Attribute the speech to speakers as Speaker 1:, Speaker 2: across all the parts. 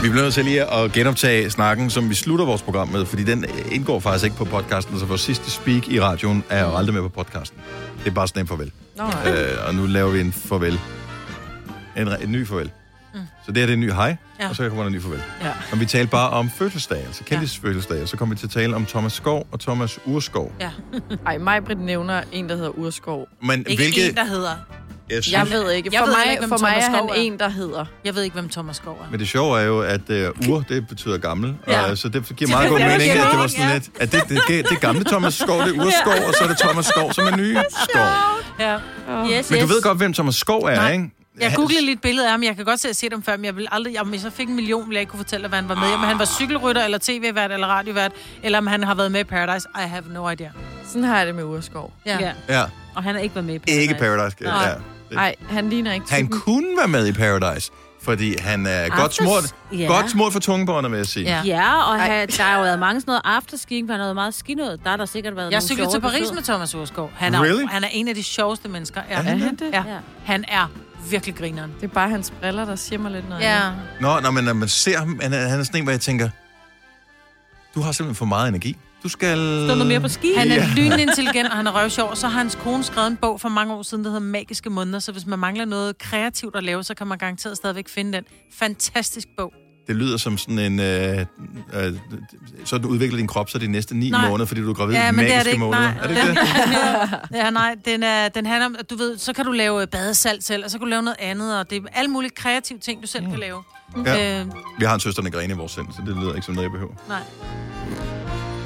Speaker 1: bliver nødt til lige at genoptage snakken, som vi slutter vores program med, fordi den indgår faktisk ikke på podcasten, så vores sidste speak i radioen er jo aldrig med på podcasten. Det er bare sådan en farvel.
Speaker 2: Nå, nej.
Speaker 1: Øh, og nu laver vi en farvel. En, re- en ny farvel. Mm. Så det her det er en ny hej, ja.
Speaker 2: Ja.
Speaker 1: og så kommer der en ny farvel.
Speaker 2: Ja.
Speaker 1: Og vi talte bare om fødselsdage, altså kendtis ja. fødselsdage. Så kom vi til at tale om Thomas Skov og Thomas Urskov.
Speaker 2: ja.
Speaker 3: Ej, Majbrit nævner en, der hedder Urskov.
Speaker 1: Men
Speaker 2: Ikke
Speaker 1: hvilke...
Speaker 2: en, der hedder.
Speaker 1: Jeg synes,
Speaker 3: Jeg ved ikke. For
Speaker 2: Jeg ved
Speaker 3: mig,
Speaker 2: heller ikke, hvem
Speaker 3: for mig
Speaker 2: Thomas
Speaker 3: er han
Speaker 2: Skov er.
Speaker 3: en, der hedder.
Speaker 2: Jeg ved ikke, hvem Thomas Skov er.
Speaker 1: Men det sjove er jo, at uh, ur, det betyder gammel. Ja.
Speaker 2: Ja.
Speaker 1: Og, så det giver meget god
Speaker 2: Det er
Speaker 1: mening, at det var
Speaker 2: sjovt,
Speaker 1: sådan
Speaker 2: ja.
Speaker 1: lidt... At det, det, det, det er gamle Thomas Skov, det er Urskov, og så er det Thomas Skov, som er nye Skov.
Speaker 2: Ja. Yes,
Speaker 1: Men du
Speaker 2: yes.
Speaker 1: ved godt, hvem Thomas Skov er,
Speaker 2: Nej.
Speaker 1: ikke?
Speaker 2: Jeg googlede lidt billede af ham. Jeg kan godt se, at jeg har set ham før, men jeg vil aldrig... Om jeg så fik en million, ville jeg ikke kunne fortælle dig, hvad han var med. i. Om han var cykelrytter, eller tv-vært, eller radiovært, eller om han har været med i Paradise. I have no idea.
Speaker 3: Sådan har jeg det med Urskov.
Speaker 4: Ja. ja.
Speaker 1: Ja,
Speaker 4: Og han har ikke været med i Paradise.
Speaker 1: ikke Paradise. Ja.
Speaker 4: Nej.
Speaker 1: Det-
Speaker 3: Nej, han ligner ikke
Speaker 1: Han
Speaker 3: typen.
Speaker 1: kunne være med i Paradise, fordi han er godt smurt,
Speaker 4: ja.
Speaker 1: godt smurt for tungebåndet, vil jeg sige.
Speaker 2: Ja.
Speaker 4: Ja, og han, der har jo været mange sådan noget afterski, for han har været meget skinnet. Der har der sikkert været
Speaker 2: Jeg
Speaker 4: nogle
Speaker 2: cyklede til
Speaker 4: sjove
Speaker 2: Paris
Speaker 4: episoder.
Speaker 2: med Thomas Urskov. Han er,
Speaker 1: Really?
Speaker 2: han er en af de sjoveste mennesker. Ja.
Speaker 1: Er han
Speaker 3: det?
Speaker 2: Ja.
Speaker 4: Ja.
Speaker 2: Han er virkelig grineren.
Speaker 3: Det er bare hans briller, der siger mig lidt noget. andet.
Speaker 2: Ja.
Speaker 1: Nå, når man, når man ser ham, han er, han er sådan en, hvor jeg tænker, du har simpelthen for meget energi. Du skal...
Speaker 4: Stå noget mere på ski.
Speaker 2: Han
Speaker 4: Han
Speaker 2: er
Speaker 1: Ja.
Speaker 2: yeah. lynintelligent, og han er røvsjov. Og så har hans kone skrevet en bog for mange år siden, der hedder Magiske Måneder. Så hvis man mangler noget kreativt at lave, så kan man garanteret stadigvæk finde den. Fantastisk bog.
Speaker 1: Det lyder som sådan en... Øh, øh, så du udvikler din krop så de næste ni
Speaker 2: Nej.
Speaker 1: måneder, fordi du er gravid
Speaker 2: Ja, men det er det
Speaker 1: magiske
Speaker 2: ikke.
Speaker 1: måneder.
Speaker 2: Nej.
Speaker 1: Er det ikke det?
Speaker 2: Ja, nej, den, er, den handler om, at du ved, så kan du lave øh, badesalt selv, og så kan du lave noget andet, og det er alle mulige kreative ting, du selv kan lave.
Speaker 1: Mm. Ja.
Speaker 2: Ja. Øh,
Speaker 1: Vi har en søster, der grene i vores sind, så det lyder ikke som noget, jeg behøver.
Speaker 2: nej.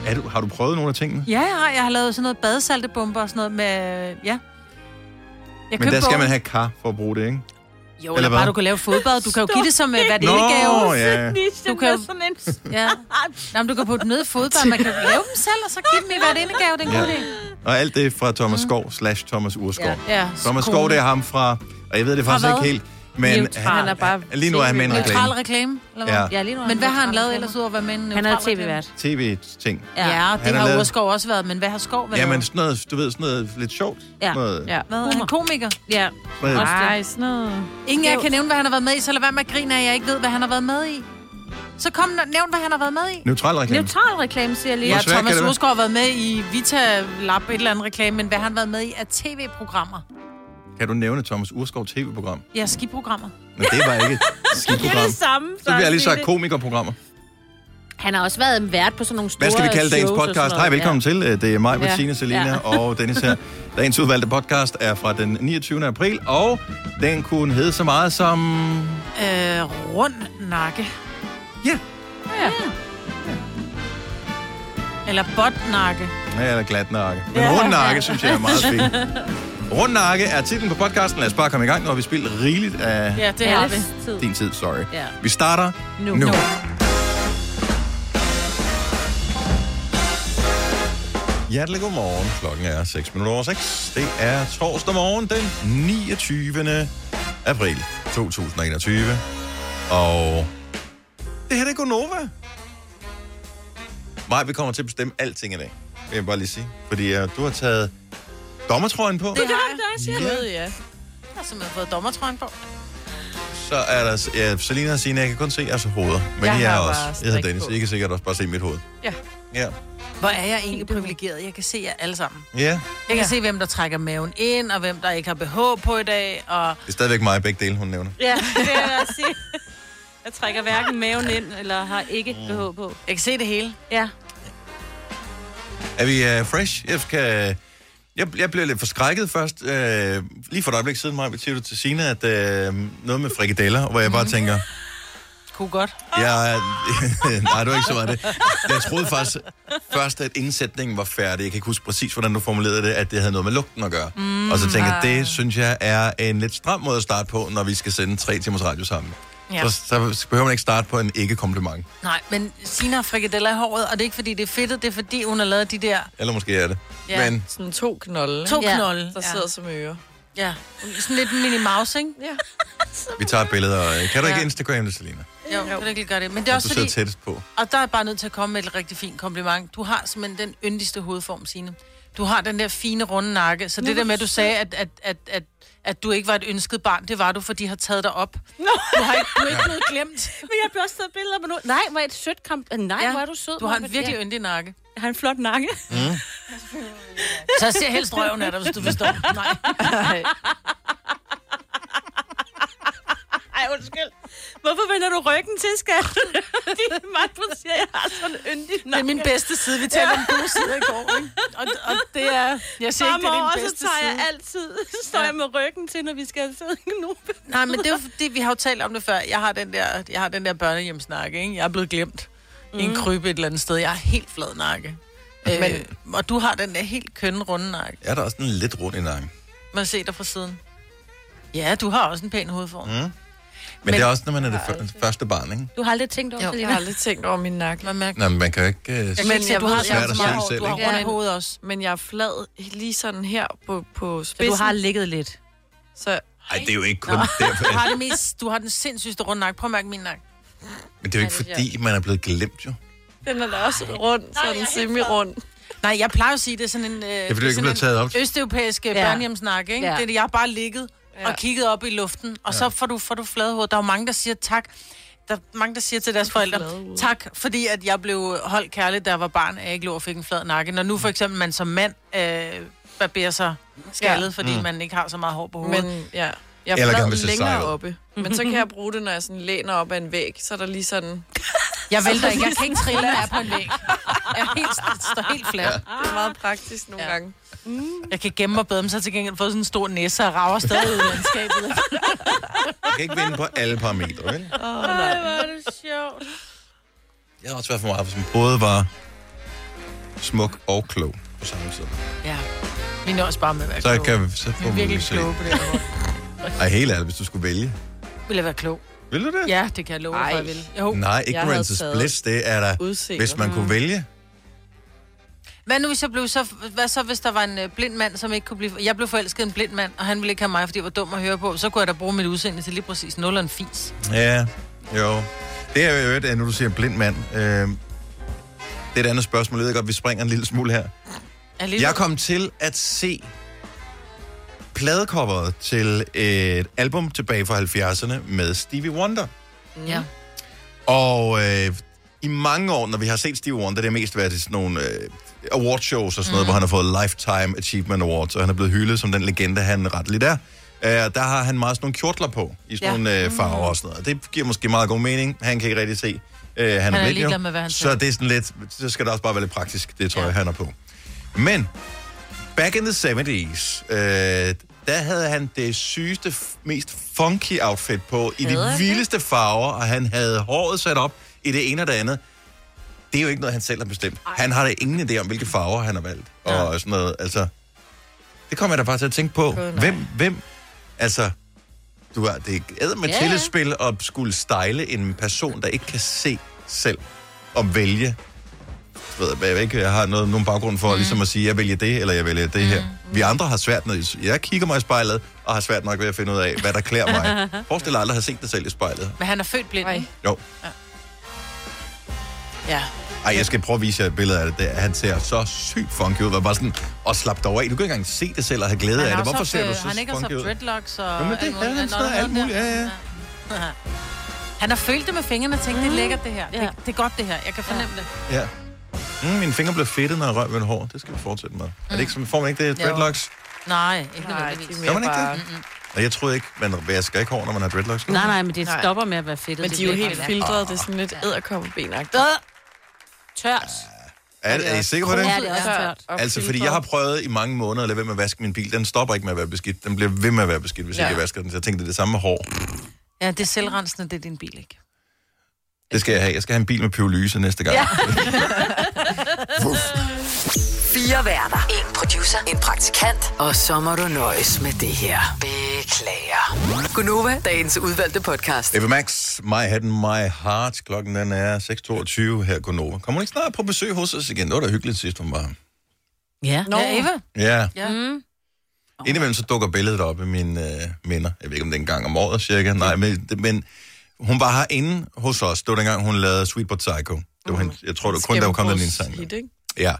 Speaker 1: Er du, har du prøvet nogle af tingene?
Speaker 2: Ja, jeg har, jeg har lavet sådan noget badesaltebomber og sådan noget med, ja. Jeg
Speaker 1: men der skal
Speaker 2: bogen.
Speaker 1: man have kar for at bruge det, ikke?
Speaker 2: Jo,
Speaker 1: eller
Speaker 2: eller
Speaker 1: hvad?
Speaker 2: bare du kan lave fodbad. Du kan jo give det som øh, hvad det
Speaker 1: Nå,
Speaker 2: gave.
Speaker 1: ja.
Speaker 4: Du
Speaker 2: kan
Speaker 4: kan
Speaker 2: jo-
Speaker 4: jo... sådan en...
Speaker 2: Ja. Nå, men du kan putte dem ned i fodbad. Man kan lave dem selv, og så give dem i hvad det gave. Den
Speaker 1: Ja.
Speaker 2: gode idé.
Speaker 1: Og alt det er fra Thomas Skov slash Thomas Urskov. Ja.
Speaker 2: Mm. Ja,
Speaker 1: Thomas Skov, det er ham fra... Og jeg ved det
Speaker 2: Fra
Speaker 1: faktisk ikke
Speaker 2: hvad?
Speaker 1: helt. Men
Speaker 4: Neutral.
Speaker 1: han,
Speaker 3: Han er bare...
Speaker 1: lige nu er han med en
Speaker 2: Neutral
Speaker 1: reklame.
Speaker 2: reklame, eller hvad?
Speaker 1: Ja.
Speaker 4: Ja, lige nu er
Speaker 2: Men hvad har han
Speaker 4: neutral
Speaker 2: lavet
Speaker 4: reklame.
Speaker 2: ellers ud over at være med i en
Speaker 4: Han
Speaker 2: neutral
Speaker 4: er
Speaker 2: reklame?
Speaker 4: tv-vært.
Speaker 1: TV-ting.
Speaker 4: Ja.
Speaker 2: Ja,
Speaker 1: Han
Speaker 2: det
Speaker 1: har
Speaker 2: har
Speaker 1: lavet-
Speaker 2: Urskov også været, men hvad har Skov været?
Speaker 1: Jamen, sådan noget, du ved, sådan noget lidt sjovt.
Speaker 4: Ja.
Speaker 1: Noget,
Speaker 3: Ja.
Speaker 2: Hvad? Er han komiker?
Speaker 4: Ja.
Speaker 1: noget,
Speaker 2: Ah.
Speaker 3: Nej, sådan noget.
Speaker 2: Ingen af jer
Speaker 4: Skævt.
Speaker 2: kan nævne, hvad han har været med i, så lad være med at grine af, at jeg ikke ved, hvad han har været med i. Så kom, nævn, hvad han har været med i.
Speaker 1: Neutral reklame.
Speaker 4: Neutral reklame, siger jeg lige.
Speaker 2: Ja,
Speaker 1: Hvor svært kan det
Speaker 2: Thomas
Speaker 1: være?
Speaker 2: Rosgaard har været med i Vita Lab, et eller andet reklame, men hvad har han været med i af tv-programmer?
Speaker 1: Kan du nævne Thomas Urskov tv-program?
Speaker 2: Ja, skiprogrammer.
Speaker 1: Men det var ikke et
Speaker 4: Det er
Speaker 1: skiprogram.
Speaker 4: det samme.
Speaker 1: Så bliver jeg lige sagt
Speaker 4: Søren
Speaker 1: komikerprogrammer.
Speaker 4: Smidt. Han har også været vært på sådan nogle store
Speaker 1: Hvad skal vi kalde dagens
Speaker 4: shows og sådan
Speaker 1: podcast?
Speaker 4: noget.
Speaker 1: Hej, velkommen ja. til. Øh, Det er mig, Bettina,
Speaker 4: Ja.
Speaker 1: Selina
Speaker 4: Ja.
Speaker 1: og Dennis her. Dagens udvalgte podcast er fra den 29. april, og den kunne hedde så meget som...
Speaker 2: Øh, rund nakke.
Speaker 1: Ja,
Speaker 2: Eller bot nakke.
Speaker 1: ja eller glat nakke. Men rund nakke, synes jeg er meget fint. Rund nakke er titlen på podcasten. Lad os bare komme i gang. Nu har vi spillet rigeligt af
Speaker 2: Ja, det har vi.
Speaker 4: Alles tid.
Speaker 1: din tid, sorry.
Speaker 4: Ja.
Speaker 1: Vi starter nu. nu. Hjertelig godmorgen. Klokken er 6 minutter over 6. Det er torsdag morgen den 29. april 2021. Og det her det er Gonova. Maj, vi kommer til at bestemme alting i dag. Vil jeg bare lige sige. Fordi uh, du har taget dommertrøjen på.
Speaker 2: Det har jeg.
Speaker 1: Ja.
Speaker 3: ja.
Speaker 2: Jeg har simpelthen fået dommertrøjen på.
Speaker 1: Så er der ja, Selina og Signe, jeg kan kun se jeres hoveder. Men
Speaker 3: Jeg
Speaker 1: jeg, jeg er
Speaker 3: har bare
Speaker 1: også. Jeg
Speaker 3: strik
Speaker 1: hedder Dennis.
Speaker 3: på.
Speaker 1: I kan sikkert også bare se mit hoved.
Speaker 3: Ja.
Speaker 1: Ja.
Speaker 2: Hvor er jeg egentlig privilegeret? Jeg kan se jer alle sammen.
Speaker 1: Ja.
Speaker 2: Jeg kan ja. se, hvem der trækker maven ind, og hvem der ikke har BH på i dag. Og...
Speaker 1: Det er stadigvæk mig begge dele, hun nævner.
Speaker 4: Ja, det vil jeg også sige. Jeg trækker hverken maven ind, eller har ikke
Speaker 1: Mm.
Speaker 4: BH på.
Speaker 2: Jeg kan se det hele.
Speaker 4: Ja.
Speaker 1: Er vi uh, fresh? Jeg, skal, jeg, jeg blev lidt forskrækket først. Uh, lige for et øjeblik siden, mig siger du til Signe, at uh, noget med frikadeller, hvor jeg
Speaker 3: Mhm.
Speaker 1: bare tænker,
Speaker 2: Kunne godt.
Speaker 1: jeg, nej, det var ikke så meget det. Jeg troede faktisk først, at indsætningen var færdig. Jeg kan ikke huske præcis, hvordan du formulerede det, at det havde noget med lugten at gøre. Mm, og så tænker jeg, det synes jeg er en lidt stram måde at starte på, når vi skal sende tre timers radio sammen. Ja.
Speaker 2: Ja.
Speaker 1: Så, så behøver man ikke starte på en ikke-kompliment.
Speaker 2: Nej, men Sina har frikadeller i håret, og det er ikke fordi, det er fedtet, det er fordi, hun har lavet de der
Speaker 1: Eller måske er det.
Speaker 2: Ja.
Speaker 1: Men
Speaker 3: Sådan to knolde,
Speaker 2: to
Speaker 4: Ja.
Speaker 2: knolde.
Speaker 3: der sidder som ører.
Speaker 2: Ja. ja. Sådan lidt en mini mouse, ikke?
Speaker 3: Ja.
Speaker 1: vi tager et billede. Og, øh, kan du ikke
Speaker 2: Ja.
Speaker 1: Instagram det, Selina?
Speaker 2: Jo, kan du ikke lige gøre det? Men det er
Speaker 1: Du
Speaker 2: også
Speaker 1: sidder
Speaker 2: fordi,
Speaker 1: tættest på.
Speaker 2: og der er jeg bare nødt til at komme med et rigtig fint kompliment. Du har simpelthen den yndigste hovedform, Signe. Du har den der fine, runde nakke, så det der med, at du sagde, at, at, at, at, at du ikke var et ønsket barn. Det var du, for de har taget dig op. Du har ikke, du er ikke blevet glemt.
Speaker 4: Men jeg blev også taget billeder med nu. Nej, hvor er et sødt kamp. Nej, ja. hvor er du sød.
Speaker 2: Du har en
Speaker 4: Maja.
Speaker 2: virkelig
Speaker 4: Ja.
Speaker 2: yndig nakke.
Speaker 4: Jeg har en flot nakke.
Speaker 1: Mm.
Speaker 2: Så jeg ser helst røven af dig, hvis du forstår. Nej.
Speaker 4: Ej, undskyld. Hvorfor vender du ryggen til, skat? Fordi mig siger, at jeg har sådan en yndig nakke.
Speaker 2: Det er min bedste side. Vi talte om gode sider i går, ikke? Og, og det er... Jeg siger ikke, det er
Speaker 4: Fremover,
Speaker 2: din bedste
Speaker 4: så tager jeg
Speaker 2: side.
Speaker 4: altid, så står jeg med ryggen til, når vi skal have siddet nu.
Speaker 2: Nej, men det er jo fordi, vi har jo talt om det før. Jeg har den der, jeg har den der børnehjemsnakke, ikke? Jeg er blevet glemt mm. i en krybe et eller andet sted. Jeg har helt flad nakke. Men, øh, og du har den der helt kønne, runde nakke.
Speaker 1: Jeg er da også en lidt rund i nakken.
Speaker 2: Man ser dig fra siden. Ja, du har også en pæn hovedform.
Speaker 1: Mm.
Speaker 2: Mm.
Speaker 1: Men,
Speaker 2: Men-
Speaker 1: Men, det er også, når man er det fø- første barn, ikke?
Speaker 4: Du har aldrig tænkt over
Speaker 3: Jo,
Speaker 4: det,
Speaker 3: jeg har aldrig tænkt over min nakke.
Speaker 2: Man mærker.
Speaker 1: Nå, men man kan jo ikke... Uh,
Speaker 2: Jeg kan
Speaker 3: Men
Speaker 2: ikke se,
Speaker 3: jeg
Speaker 2: du
Speaker 3: ved,
Speaker 2: har
Speaker 3: jeg
Speaker 1: er
Speaker 2: så
Speaker 1: der
Speaker 2: meget
Speaker 1: selv
Speaker 2: hår.
Speaker 1: selv,
Speaker 2: Du har
Speaker 3: ikke?
Speaker 2: rundt i
Speaker 3: Ja.
Speaker 2: hovedet også.
Speaker 3: Men jeg er flad lige sådan her på, på
Speaker 4: Du
Speaker 3: spidsen.
Speaker 4: har ligget lidt.
Speaker 3: Så
Speaker 1: Ej, det er jo ikke kun derfor.
Speaker 2: Du har, det mest, du har den sindssygste runde nakke. Prøv at mærke min nakke.
Speaker 1: Men det er jo ikke,
Speaker 4: Ej, det er
Speaker 1: fordi man er blevet glemt, jo.
Speaker 3: den er da også rund, sådan semi-rund.
Speaker 2: Nej, jeg plejer at sige, det er sådan en, øh, det
Speaker 1: fordi du ikke
Speaker 2: sådan
Speaker 1: bliver taget op.
Speaker 2: en østeuropæisk ja. børnehjemsnak, ikke?
Speaker 4: Ja.
Speaker 2: Ja. Det er det, jeg har bare ligget ja.
Speaker 3: Ja.
Speaker 2: og kigget op i luften, og ja. så får du, får du flade hoved. Der er jo mange, der siger tak. Der er mange, der siger til deres forældre,
Speaker 3: flade hoved.
Speaker 2: tak, fordi at jeg blev holdt kærligt, da jeg var barn, at jeg ikke lå og fik en flad nakke. Når nu for eksempel man som mand øh, barberer sig skaldet, ja. fordi mm. man ikke har så meget hår på hovedet. Men,
Speaker 3: Men ja, jeg
Speaker 1: Eller
Speaker 3: er
Speaker 1: kan
Speaker 3: flad
Speaker 1: man se
Speaker 3: længere
Speaker 1: sej ud?
Speaker 3: oppe. Men så kan jeg bruge det, når jeg sådan læner op ad en væg, så er der lige sådan
Speaker 2: jeg vælter ikke. Jeg kan ikke trille, når jeg er på en væg. Jeg er helt, står helt flat. Ja.
Speaker 3: det er meget praktisk nogle
Speaker 2: Ja.
Speaker 3: ja. gange.
Speaker 2: Jeg kan gemme mig bedre, men så har jeg til gengæld fået sådan en stor næse og rager stadig ud i landskabet.
Speaker 1: Man kan ikke vinde på alle parametre, vel?
Speaker 4: Ej, hvor er det sjovt.
Speaker 1: Jeg har også været for meget, som både var smuk og klog på samme tid.
Speaker 2: Ja. Vi når også bare med at være
Speaker 1: Så jeg
Speaker 2: kloge.
Speaker 1: kan så
Speaker 2: Vi
Speaker 1: får
Speaker 2: er
Speaker 1: man lige
Speaker 2: virkelig
Speaker 1: se.
Speaker 2: kloge på det her måde.
Speaker 1: Ej, helt ærligt, hvis du skulle vælge.
Speaker 2: Vil jeg være klog?
Speaker 1: Vil du det?
Speaker 2: Ja, det kan jeg love dig,
Speaker 3: Ej.
Speaker 2: for, jeg vil. Jo.
Speaker 1: Nej,
Speaker 3: havde
Speaker 1: ignorance is
Speaker 3: taget
Speaker 1: bliss, det er der.
Speaker 3: Udseende.
Speaker 1: Hvis man kunne vælge.
Speaker 2: Hvad nu hvis jeg blev så... Hvad så, hvis der var en øh, blind mand, som ikke kunne blive... Jeg blev forelsket i en blind mand, og han ville ikke have mig, fordi jeg var dum at høre på. Så kunne jeg da bruge mit udseende til lige præcis 0 og en fis.
Speaker 1: Ja, jo. Det er jo et, nu du siger blind mand. Øh, det er et andet spørgsmål. Jeg ved godt, vi springer en lille smule her.
Speaker 2: Er lige
Speaker 1: Jeg kom til at se pladecoveret til et album tilbage fra 70'erne med Stevie Wonder.
Speaker 2: Ja.
Speaker 1: Og øh, i mange år, når vi har set Stevie Wonder, det har mest været til sådan nogle øh, awardshows og sådan noget,
Speaker 2: Mm.
Speaker 1: hvor han har fået Lifetime Achievement Awards, og han er blevet hyldet som den legende, han retteligt er. Øh, der har han meget sådan nogle kjortler på, i sådan
Speaker 2: Ja.
Speaker 1: ja. nogle øh, farver og sådan noget. Det giver måske meget god mening. Han kan ikke rigtig se. Øh, han,
Speaker 2: er
Speaker 1: blind,
Speaker 2: ligeglad
Speaker 1: jo.
Speaker 2: med, hvad han
Speaker 1: Så
Speaker 2: ser.
Speaker 1: det er sådan lidt, så skal det også bare være lidt praktisk, det tror
Speaker 2: Ja.
Speaker 1: jeg, han er på. Men, back in the 70s, øh, der havde han det sygeste, f- mest funky outfit på, i
Speaker 2: Havde
Speaker 1: de
Speaker 2: han det?
Speaker 1: vildeste farver, og han havde håret sat op i det ene og det andet. Det er jo ikke noget, han selv har bestemt. Ej. Han har da ingen idé om, hvilke farver han har valgt, og
Speaker 2: Nej.
Speaker 1: sådan noget. Altså, det kommer jeg da bare til at tænke på.
Speaker 3: nej.
Speaker 1: Hvem, hvem, altså, du er, det er med
Speaker 4: Ja,
Speaker 1: yeah.
Speaker 4: ja.
Speaker 1: tillidspil at skulle style en person, der ikke kan se selv og vælge. Jeg ved jeg ikke, jeg har noget, nogen baggrund for mm. ligesom at sige, jeg vælger det, eller jeg vælger det her. Vi andre har svært med, jeg kigger mig i spejlet, og har svært nok ved at finde ud af, hvad der klæder mig. Forestil dig aldrig at have set dig selv i spejlet.
Speaker 2: Men han er født blind, ikke?
Speaker 1: Jo.
Speaker 2: Ja.
Speaker 1: Ej, jeg skal prøve at vise jer et billede af det. det. Han ser så sygt funky ud. Var bare sådan, og slap dig over af. Du kan ikke engang se det selv og have glæde af
Speaker 2: har
Speaker 1: det.
Speaker 2: også
Speaker 1: Hvorfor
Speaker 2: haft,
Speaker 1: ser du
Speaker 2: øh,
Speaker 1: så
Speaker 2: Han ikke har
Speaker 1: funky
Speaker 2: haft
Speaker 1: ud?
Speaker 2: dreadlocks og...
Speaker 1: Nå, men det
Speaker 2: alt
Speaker 1: havde han
Speaker 2: muligt.
Speaker 1: så
Speaker 2: Nå, der
Speaker 1: alt
Speaker 2: var
Speaker 1: muligt.
Speaker 2: der.
Speaker 1: Ja, ja.
Speaker 2: Han har følt det med fingrene og tænkt, det er lækkert det her.
Speaker 4: Ja.
Speaker 2: Det, det er godt det her. Jeg kan fornemme det.
Speaker 1: Mm. ja. Mm, mine fingre blev fedtet, når jeg rørte med hår. Det skal vi fortsætte med. Er det ikke som får man ikke det? Dreadlocks?
Speaker 2: Nej, ikke
Speaker 3: Nej, det
Speaker 2: nødvendigvis.
Speaker 3: er
Speaker 1: Gør
Speaker 3: mere
Speaker 1: man ikke det?
Speaker 3: bare...
Speaker 1: Og jeg troede ikke, man vasker ikke hår, når man har dreadlocks.
Speaker 4: Nej, nej, men det
Speaker 3: Nej.
Speaker 4: stopper med at være fedt.
Speaker 3: Men de er jo helt filtrede, det er sådan lidt æderkoppebenagtigt.
Speaker 2: Øh, Tørt.
Speaker 1: Er, det- er I sikre på det?
Speaker 4: Ja, det er også tørt.
Speaker 1: Altså, fordi jeg har prøvet i mange måneder at lade være med at vaske min bil. Den stopper ikke med at være beskidt. Den bliver ved med at være beskidt, hvis
Speaker 3: Ja.
Speaker 1: ikke jeg vasker den. Så jeg tænkte, det er det samme med hår.
Speaker 2: Ja, det er selvrensende, det er din bil, ikke?
Speaker 1: Det skal jeg have. Jeg skal have en bil med pyrolyse næste gang. Ja.
Speaker 5: Fire værter. En producer. En praktikant. Og så må du nøjes med det her. Beklager. Gunova, dagens udvalgte podcast.
Speaker 1: Eva Max, My Head and My Heart. Klokken den er 6.22 her på Nova. Kommer hun ikke snart på besøg hos os igen? Det var da hyggeligt sidst, hun var. her.
Speaker 4: Ja.
Speaker 2: Nå. Ja, Eva.
Speaker 1: Ja, Oh.
Speaker 2: Ja.
Speaker 4: Mm.
Speaker 1: indimellem så dukker billedet op i mine øh, minder. Jeg ved ikke, om det er en gang om året cirka. Nej, men, det- men hun var herinde
Speaker 3: Mm.
Speaker 1: hos os. Det var dengang, hun lavede Sweet But Psycho. Det var hende, jeg tror, det var kun, der var kommet den ene sang.
Speaker 3: Hit, ikke?
Speaker 1: Ja.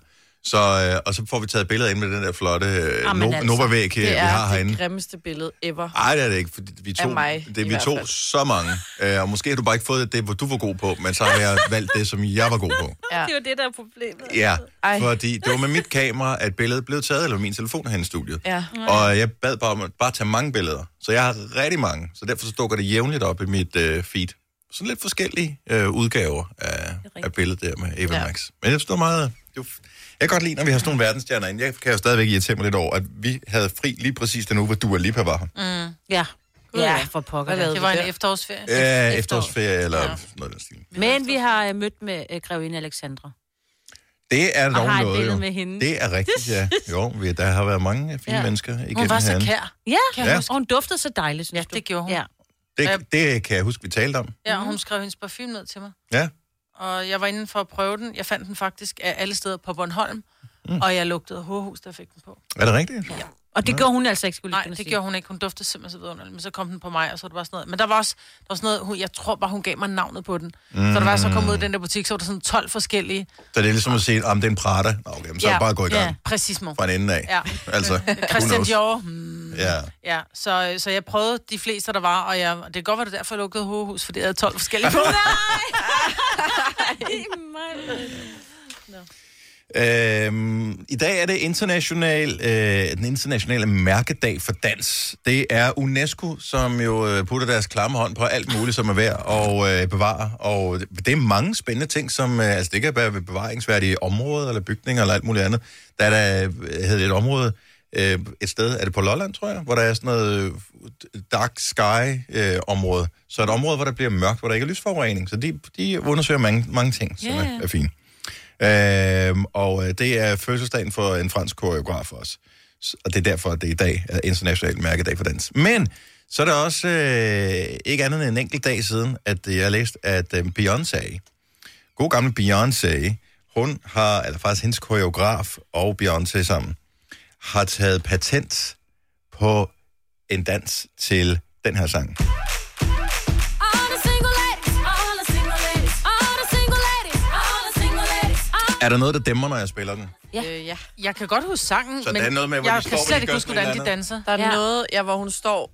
Speaker 1: Så, øh, og så får vi taget billeder ind med den der flotte øh,
Speaker 3: Jamen altså,
Speaker 1: no- Nova-væg, øh, vi
Speaker 3: det er
Speaker 1: har herinde.
Speaker 3: det grimmeste billede ever.
Speaker 1: Nej, det er det ikke. Fordi vi
Speaker 3: Af
Speaker 1: tog,
Speaker 3: mig, i
Speaker 1: det, vi
Speaker 3: hvert
Speaker 1: tog
Speaker 3: fald.
Speaker 1: så mange. Øh, og måske har du bare ikke fået det, hvor du var god på, men så har jeg valgt det, som jeg var god på.
Speaker 3: Ja.
Speaker 4: Det er jo det, der er problemet.
Speaker 1: Ja,
Speaker 3: Ej.
Speaker 1: fordi det var med mit kamera, at billedet blev taget, eller min telefon herinde i studiet.
Speaker 3: Ja.
Speaker 2: Mm.
Speaker 1: Og jeg bad bare om at bare tage mange billeder. Så jeg har rigtig mange, så derfor så dukker det jævnligt op i mit øh, feed. Sådan lidt forskellige øh, udgaver af, af billedet der med Eva ja. Max. Men jeg står meget... Jo, jeg kan godt lide, når vi har sådan nogle verdensstjerner ind. Jeg kan jo stadigvæk irritere mig lidt over, at vi havde fri lige præcis den uge, hvor Dua Lipa var her.
Speaker 2: Mm. Ja.
Speaker 4: Ja,
Speaker 2: for
Speaker 4: pokker da.
Speaker 2: Det var en
Speaker 4: Ja.
Speaker 2: efterårsferie.
Speaker 1: Ja,
Speaker 2: Efterår.
Speaker 1: efterårsferie eller
Speaker 2: Ja.
Speaker 1: ja. noget af den stil.
Speaker 4: Men vi har øh, mødt med øh, grevinde Alexandra.
Speaker 1: Det er
Speaker 4: Og
Speaker 1: dog
Speaker 4: har et
Speaker 1: noget,
Speaker 4: billede
Speaker 1: jo.
Speaker 4: med hende.
Speaker 1: Det er rigtigt, ja. Jo, vi- der har været mange fine ja.
Speaker 4: Ja.
Speaker 1: mennesker igennem
Speaker 4: Hun var så
Speaker 1: herinde.
Speaker 4: kær. Ja,
Speaker 1: Kan
Speaker 4: kan
Speaker 1: jeg Ja.
Speaker 4: ja.
Speaker 1: huske.
Speaker 4: og hun duftede så dejligt, synes
Speaker 2: Ja, det gjorde hun.
Speaker 4: Ja.
Speaker 1: Det,
Speaker 4: øh.
Speaker 1: det kan jeg huske, vi talte om.
Speaker 2: Ja, og hun skrev hendes parfume ned til mig.
Speaker 1: Ja.
Speaker 2: Og jeg var inde for at prøve den. Jeg fandt den faktisk af alle steder på Bornholm. Mm. Og jeg lugtede hovedhus, der fik den på.
Speaker 1: Er det rigtigt? Ja.
Speaker 4: Og det gjorde hun altså ikke, skulle jeg
Speaker 2: Nej,
Speaker 4: lige
Speaker 2: det
Speaker 4: sige.
Speaker 2: gjorde hun ikke. Hun duftede simpelthen så vidunderligt. Men så kom den på mig, og så var det bare sådan noget. Men der var også der var sådan noget, hun, jeg tror bare, hun gav mig navnet på den. Mm. Så der var så kom ud i den der butik, så var der sådan 12 forskellige.
Speaker 1: Så det er ligesom at sige, om det er en Prada. Nå, okay, men så er det bare at gå i gang
Speaker 2: Præcis, mor.
Speaker 1: fra en ende af.
Speaker 2: Ja.
Speaker 1: Altså, who
Speaker 2: Christian
Speaker 1: knows?
Speaker 2: Dior. Hmm.
Speaker 1: Ja.
Speaker 2: Ja, så, så jeg prøvede de fleste, der var, og jeg, det kan godt være, det er derfor jeg lukkede hovedhus, fordi jeg havde 12 forskellige på.
Speaker 1: Øhm, I dag er det international, øh, den internationale mærkedag for dans. Det er UNESCO, som jo øh, putter deres klamme hånd på alt muligt, som er værd at øh, bevare. Og det- det er mange spændende ting, som øh, altså det kan være bevaringsværdige områder, eller bygninger, eller alt muligt andet. Der er der, øh, hedder det et område, øh, et sted, er det på Lolland, tror jeg, hvor der er sådan noget øh, dark sky-område. så et område, hvor der bliver mørkt, hvor der ikke er lysforurening. Så de, de undersøger mange, mange ting, som yeah. er, er fine. Øhm, og øh, det er fødselsdagen for en fransk koreograf også. S- Og det er derfor, at det i dag er international mærkedag for dans. Men så er der også øh, ikke andet end en enkelt dag siden, at øh, jeg læste, at øh, Beyoncé, god gamle Beyoncé, hun har, eller faktisk hendes koreograf og Beyoncé sammen, har taget patent på en dans til den her sang. Er der noget, der dæmmer, når jeg spiller den?
Speaker 3: Øh, ja.
Speaker 2: Jeg kan godt huske sangen,
Speaker 1: Så
Speaker 2: men
Speaker 1: der er noget med, hvor de
Speaker 2: jeg
Speaker 1: står,
Speaker 2: kan
Speaker 1: hvor de
Speaker 2: slet
Speaker 1: gør
Speaker 2: ikke huske,
Speaker 1: sådan et
Speaker 2: hvordan de
Speaker 1: eller andet.
Speaker 2: danser.
Speaker 3: Der er ja.
Speaker 4: Ja.
Speaker 3: noget, ja, hvor hun står...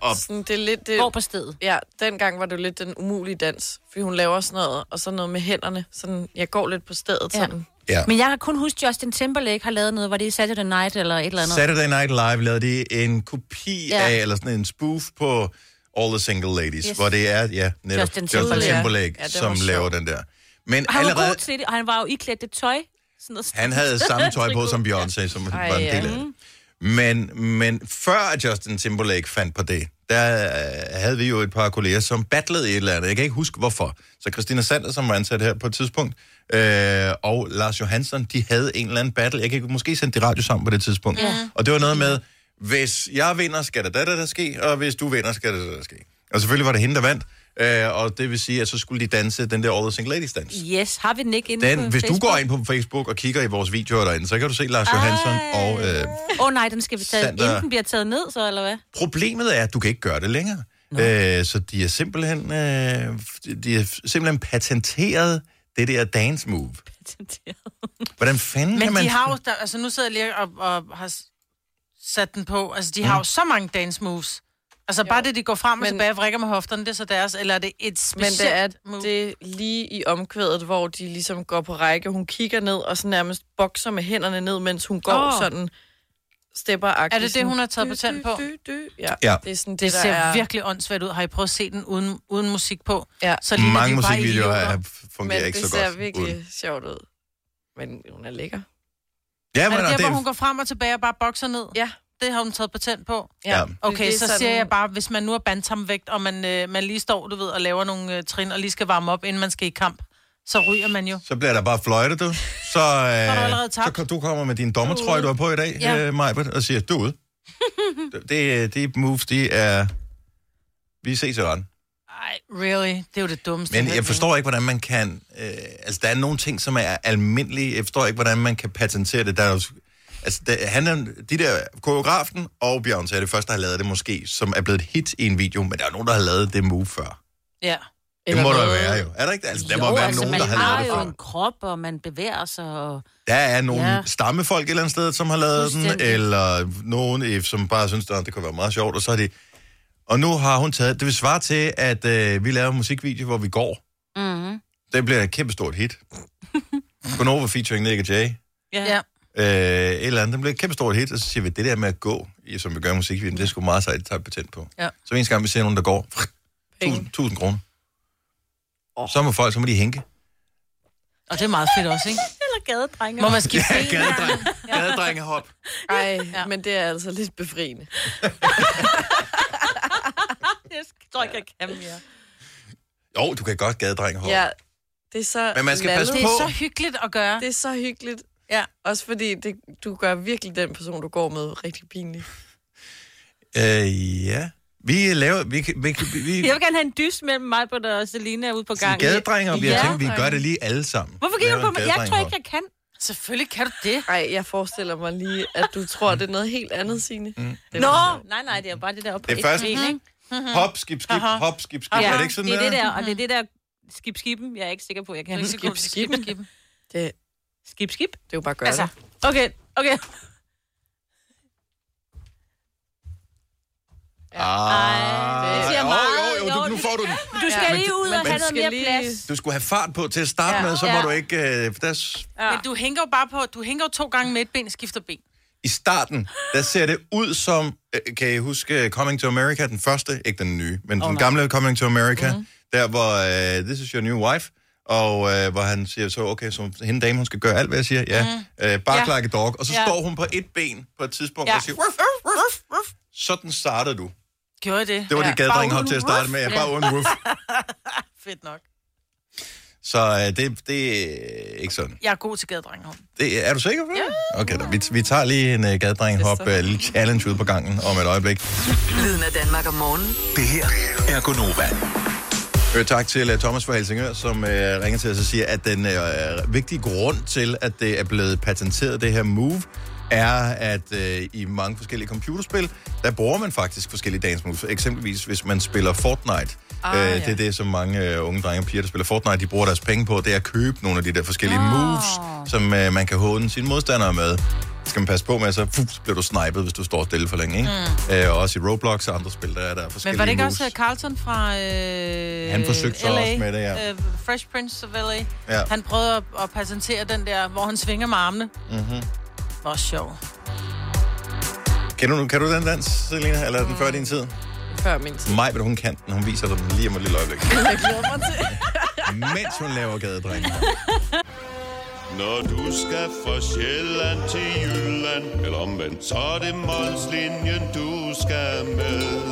Speaker 1: Op.
Speaker 3: Sådan, det er lidt... Det,
Speaker 4: Går på stedet.
Speaker 3: Ja, dengang var det jo lidt den umulige dans, fordi hun laver sådan noget, og så noget med hænderne. Sådan, jeg går lidt på stedet,
Speaker 4: Ja.
Speaker 3: sådan.
Speaker 1: Ja.
Speaker 4: Men jeg kan kun huske, Justin Timberlake har lavet noget, var det Saturday Night eller et eller andet.
Speaker 1: Saturday Night Live lavede de en kopi ja.
Speaker 4: Ja.
Speaker 1: af, eller sådan en spoof på All the Single Ladies, yes.
Speaker 4: Yes.
Speaker 1: hvor det er ja, netop
Speaker 4: Justin
Speaker 1: Justin Timberlake,
Speaker 4: Timberlake.
Speaker 1: Justin Timberlake
Speaker 3: Ja,
Speaker 1: ja,
Speaker 3: den
Speaker 1: som
Speaker 3: var sjov.
Speaker 1: laver den der. Men
Speaker 4: han var
Speaker 1: allerede,
Speaker 4: god til det, og han var jo iklædt det tøj. Sådan noget.
Speaker 1: han havde samme tøj på som Beyoncé, som
Speaker 3: Ej,
Speaker 1: var en del af
Speaker 3: ja.
Speaker 1: det. Men, men før Justin Timberlake fandt på det, der øh, havde vi jo et par kolleger, som battlede i et eller andet. Jeg kan ikke huske, hvorfor. Så Christina Sander, som var ansat her på et tidspunkt, øh, og Lars Johansson, de havde en eller anden battle. Jeg kan måske sende de radio sammen på det tidspunkt. Ja. Og det var noget med, hvis jeg vinder, skal der da, da, da ske, og hvis du vinder, skal der da, da ske. Og selvfølgelig var det hende, der vandt. Øh, og det vil sige, at så skulle de danse den der All the Single Ladies dans.
Speaker 4: Yes, har vi den ikke inde
Speaker 1: Den,
Speaker 4: på
Speaker 1: hvis du
Speaker 4: Facebook?
Speaker 1: går ind på Facebook og kigger i vores videoer derinde, så kan du se Lars Johansson. Og, øh,
Speaker 4: Åh oh, nej, den skal vi tage.
Speaker 1: Sandra.
Speaker 4: Inden den bliver taget ned, så eller hvad?
Speaker 1: problemet er, at du kan ikke gøre det længere. Øh, så de er simpelthen, øh, de er simpelthen patenteret det der dance move. Hvordan fanden kan
Speaker 2: Men
Speaker 1: man...
Speaker 2: de har jo, der, altså nu sidder jeg lige og, og har s- sat den på, altså
Speaker 1: Mhm.
Speaker 2: de har jo så mange dance moves. Altså bare det, de går frem og
Speaker 3: Men-
Speaker 2: tilbage og vrikker med hofterne, det er så deres, eller er det et
Speaker 3: Men
Speaker 2: specielt
Speaker 3: det er
Speaker 2: move?
Speaker 3: det er lige i omkvædet, hvor de ligesom går på række. Hun kigger ned og så nærmest bokser med hænderne ned, mens hun går
Speaker 2: Åh.
Speaker 3: oh. sådan stepper
Speaker 2: Er det det, hun har taget patent på?
Speaker 3: Dy, dy. Ja.
Speaker 1: Ja.
Speaker 3: ja, det er sådan det,
Speaker 2: Det
Speaker 3: der
Speaker 2: ser
Speaker 3: er.
Speaker 2: virkelig åndssvagt ud. Har I prøvet at se den uden, uden musik på?
Speaker 3: Ja.
Speaker 2: Så ligner
Speaker 1: Mange
Speaker 2: de bare
Speaker 1: musikvideoer
Speaker 2: idioter.
Speaker 1: er,
Speaker 3: Men
Speaker 1: fungerer ikke
Speaker 3: det
Speaker 1: så
Speaker 3: ser
Speaker 1: godt.
Speaker 3: virkelig
Speaker 1: ud.
Speaker 3: sjovt ud. Men hun er lækker.
Speaker 1: Ja, men
Speaker 2: Er det der,
Speaker 1: og det,
Speaker 2: hvor hun går frem og tilbage og bare bokser ned?
Speaker 3: Ja.
Speaker 2: Det har hun taget patent på.
Speaker 1: Ja.
Speaker 2: Okay,
Speaker 3: Det er
Speaker 2: så
Speaker 3: sådan-
Speaker 2: siger jeg bare, hvis man nu er bantamvægt, og man, øh, man lige står, du ved, og laver nogle øh, trin, og lige skal varme op, inden man skal i kamp, så ryger man jo.
Speaker 1: så bliver der bare fløjtet, du. Så,
Speaker 2: allerede
Speaker 1: øh, så
Speaker 2: tabt.
Speaker 1: kan du kommer med din dommertrøje, du har på i dag, ja.
Speaker 2: Ja.
Speaker 1: øh, Majbert, og siger, du er ude. det, de moves, de er... Vi ses i retten.
Speaker 2: Ej, really? Det er jo det dummeste.
Speaker 1: Men
Speaker 2: har
Speaker 1: jeg
Speaker 2: hørt.
Speaker 1: forstår ikke, hvordan man kan... Øh, altså, der er nogle ting, som er almindelige. Jeg forstår ikke, hvordan man kan patentere det. Der er jo, altså, der, han er, de der koreografen og Beyoncé er det første, der har lavet det måske, som er blevet et hit i en video, men der er nogen, der har lavet det move før.
Speaker 2: Ja.
Speaker 1: Det må der jo
Speaker 6: noget.
Speaker 1: være jo. Er der ikke det? Altså, der
Speaker 6: Jo,
Speaker 1: må være
Speaker 6: altså,
Speaker 1: nogen,
Speaker 6: man
Speaker 1: der har lavet
Speaker 6: har
Speaker 1: det
Speaker 6: jo
Speaker 1: før.
Speaker 6: en krop, og man bevæger sig, og
Speaker 1: Der er nogle
Speaker 6: Ja.
Speaker 1: ja. stammefolk et eller andet sted, som har lavet den,
Speaker 6: Fuldstændig.
Speaker 1: eller nogen, øh, som bare synes, at det kunne være meget sjovt, og så er de... Og nu har hun taget... Det vil svare til, at øh, vi laver en musikvideo, hvor vi går.
Speaker 6: mm,
Speaker 4: Mm-hmm.
Speaker 1: Det bliver et kæmpestort hit. Gunova featuring Nick Jay.
Speaker 2: Ja. ja.
Speaker 1: Øh, et eller andet. Den bliver et kæmpestort hit, og så siger vi, det der med at gå, i- som vi gør i musikvideoen, det er sgu meget sejt, det tager vi patent på.
Speaker 2: Ja.
Speaker 1: Så en gang vi ser nogen, der går, 1000, 1000 kroner. Så må folk, så må de hænke.
Speaker 2: Og det er meget fedt også, ikke?
Speaker 4: Eller gadedrenge.
Speaker 2: Må man skifte ben?
Speaker 1: gadedreng. Gadedrengehop.
Speaker 3: Ej, ja. men det er altså lidt befriende.
Speaker 4: Jeg tror ikke, jeg kan mere.
Speaker 1: Jo, du kan godt gadedrengehop.
Speaker 3: Ja, det er så
Speaker 1: Men man skal passe
Speaker 2: Det
Speaker 1: på.
Speaker 2: er så hyggeligt at gøre.
Speaker 3: Det er så hyggeligt.
Speaker 2: Ja.
Speaker 3: Også fordi det, du gør virkelig den person, du går med, rigtig pinlig.
Speaker 1: Øh, ja. Vi laver... Vi, kan- vi, vi, vi
Speaker 4: Jeg vil gerne have en dys mellem mig på og Selina ude på
Speaker 1: sådan
Speaker 4: gangen.
Speaker 1: gadedrenger, og vi
Speaker 4: Ja.
Speaker 1: har tænkt, vi gør det lige alle sammen.
Speaker 4: Hvorfor kigger du
Speaker 1: Laver
Speaker 4: på mig?
Speaker 1: en
Speaker 4: Jeg tror
Speaker 1: gadedrengehop.
Speaker 4: ikke, jeg kan.
Speaker 2: Selvfølgelig kan du det.
Speaker 3: Ej, jeg forestiller mig lige, at du tror, det er noget helt andet, Signe. Mm.
Speaker 4: Nå, nej, nej, det er bare det der oppe på
Speaker 1: Det er
Speaker 4: et
Speaker 1: først-
Speaker 4: ben, ikke?
Speaker 1: Hop, skib, skib,
Speaker 2: Aha.
Speaker 1: hop, skib, skib. Er det ikke sådan
Speaker 4: det er det
Speaker 1: der?
Speaker 4: der, og det
Speaker 6: Mm-hmm.
Speaker 4: er det der skib skibben, jeg er ikke sikker på, jeg kan.
Speaker 2: Skib, skib, skib.
Speaker 3: Det,
Speaker 4: Skib skib?
Speaker 3: det er jo bare at gøre
Speaker 4: Altså,
Speaker 3: altså.
Speaker 4: okay, okay. Ej, det
Speaker 1: Ah,
Speaker 4: siger
Speaker 1: jo,
Speaker 4: meget.
Speaker 1: jo, jo, du,
Speaker 4: Jo,
Speaker 1: nu
Speaker 4: det-
Speaker 1: får du den.
Speaker 4: Du skal
Speaker 3: men-
Speaker 4: lige ud og
Speaker 3: men
Speaker 4: have
Speaker 3: du
Speaker 4: noget
Speaker 3: skal
Speaker 4: mere
Speaker 3: lige-
Speaker 4: plads.
Speaker 1: Du skulle have fart på til at starte
Speaker 4: Ja.
Speaker 1: med, så må
Speaker 4: Ja.
Speaker 1: du ikke... Øh, der, s-
Speaker 2: Men du hænger jo bare på, du hænger jo to gange med et ben, skifter ben.
Speaker 1: I starten, der ser det ud som... øh, Kan I huske øh, Coming to America? Den første, ikke den nye, men oh, den gamle Coming to America. Mm. Der, hvor uh, This is your new wife. Og øh, hvor han siger så, okay, så hende dame, hun skal gøre alt, hvad jeg siger. Ja, mm. øh, bare
Speaker 4: Ja.
Speaker 1: ja. like a dog. Og så
Speaker 4: Ja.
Speaker 1: ja. står hun på et ben på et tidspunkt
Speaker 4: Ja.
Speaker 1: ja. og siger... Ruff, ruff, ruff, ruff. Sådan startede du.
Speaker 2: Gjorde jeg det?
Speaker 1: Det var ja. det gadring hop
Speaker 2: Bare
Speaker 1: til at starte med. Ja, bare uden roof.
Speaker 2: Fedt nok.
Speaker 1: Så øh, det, det er ikke sådan.
Speaker 2: Jeg er god til gadedrengehånd.
Speaker 1: Det, er du sikker på det? Ja. Okay, da, vi, vi tager lige en uh, gadedrenghop uh, lille challenge ud på gangen om et øjeblik.
Speaker 5: Lyden af Danmark om morgenen.
Speaker 7: Det her er Gonova.
Speaker 1: Øh, tak til uh, Thomas fra Helsingør, som uh, ringer til os og siger, at den uh, vigtige grund til, at det er blevet patenteret, det her move, er, at øh, i mange forskellige computerspil, der bruger man faktisk forskellige dance moves. Eksempelvis, hvis man spiller Fortnite. Ah, øh, Det er det, som mange øh, unge drenge og piger, der spiller Fortnite, de bruger deres penge på, det er at købe nogle af de der forskellige
Speaker 2: Ah.
Speaker 1: oh. moves, som øh, man kan håne sine modstandere med. skal man passe på med, så, fuh, så bliver du snipet, hvis du står stille for længe. Ikke? Mm. Øh, og også i Roblox og andre spil, der er der er forskellige
Speaker 2: Men var det ikke
Speaker 1: moves.
Speaker 2: også øh, Carlton fra øh,
Speaker 1: Han forsøgte sig
Speaker 2: LA,
Speaker 1: også med det, ja.
Speaker 2: Øh, Fresh Prince of LA.
Speaker 1: Ja.
Speaker 2: Han prøvede at, at patentere den der, hvor han svinger med armene. Mm-hmm.
Speaker 1: Mhm.
Speaker 2: Hvor sjov.
Speaker 1: Kan du, kan du den dans, Selina? Eller er den før
Speaker 6: Mm.
Speaker 1: din tid?
Speaker 3: det, før min tid.
Speaker 1: Maj, vil hun kan den. Hun viser dig den lige om et lille øjeblik.
Speaker 3: Jeg glæder mig til.
Speaker 1: Mens hun laver gadedrenge.
Speaker 8: Når du skal fra Sjælland til Jylland Eller omvendt, så er det Molslinjen, du skal med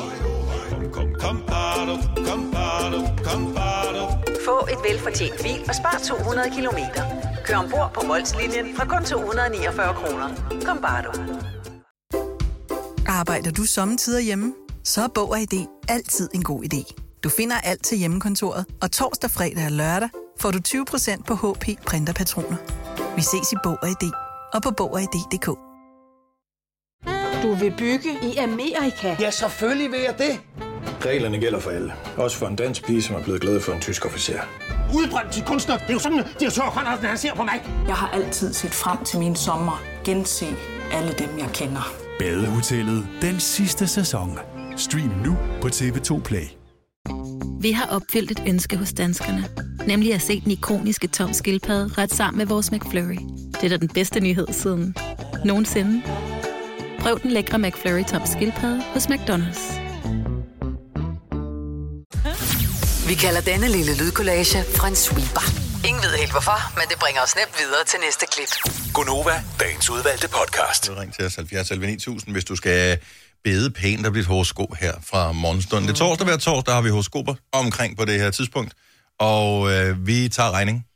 Speaker 8: Kom, kom, kom, bado, kom, bado, kom, bado.
Speaker 5: Få et velfortjent bil og spar 200 kilometer. Kør ombord på Molslinjen fra kun 249 kroner. Kom bare du.
Speaker 9: Arbejder du sommetider hjemme? Så er Bog og ID altid en god idé. Du finder alt til hjemmekontoret, og torsdag, fredag og lørdag får du 20% på HP Printerpatroner. Vi ses i Bog og ID og på Bog og ID.dk.
Speaker 10: Du vil bygge i Amerika?
Speaker 7: Ja, selvfølgelig vil jeg det.
Speaker 11: Reglerne gælder for alle. Også for en dansk pige, som er blevet glad for en tysk officer.
Speaker 7: Udbrændt til kunstner. Det er jo sådan, at de har Conradsen, han ser på mig.
Speaker 10: Jeg har altid set frem til min sommer. Gense alle dem, jeg kender.
Speaker 7: Badehotellet. Den sidste sæson. Stream nu på TV2 Play.
Speaker 12: Vi har opfyldt et ønske hos danskerne. Nemlig at se den ikoniske tom skildpadde ret sammen med vores McFlurry. Det er da den bedste nyhed siden nogensinde. Prøv den lækre McFlurry tom skildpadde hos McDonald's.
Speaker 5: Vi kalder denne lille lydkollage en sweeper. Ingen ved helt hvorfor, men det bringer os nemt videre til næste klip.
Speaker 7: Gonova. Dagens udvalgte podcast.
Speaker 1: Ring til os 70 11 9000, hvis du skal bede pænt og blive et horoskop her fra morgenstunden. Det er torsdag hver torsdag, har vi horoskoper omkring på det her tidspunkt. Og øh, vi tager regning.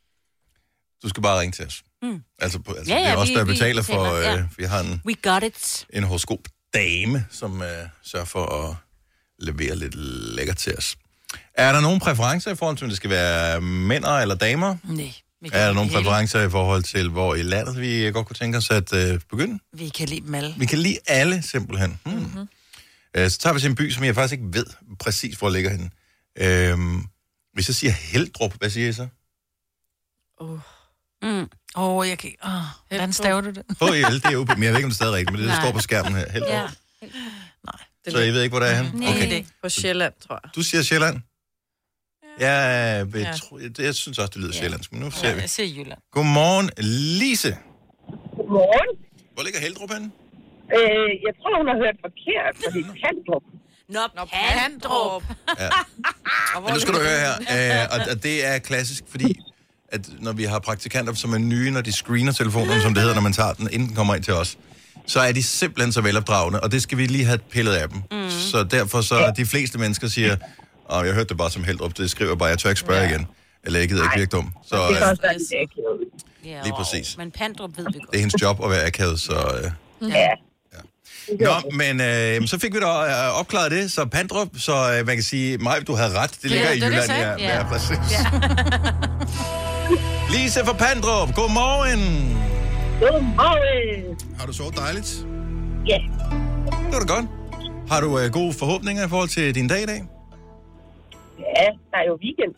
Speaker 1: Du skal bare ringe til os. Mm. Altså, på- altså
Speaker 6: Ja, ja,
Speaker 1: ja, ja, det er os,
Speaker 6: vi-
Speaker 1: der
Speaker 6: vi
Speaker 1: betaler for... Øh,
Speaker 6: betaler, ja.
Speaker 1: Vi har en,
Speaker 6: We got it.
Speaker 1: en horoskop-dame, som øh, sørger for at levere lidt lækker til os. Er der nogen præferencer i forhold til, om det skal være mænd eller damer?
Speaker 2: Nej. vi kan
Speaker 1: Er der
Speaker 2: lide
Speaker 1: nogle
Speaker 2: hele-
Speaker 1: præferencer i forhold til, hvor i landet vi øh, godt kunne tænke os at øh, begynde?
Speaker 2: Vi kan lide dem alle.
Speaker 1: Vi kan lide alle, simpelthen. Hmm. Mm-hmm. Øh, så tager vi til en by, som jeg faktisk ikke ved præcis, hvor ligger henne. Øhm, Hvis jeg siger Heldrup, hvad siger I så?
Speaker 2: Åh, mm. oh, jeg kan ikke... Oh, hvordan staver du det?
Speaker 1: H-E-L-D-U-P, men jeg ved ikke, om det er stadig rigtigt, men det, der
Speaker 2: Nej.
Speaker 1: står på skærmen her. Heldrup.
Speaker 2: Ja.
Speaker 1: Ja, så jeg ved Mm-hmm. ikke, hvor det er
Speaker 3: Mm.
Speaker 1: henne?
Speaker 3: Okay.
Speaker 1: Okay.
Speaker 3: Det. På Sjælland, tror jeg.
Speaker 1: Du siger Sjælland? Ja, jeg, betro- jeg, jeg synes også, det lyder ja. sjællandsk, men nu ser vi.
Speaker 2: Jeg siger Jylland.
Speaker 1: Godmorgen, Lise.
Speaker 13: Godmorgen.
Speaker 1: Hvor ligger Heldrup henne?
Speaker 13: Øh, jeg tror, hun har hørt forkert, fordi Pandrup.
Speaker 4: Nå, Pandrup.
Speaker 1: Ja. Men nu skal du høre her, øh, og, og det er klassisk, fordi at når vi har praktikanter, som er nye, når de screener telefonen, som det hedder, når man tager den, inden den kommer ind til os, så er de simpelthen så velopdragende, og det skal vi lige have pillet af dem. Mm. Så derfor så er de fleste mennesker siger, og jeg hørte det bare som Heldrup, det skriver jeg bare, jeg tør ikke spørge ja. igen. Eller jeg gider ikke virke dum. Så
Speaker 13: det kan
Speaker 1: øh,
Speaker 13: også være lidt akavet.
Speaker 6: Ja,
Speaker 1: Lige
Speaker 6: og-
Speaker 1: præcis.
Speaker 6: Men Pandrup ved vi godt.
Speaker 1: det er hendes job at være akavet, så... Øh.
Speaker 6: Mm-hmm.
Speaker 13: Ja.
Speaker 1: Nå, men øh, så fik vi da øh, opklaret det, så Pandrup, så øh, man kan sige, Maj, du havde ret, det ligger
Speaker 6: Ja,
Speaker 1: i
Speaker 6: det er det,
Speaker 1: Jylland.
Speaker 6: jeg sagde.
Speaker 1: ja,
Speaker 6: Ja.
Speaker 1: ja, præcis. Lise fra Pandrup, godmorgen.
Speaker 13: Godmorgen.
Speaker 1: Har du sovet dejligt?
Speaker 13: Ja,
Speaker 1: Det var da godt. Har du øh, gode forhåbninger i forhold til din dag i dag?
Speaker 13: ja, der er jo weekend.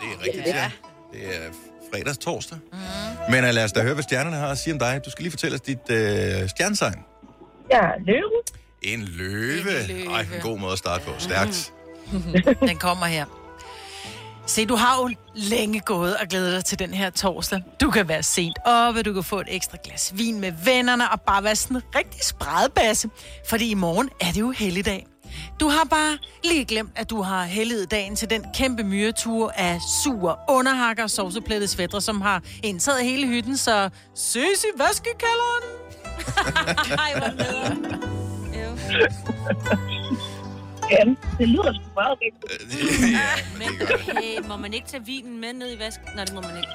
Speaker 1: Det er rigtigt, ja. Det er fredags torsdag. Mm. Men øh, lad os da høre, hvad stjernerne har at sige om dig. Du skal lige fortælle os dit øh, stjernesign.
Speaker 13: Jeg er løve.
Speaker 1: En løve. Ej, en god måde at starte
Speaker 6: Mm.
Speaker 1: på. Stærkt.
Speaker 2: Den kommer her. Se, du har jo længe gået og glædet dig til den her torsdag. Du kan være sent oppe, du kan få et ekstra glas vin med vennerne og bare være sådan en rigtig spredbasse. Fordi i morgen er det jo helligdag. Du har bare lige glemt, at du har helliget dagen til den kæmpe myretur af sure underhakker og sovseplættede svætter, som har indtaget hele hytten, så søs i vaskekælderen.
Speaker 4: Ej, hvor nederen.
Speaker 13: Ja, det lyder sgu meget rigtigt.
Speaker 6: Men okay, må man ikke tage vinen med ned i vasken? Nej, det må man ikke.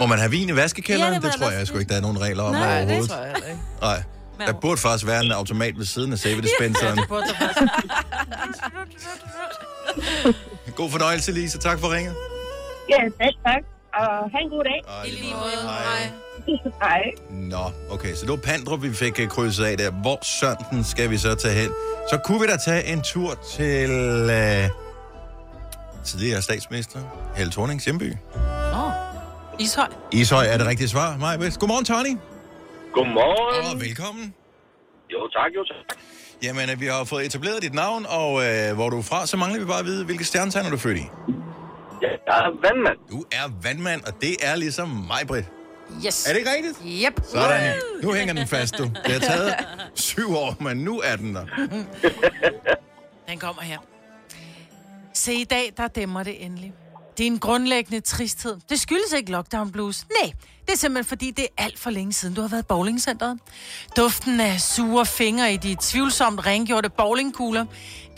Speaker 1: Må man have vin i vaskekælderen?
Speaker 6: Ja,
Speaker 1: Ja,
Speaker 6: det
Speaker 1: det,
Speaker 6: må der
Speaker 1: det tror
Speaker 6: være
Speaker 1: jeg sgu ikke, der er nogen regler om
Speaker 6: Nej,
Speaker 1: overhovedet.
Speaker 6: det tror jeg heller ikke.
Speaker 1: Nej. Der burde faktisk være en automat ved siden af save dispenseren. God fornøjelse, Lise. Tak for ringet.
Speaker 13: Ja, selv tak. Og have en god dag.
Speaker 1: Ej,
Speaker 13: Hej. Hej.
Speaker 1: Nå, okay. Så det var Pandrup, vi fik øh, krydset af der. Hvor sønden skal vi så tage hen? Så kunne vi da tage en tur til øh, tidligere statsminister Helle Thornings hjemby.
Speaker 2: Nå, Ishøj.
Speaker 1: Ishøj er det rigtige svar, Maja Vest. Godmorgen, Tony.
Speaker 14: Godmorgen.
Speaker 1: Og velkommen.
Speaker 14: Jo tak, jo tak.
Speaker 1: Jamen, øh, vi har fået etableret dit navn, og øh, hvor du er fra, så mangler vi bare at vide, hvilke stjernetegn er du født i.
Speaker 14: Ja, jeg er vandmand.
Speaker 1: Du er vandmand, og det er ligesom mig, Britt.
Speaker 2: Yes.
Speaker 1: Er det ikke rigtigt?
Speaker 2: Yep.
Speaker 1: Sådan. Nu hænger den fast, du. Det har taget syv år, men nu er den der.
Speaker 2: Den kommer her. Se, i dag, der dæmmer det endelig. Det er en grundlæggende tristhed. Det skyldes ikke lockdown blues. Nej, det er simpelthen fordi, det er alt for længe siden, du har været i bowlingcenteret. Duften af sure fingre i de tvivlsomt rengjorte bowlingkugler.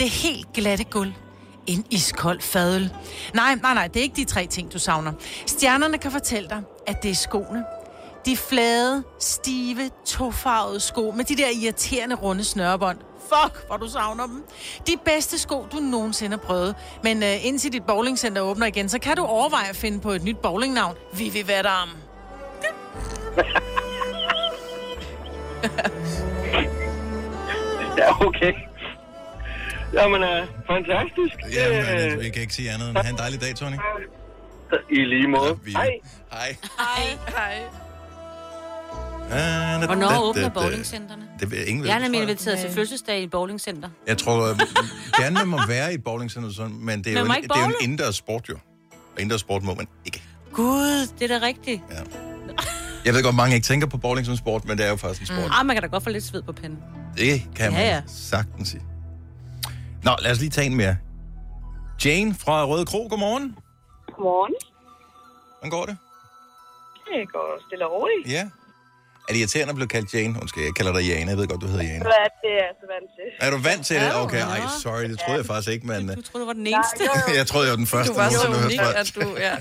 Speaker 2: Det helt glatte gulv. En iskold fadøl. Nej, nej, nej, det er ikke de tre ting, du savner. Stjernerne kan fortælle dig, at det er skoene. De flade, stive, tofarvede sko med de der irriterende runde snørebånd. Fuck, hvor du savner dem. De bedste sko, du nogensinde har prøvet. Men øh, indtil dit bowlingcenter åbner igen, så kan du overveje at finde på et nyt bowlingnavn. Vi vil være der om.
Speaker 14: Ja, okay. Jamen, øh, fantastisk.
Speaker 1: Jamen, øh, jeg kan ikke sige andet end, have en dejlig dag, Tony.
Speaker 14: I lige måde.
Speaker 1: Hej. Hej.
Speaker 3: Hej. Hej.
Speaker 6: Hvornår åbner bowlingcenterne?
Speaker 1: Det ved ingen ved,
Speaker 6: Jeg er nemlig
Speaker 1: tror jeg.
Speaker 6: inviteret til fødselsdag i et bowlingcenter.
Speaker 1: Jeg tror, øh, gerne man må være i et bowlingcenter, og sådan, men det er,
Speaker 6: Man
Speaker 1: jo
Speaker 6: må
Speaker 1: en,
Speaker 6: ikke
Speaker 1: det er jo en
Speaker 6: bowle?
Speaker 1: indendørs sport, jo. Og indendørs sport må man ikke.
Speaker 6: Gud, det er da rigtigt. Ja.
Speaker 1: Jeg ved godt, mange ikke tænker på bowling som sport, men det er jo faktisk en sport.
Speaker 6: Mm. Ah, man kan da godt få lidt sved på pinden.
Speaker 1: Det kan man
Speaker 6: Ja, ja.
Speaker 1: sagtens sige. Nå, lad os lige tage en mere. Jane fra Røde Kro, godmorgen.
Speaker 13: Godmorgen.
Speaker 1: Hvordan går det?
Speaker 13: Det går stille og roligt.
Speaker 1: Ja. Er det irriterende at blive kaldt Jane? Undskyld, jeg kalder dig Jane. Jeg ved godt, du hedder Jane.
Speaker 13: Hvad er det, jeg er så vant til?
Speaker 1: Er du vant til det? Okay, ej, sorry, det troede jeg faktisk ikke, men... øh,
Speaker 13: Jeg troede, du var den eneste.
Speaker 1: Jeg troede, jeg var den første.
Speaker 13: Du var
Speaker 1: nogensinde,
Speaker 13: så
Speaker 1: der hørte
Speaker 13: unik,
Speaker 1: fra.
Speaker 13: at du... Ja.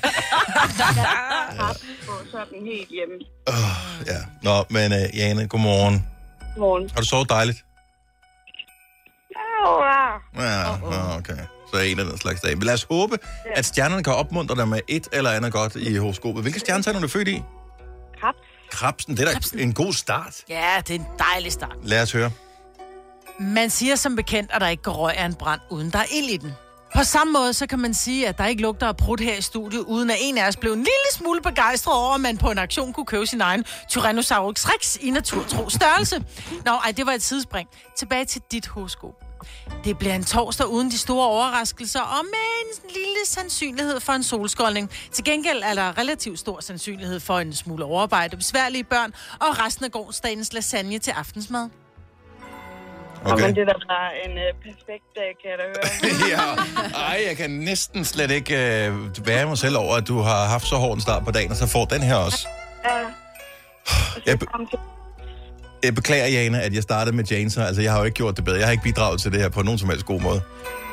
Speaker 13: ja. sådan helt hjemme.
Speaker 1: Ja. Nå, men uh, Jane, godmorgen.
Speaker 13: Godmorgen.
Speaker 1: Har du sovet dejligt?
Speaker 13: Au, ah.
Speaker 1: Ja, oh, okay. Så er en af den slags dag. Men lad os håbe, at stjernerne kan opmuntre dig med et eller andet godt i horoskopet. Hvilke stjernetegn er du født i?
Speaker 13: Krebs.
Speaker 1: Krebsen, det er da en god start.
Speaker 2: Ja, det er en dejlig start.
Speaker 1: Lad os høre.
Speaker 2: Man siger som bekendt, at der ikke går røg af en brand, uden der er ild i den. På samme måde, så kan man sige, at der ikke lugter af prut her i studiet, uden at en af os blev en lille smule begejstret over, at man på en aktion kunne købe sin egen Tyrannosaurus rex i naturtro størrelse. Nå, ej, det var et sidespring. Tilbage til dit horoskop. Det bliver en torsdag uden de store overraskelser og med en lille sandsynlighed for en solskoldning. Til gengæld er der relativt stor sandsynlighed for en smule overarbejde, besværlige børn og resten af gårdsdagens lasagne til aftensmad.
Speaker 1: Okay.
Speaker 13: Men det er da bare en øh, perfekt dag, kan jeg da høre.
Speaker 1: ja. Ej, jeg kan næsten slet ikke øh, være mig selv over, at du har haft så hård en start på dagen, og så får den her også.
Speaker 13: Ja.
Speaker 1: Jeg, be- jeg beklager, Jana, at jeg startede med Janeser. Altså, jeg har jo ikke gjort det bedre. Jeg har ikke bidraget til det her på nogen som helst god måde.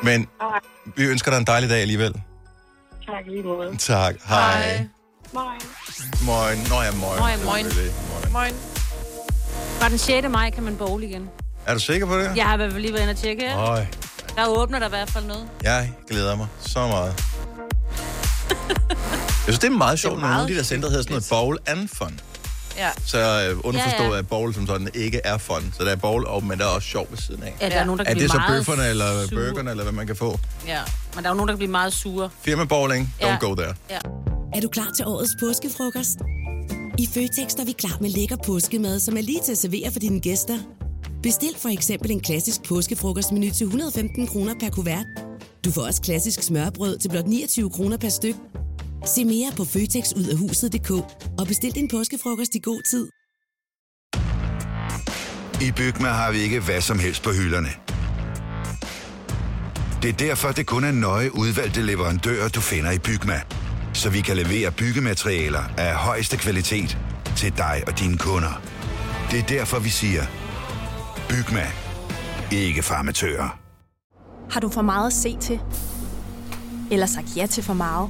Speaker 1: Men
Speaker 13: Ej,
Speaker 1: vi ønsker dig en dejlig dag alligevel.
Speaker 13: tak i lige måde.
Speaker 1: Tak. Hej. Hej.
Speaker 13: Moin.
Speaker 1: Moin. Nå ja, moin.
Speaker 6: Moin, moin.
Speaker 1: Selvfølgelig.
Speaker 6: Moin. Fra den 6. maj kan man bowl igen.
Speaker 1: Er du sikker på det?
Speaker 6: Jeg har i hvert fald lige været inde og tjekke her.
Speaker 1: Øj,
Speaker 6: Der åbner der i hvert fald noget.
Speaker 1: jeg glæder mig så meget. Jeg synes, det er meget sjovt, når nogle af de der centre hedder sådan noget bowl and fun.
Speaker 3: Ja.
Speaker 1: Så øh, underforstået,
Speaker 6: Ja,
Speaker 1: ja,
Speaker 6: ja.
Speaker 1: ja. at bowl som sådan ikke er fun. Så der er bowl, og, men der er også sjov ved siden af.
Speaker 6: Ja, der er nogen, der kan
Speaker 1: er
Speaker 6: blive
Speaker 1: det så
Speaker 6: meget
Speaker 1: bøfferne, eller
Speaker 6: sure.
Speaker 1: burgerne, eller hvad man kan få?
Speaker 6: Ja. Men der er jo nogen, der kan blive meget sure.
Speaker 1: Firma bowling, don't
Speaker 6: Ja.
Speaker 1: go there.
Speaker 6: Ja.
Speaker 15: Er du klar til årets påskefrokost? I Føtex er vi klar med lækker påskemad, som er lige til at servere for dine gæster. Bestil for eksempel en klassisk påskefrokostmenu til 115 kroner per kuvert. Du får også klassisk smørbrød til blot 29 kroner per styk. Se mere på føtexudafhuset.dk og bestil din påskefrokost i god tid.
Speaker 16: I Bygma har vi ikke hvad som helst på hylderne. Det er derfor, det kun er nøje udvalgte leverandører, du finder i Bygma. Så vi kan levere byggematerialer af højeste kvalitet til dig og dine kunder. Det er derfor, vi siger, Bygma. Ikke farmatører.
Speaker 17: Har du for meget at se til? Eller sagt ja til for meget?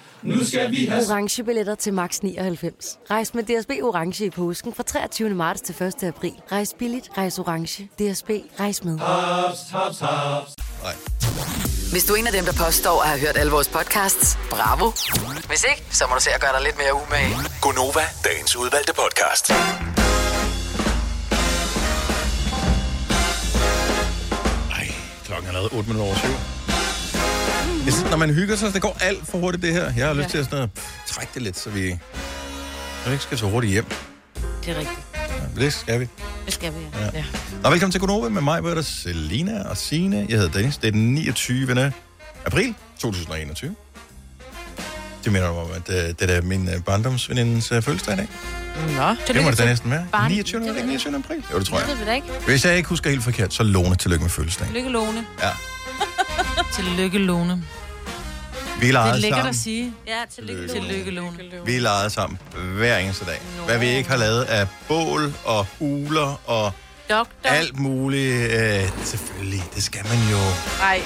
Speaker 18: Nu skal vi have...
Speaker 19: orange billetter til max 99. Rejs med DSB orange i påsken fra 23. marts til 1. april. Rejs billigt, rejs orange. DSB rejs med.
Speaker 18: Haps, haps, haps.
Speaker 5: Hvis du er en af dem, der påstår at have hørt alle vores podcasts, bravo. Hvis ikke, så må du se at gøre dig lidt mere umage.
Speaker 20: Gonova, dagens udvalgte podcast.
Speaker 1: Klokken er lavet 8 minutter over 7. Jeg synes, når man hygger sig, det går alt for hurtigt det her. Jeg har lyst
Speaker 6: Ja.
Speaker 1: til at sådan at pff, trække det lidt, så vi, så vi ikke skal så hurtigt hjem.
Speaker 6: Det er rigtigt.
Speaker 1: Men Det skal vi.
Speaker 6: Det skal vi, ja.
Speaker 1: Ja.
Speaker 6: ja.
Speaker 1: Nå, velkommen til Gunova med mig, Britta, Selina og Sine. Jeg hedder Dennis. Det er den 29. april 2021. Det minder mig om, at øh, det er da min øh, barndomsvenindes øh, fødselsdag i dag.
Speaker 3: Nå.
Speaker 1: Det må det da næsten være.
Speaker 6: Barn-
Speaker 1: 29. er det ikke 29. april? Jo, det tror jeg.
Speaker 6: Det ved jeg ikke.
Speaker 1: Hvis jeg ikke husker helt forkert, så Lone, tillykke med fødselsdagen.
Speaker 6: Lykke, Lone.
Speaker 1: Ja.
Speaker 2: Tillykke, Lone.
Speaker 1: Vi
Speaker 2: Det er
Speaker 1: legede
Speaker 2: lækkert
Speaker 1: sammen.
Speaker 2: at sige.
Speaker 6: Ja, tillykke,
Speaker 1: Lone.
Speaker 2: Tillykke, Lone.
Speaker 1: Vi legede sammen hver eneste dag. Hvad vi ikke har lavet af bål og huler og
Speaker 3: Doktor.
Speaker 1: alt muligt. Øh, selvfølgelig, det skal man jo.
Speaker 3: Ej.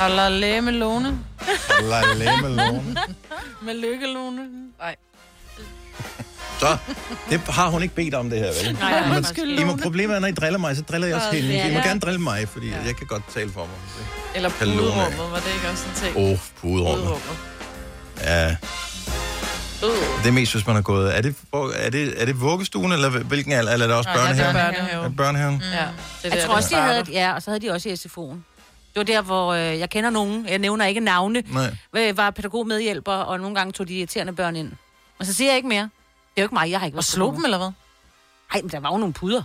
Speaker 2: Og lad læge med Lone.
Speaker 1: Lad med Lone.
Speaker 2: med lykke, Lone.
Speaker 3: Nej.
Speaker 1: Så, det har hun ikke bedt om det her, vel?
Speaker 2: Nej, nej,
Speaker 1: I må-
Speaker 2: undskyld,
Speaker 1: I må
Speaker 2: Lone.
Speaker 1: problemet er, når I driller mig, så driller jeg også
Speaker 3: Åh,
Speaker 1: hende.
Speaker 3: ja.
Speaker 1: I må gerne drille mig, fordi jeg kan godt tale for mig.
Speaker 3: Eller
Speaker 1: Hallo,
Speaker 3: puderummet, var det ikke også en ting?
Speaker 1: Åh, oh, puderummet.
Speaker 3: Puderummet.
Speaker 1: Ja,
Speaker 3: Uh.
Speaker 1: det er mest, hvis man har gået. Er det, hvor- er det, er det vuggestuen, eller hvilken alder? Eller er det også
Speaker 6: Nej, det er
Speaker 1: børnehaven?
Speaker 6: børnehave. Mm.
Speaker 1: Er det børnehaven?
Speaker 3: Ja, det
Speaker 6: jeg tror også, de havde, ja, og så havde de også i SFO'en. Det var der, hvor øh, jeg kender nogen, jeg nævner ikke navne,
Speaker 1: Nej.
Speaker 6: øh, var pædagogmedhjælper, og nogle gange tog de irriterende børn ind. Og så siger jeg ikke mere. Det er jo ikke mig, jeg har ikke været
Speaker 2: Og slog dem, eller hvad?
Speaker 6: Nej, men der var jo nogle puder.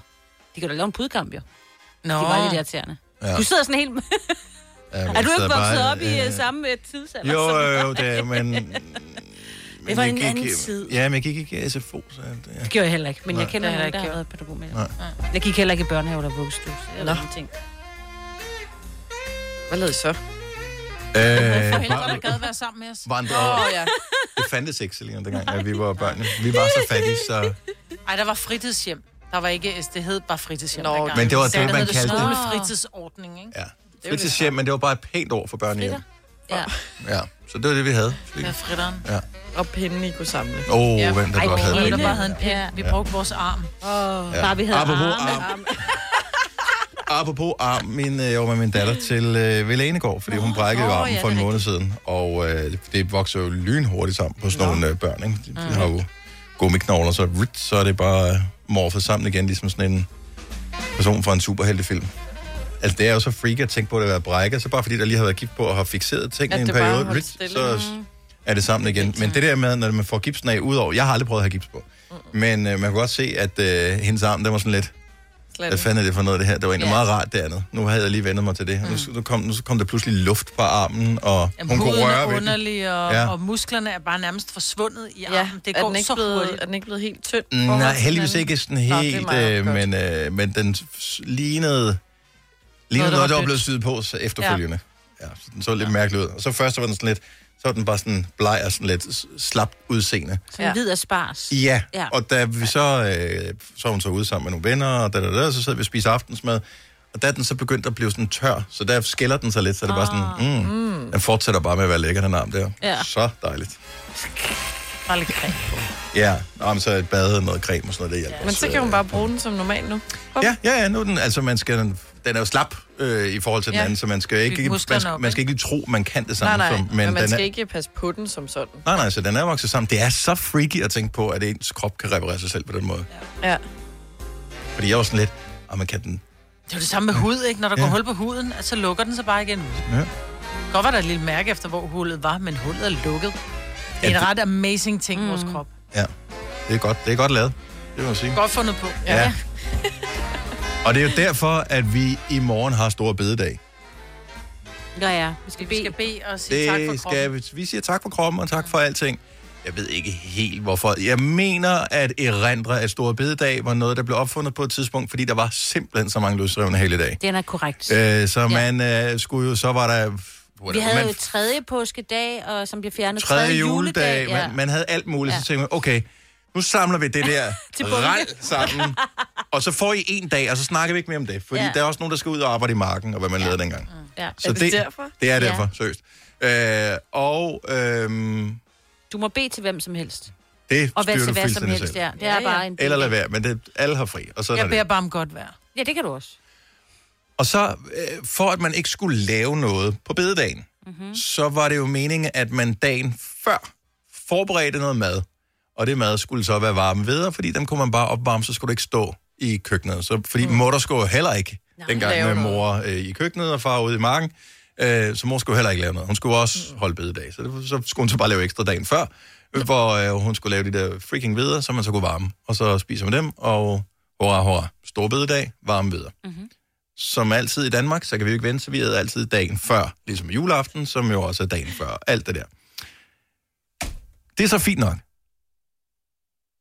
Speaker 6: De kan da lave en pudekamp, jo.
Speaker 2: Nå.
Speaker 6: De var lidt irriterende.
Speaker 1: Ja.
Speaker 6: Ja. Du sidder sådan helt...
Speaker 1: Ja, men
Speaker 6: er du
Speaker 1: så
Speaker 6: ikke vokset
Speaker 1: bare,
Speaker 6: op i
Speaker 1: øh,
Speaker 6: øh, samme øh, tidsalder?
Speaker 1: Jo, øh.
Speaker 6: som
Speaker 1: jo, jo,
Speaker 6: mig?
Speaker 1: det er, men... men
Speaker 6: var
Speaker 1: jeg
Speaker 6: en
Speaker 1: gik-
Speaker 6: anden tid.
Speaker 1: Ja, men jeg gik ikke i SFO, så... Det, ja.
Speaker 6: Det gjorde jeg heller ikke, men jeg
Speaker 1: Nej.
Speaker 6: kender
Speaker 1: Det har
Speaker 6: nogen,
Speaker 1: jeg
Speaker 6: der har
Speaker 1: ikke
Speaker 6: været pædagog med.
Speaker 1: Nej.
Speaker 6: Jeg gik heller ikke i børnehave eller vuggestue. så jeg
Speaker 3: Nå.
Speaker 6: ved ingenting.
Speaker 3: Hvad lavede I så?
Speaker 1: Øh,
Speaker 2: Forældrene
Speaker 1: var-
Speaker 2: gad være sammen med os.
Speaker 1: vandre.
Speaker 2: Åh, ja.
Speaker 1: Det fandtes ikke, Selina, dengang, at vi var børn. Vi var så fattige, så...
Speaker 2: Ej, der var fritidshjem. Der var ikke, det hed bare fritidshjem Nå,
Speaker 1: men det var det, man kaldte det.
Speaker 2: det. Skolefritidsordning, ikke?
Speaker 1: Ja. Det Fritidshjem, men det var bare et pænt ord for børnehjem.
Speaker 3: Ja.
Speaker 1: Ja, så det var det, vi havde.
Speaker 3: Med fritteren.
Speaker 1: Ja.
Speaker 3: Og pinden, I kunne samle.
Speaker 1: Åh, hvem der
Speaker 2: Ej,
Speaker 1: godt havde
Speaker 2: Pernille,
Speaker 1: den.
Speaker 2: der bare havde en pind. Vi
Speaker 1: Ja.
Speaker 2: brugte vores arm. Oh.
Speaker 1: Ja.
Speaker 2: Bare vi havde
Speaker 1: Apropos
Speaker 2: arme.
Speaker 1: arm. Apropos arm, min, øh, jeg var med min datter til øh, Velenegård, fordi hun brækkede jo
Speaker 21: Nå,
Speaker 1: armen
Speaker 21: ja,
Speaker 1: for
Speaker 21: det
Speaker 1: en
Speaker 21: er
Speaker 1: måned siden, og øh, det vokser jo lynhurtigt sammen på sådan nogle øh, børn, ikke? De,
Speaker 21: Mm.
Speaker 1: de har jo gummiknogler, så, rit, så er det bare øh, morfet sammen igen, ligesom sådan en person fra en superheltefilm. Altså, det er jo så freak at tænke på, at det har været brækket, så bare fordi der lige har været gift på og har fixeret ting i
Speaker 3: At
Speaker 1: en
Speaker 3: det bare
Speaker 1: periode,
Speaker 3: holdt
Speaker 1: rit,
Speaker 3: stille.
Speaker 1: så er det sammen igen. Men det der med, når man får gipsen af, udover, jeg har aldrig prøvet at have gips på,
Speaker 21: Mm.
Speaker 1: men øh, man kunne godt se, at øh, hendes arm, den var sådan lidt, hvad fanden er det for noget, det her? Det var egentlig
Speaker 2: Ja.
Speaker 1: yeah. meget rart, det andet. Nu havde jeg lige vendt mig til det. Mm. Nu, nu, kom, nu kom der pludselig luft på armen, og
Speaker 2: Jamen,
Speaker 1: hun
Speaker 2: huden
Speaker 1: kunne
Speaker 2: er
Speaker 1: røre ved den.
Speaker 2: underlig, og,
Speaker 1: Ja.
Speaker 2: ja. og musklerne er bare nærmest forsvundet i
Speaker 3: Ja,
Speaker 2: armen. Det
Speaker 3: er
Speaker 2: går
Speaker 3: den ikke
Speaker 2: så
Speaker 3: blevet-
Speaker 2: hurtigt.
Speaker 3: er den ikke blevet helt tynd?
Speaker 1: Nej, heldigvis ikke sådan
Speaker 2: Nå, det er
Speaker 1: helt,
Speaker 2: meget
Speaker 1: øh, men, øh, men den s- lignede,
Speaker 2: der var
Speaker 1: lignede noget, der var
Speaker 2: dødt.
Speaker 1: blevet syet på så efterfølgende. Ja. ja så den så lidt mærkelig ud. Og så først var den sådan lidt, så var den bare sådan bleg og sådan lidt s- slapt udseende.
Speaker 6: Sådan ja. hvid og spars.
Speaker 1: Ja,
Speaker 6: ja.
Speaker 1: og da vi så, øh, så var hun så ude sammen med nogle venner, og da, da, da, så sad vi og spiste aftensmad, og da den så begyndte at blive sådan tør, så der skiller den sig lidt, så det var
Speaker 3: Ah.
Speaker 1: sådan, mm, mm. den fortsætter bare med at være lækker, den arm der.
Speaker 2: Ja.
Speaker 1: Så dejligt.
Speaker 2: Bare lidt creme.
Speaker 1: Ja, om så et bad, noget creme og sådan noget, det hjælper. øh,
Speaker 3: Men så kan hun bare bruge den som normalt nu.
Speaker 1: Ja, ja, ja, nu er den, altså man skal, den er jo slap øh, i forhold til den
Speaker 3: Ja.
Speaker 1: anden, så man skal jo
Speaker 3: Bygge
Speaker 1: ikke, man,
Speaker 3: musklerne
Speaker 1: skal,
Speaker 3: op,
Speaker 1: man skal ikke lige tro, man kan det
Speaker 3: Nej,
Speaker 1: samme.
Speaker 3: nej,
Speaker 1: som,
Speaker 3: men, men man
Speaker 1: den
Speaker 3: skal
Speaker 1: er,
Speaker 3: ikke passe på den som sådan.
Speaker 1: Nej, nej, så den er vokset sammen. Det er så freaky at tænke på, at ens krop kan reparere sig selv på den måde.
Speaker 3: Ja.
Speaker 1: Fordi jeg var sådan lidt, og man kan den
Speaker 2: Det er jo det samme med hud, ikke? Når der
Speaker 1: Ja.
Speaker 2: går hul på huden, at så lukker den sig bare igen.
Speaker 1: Ja.
Speaker 2: Godt var der et lille mærke efter, hvor hullet var, men hullet er lukket. Det er
Speaker 1: Ja,
Speaker 2: en
Speaker 1: det-
Speaker 2: ret amazing ting, vores
Speaker 6: Mm.
Speaker 2: krop.
Speaker 1: Ja, det er godt, det er godt lavet. Det må jeg sige.
Speaker 2: Godt fundet på.
Speaker 1: Ja. Og det er jo derfor, at vi i morgen har store bededag.
Speaker 6: Nå ja,
Speaker 2: vi skal, vi skal bede og sige tak for
Speaker 1: Det
Speaker 2: kroppen.
Speaker 1: skal vi. Vi siger tak for kroppen og tak for alting. Jeg ved ikke helt hvorfor. Jeg mener, at erindre af store bededag var noget, der blev opfundet på et tidspunkt, fordi der var simpelthen så mange løsrevne hele dag.
Speaker 6: Den er korrekt.
Speaker 1: Øh, så man øh, skulle jo, så var der...
Speaker 6: Vi havde
Speaker 1: man,
Speaker 6: jo tredje påskedag, og som bliver fjernet
Speaker 1: tredje,
Speaker 6: tredje
Speaker 1: juledag,
Speaker 6: juledag.
Speaker 1: ja. man, man havde alt muligt, ja.
Speaker 6: Ja.
Speaker 1: så tænkte man, okay, nu samler vi det der
Speaker 6: Til bunke.
Speaker 1: rel sammen, og så får I en dag, og så snakker vi ikke mere om det, fordi ja.
Speaker 6: Ja.
Speaker 1: der er også nogen, der skal ud og arbejde i marken, og hvad man ja. lavede dengang.
Speaker 6: Ja. Mm.
Speaker 1: Så Det er derfor, seriøst. Øh, og øhm,
Speaker 6: Du må bede til hvem som helst.
Speaker 1: det
Speaker 6: Og
Speaker 1: styrer
Speaker 6: hvad
Speaker 1: du
Speaker 6: til hvad som
Speaker 1: fuldstændig
Speaker 6: helst,
Speaker 1: selv.
Speaker 6: ja. Det er bare en
Speaker 1: Eller lad være, men det, alle har fri, og sådan
Speaker 2: Jeg
Speaker 1: er
Speaker 2: beder
Speaker 1: det.
Speaker 2: bare om godt vejr.
Speaker 6: Ja, det kan du også.
Speaker 1: Og så, øh, for at man ikke skulle lave noget på bededagen, mm-hmm. så var det jo meningen, at man dagen før forberedte noget mad, og det mad skulle så være varme videre, fordi dem kunne man bare opvarme, så skulle du ikke stå i køkkenet. Så, fordi mm. mor der skulle jo heller ikke, Nej, dengang
Speaker 21: lave
Speaker 1: med
Speaker 21: noget.
Speaker 1: mor øh, i køkkenet og far ude i marken, øh, så mor skulle heller ikke lave noget. Hun skulle også holde bededag, så, det, så skulle hun så bare lave ekstra dagen før, øh, hvor øh, hun skulle lave de der freaking videre, som man så kunne varme. Og så spiser man dem, og hurra, hurra, stor bededag, varme videre som altid i Danmark, så kan vi jo ikke vente, så vi havde altid dagen før, ligesom juleaften, som jo også er dagen før, alt det der. Det er så fint nok.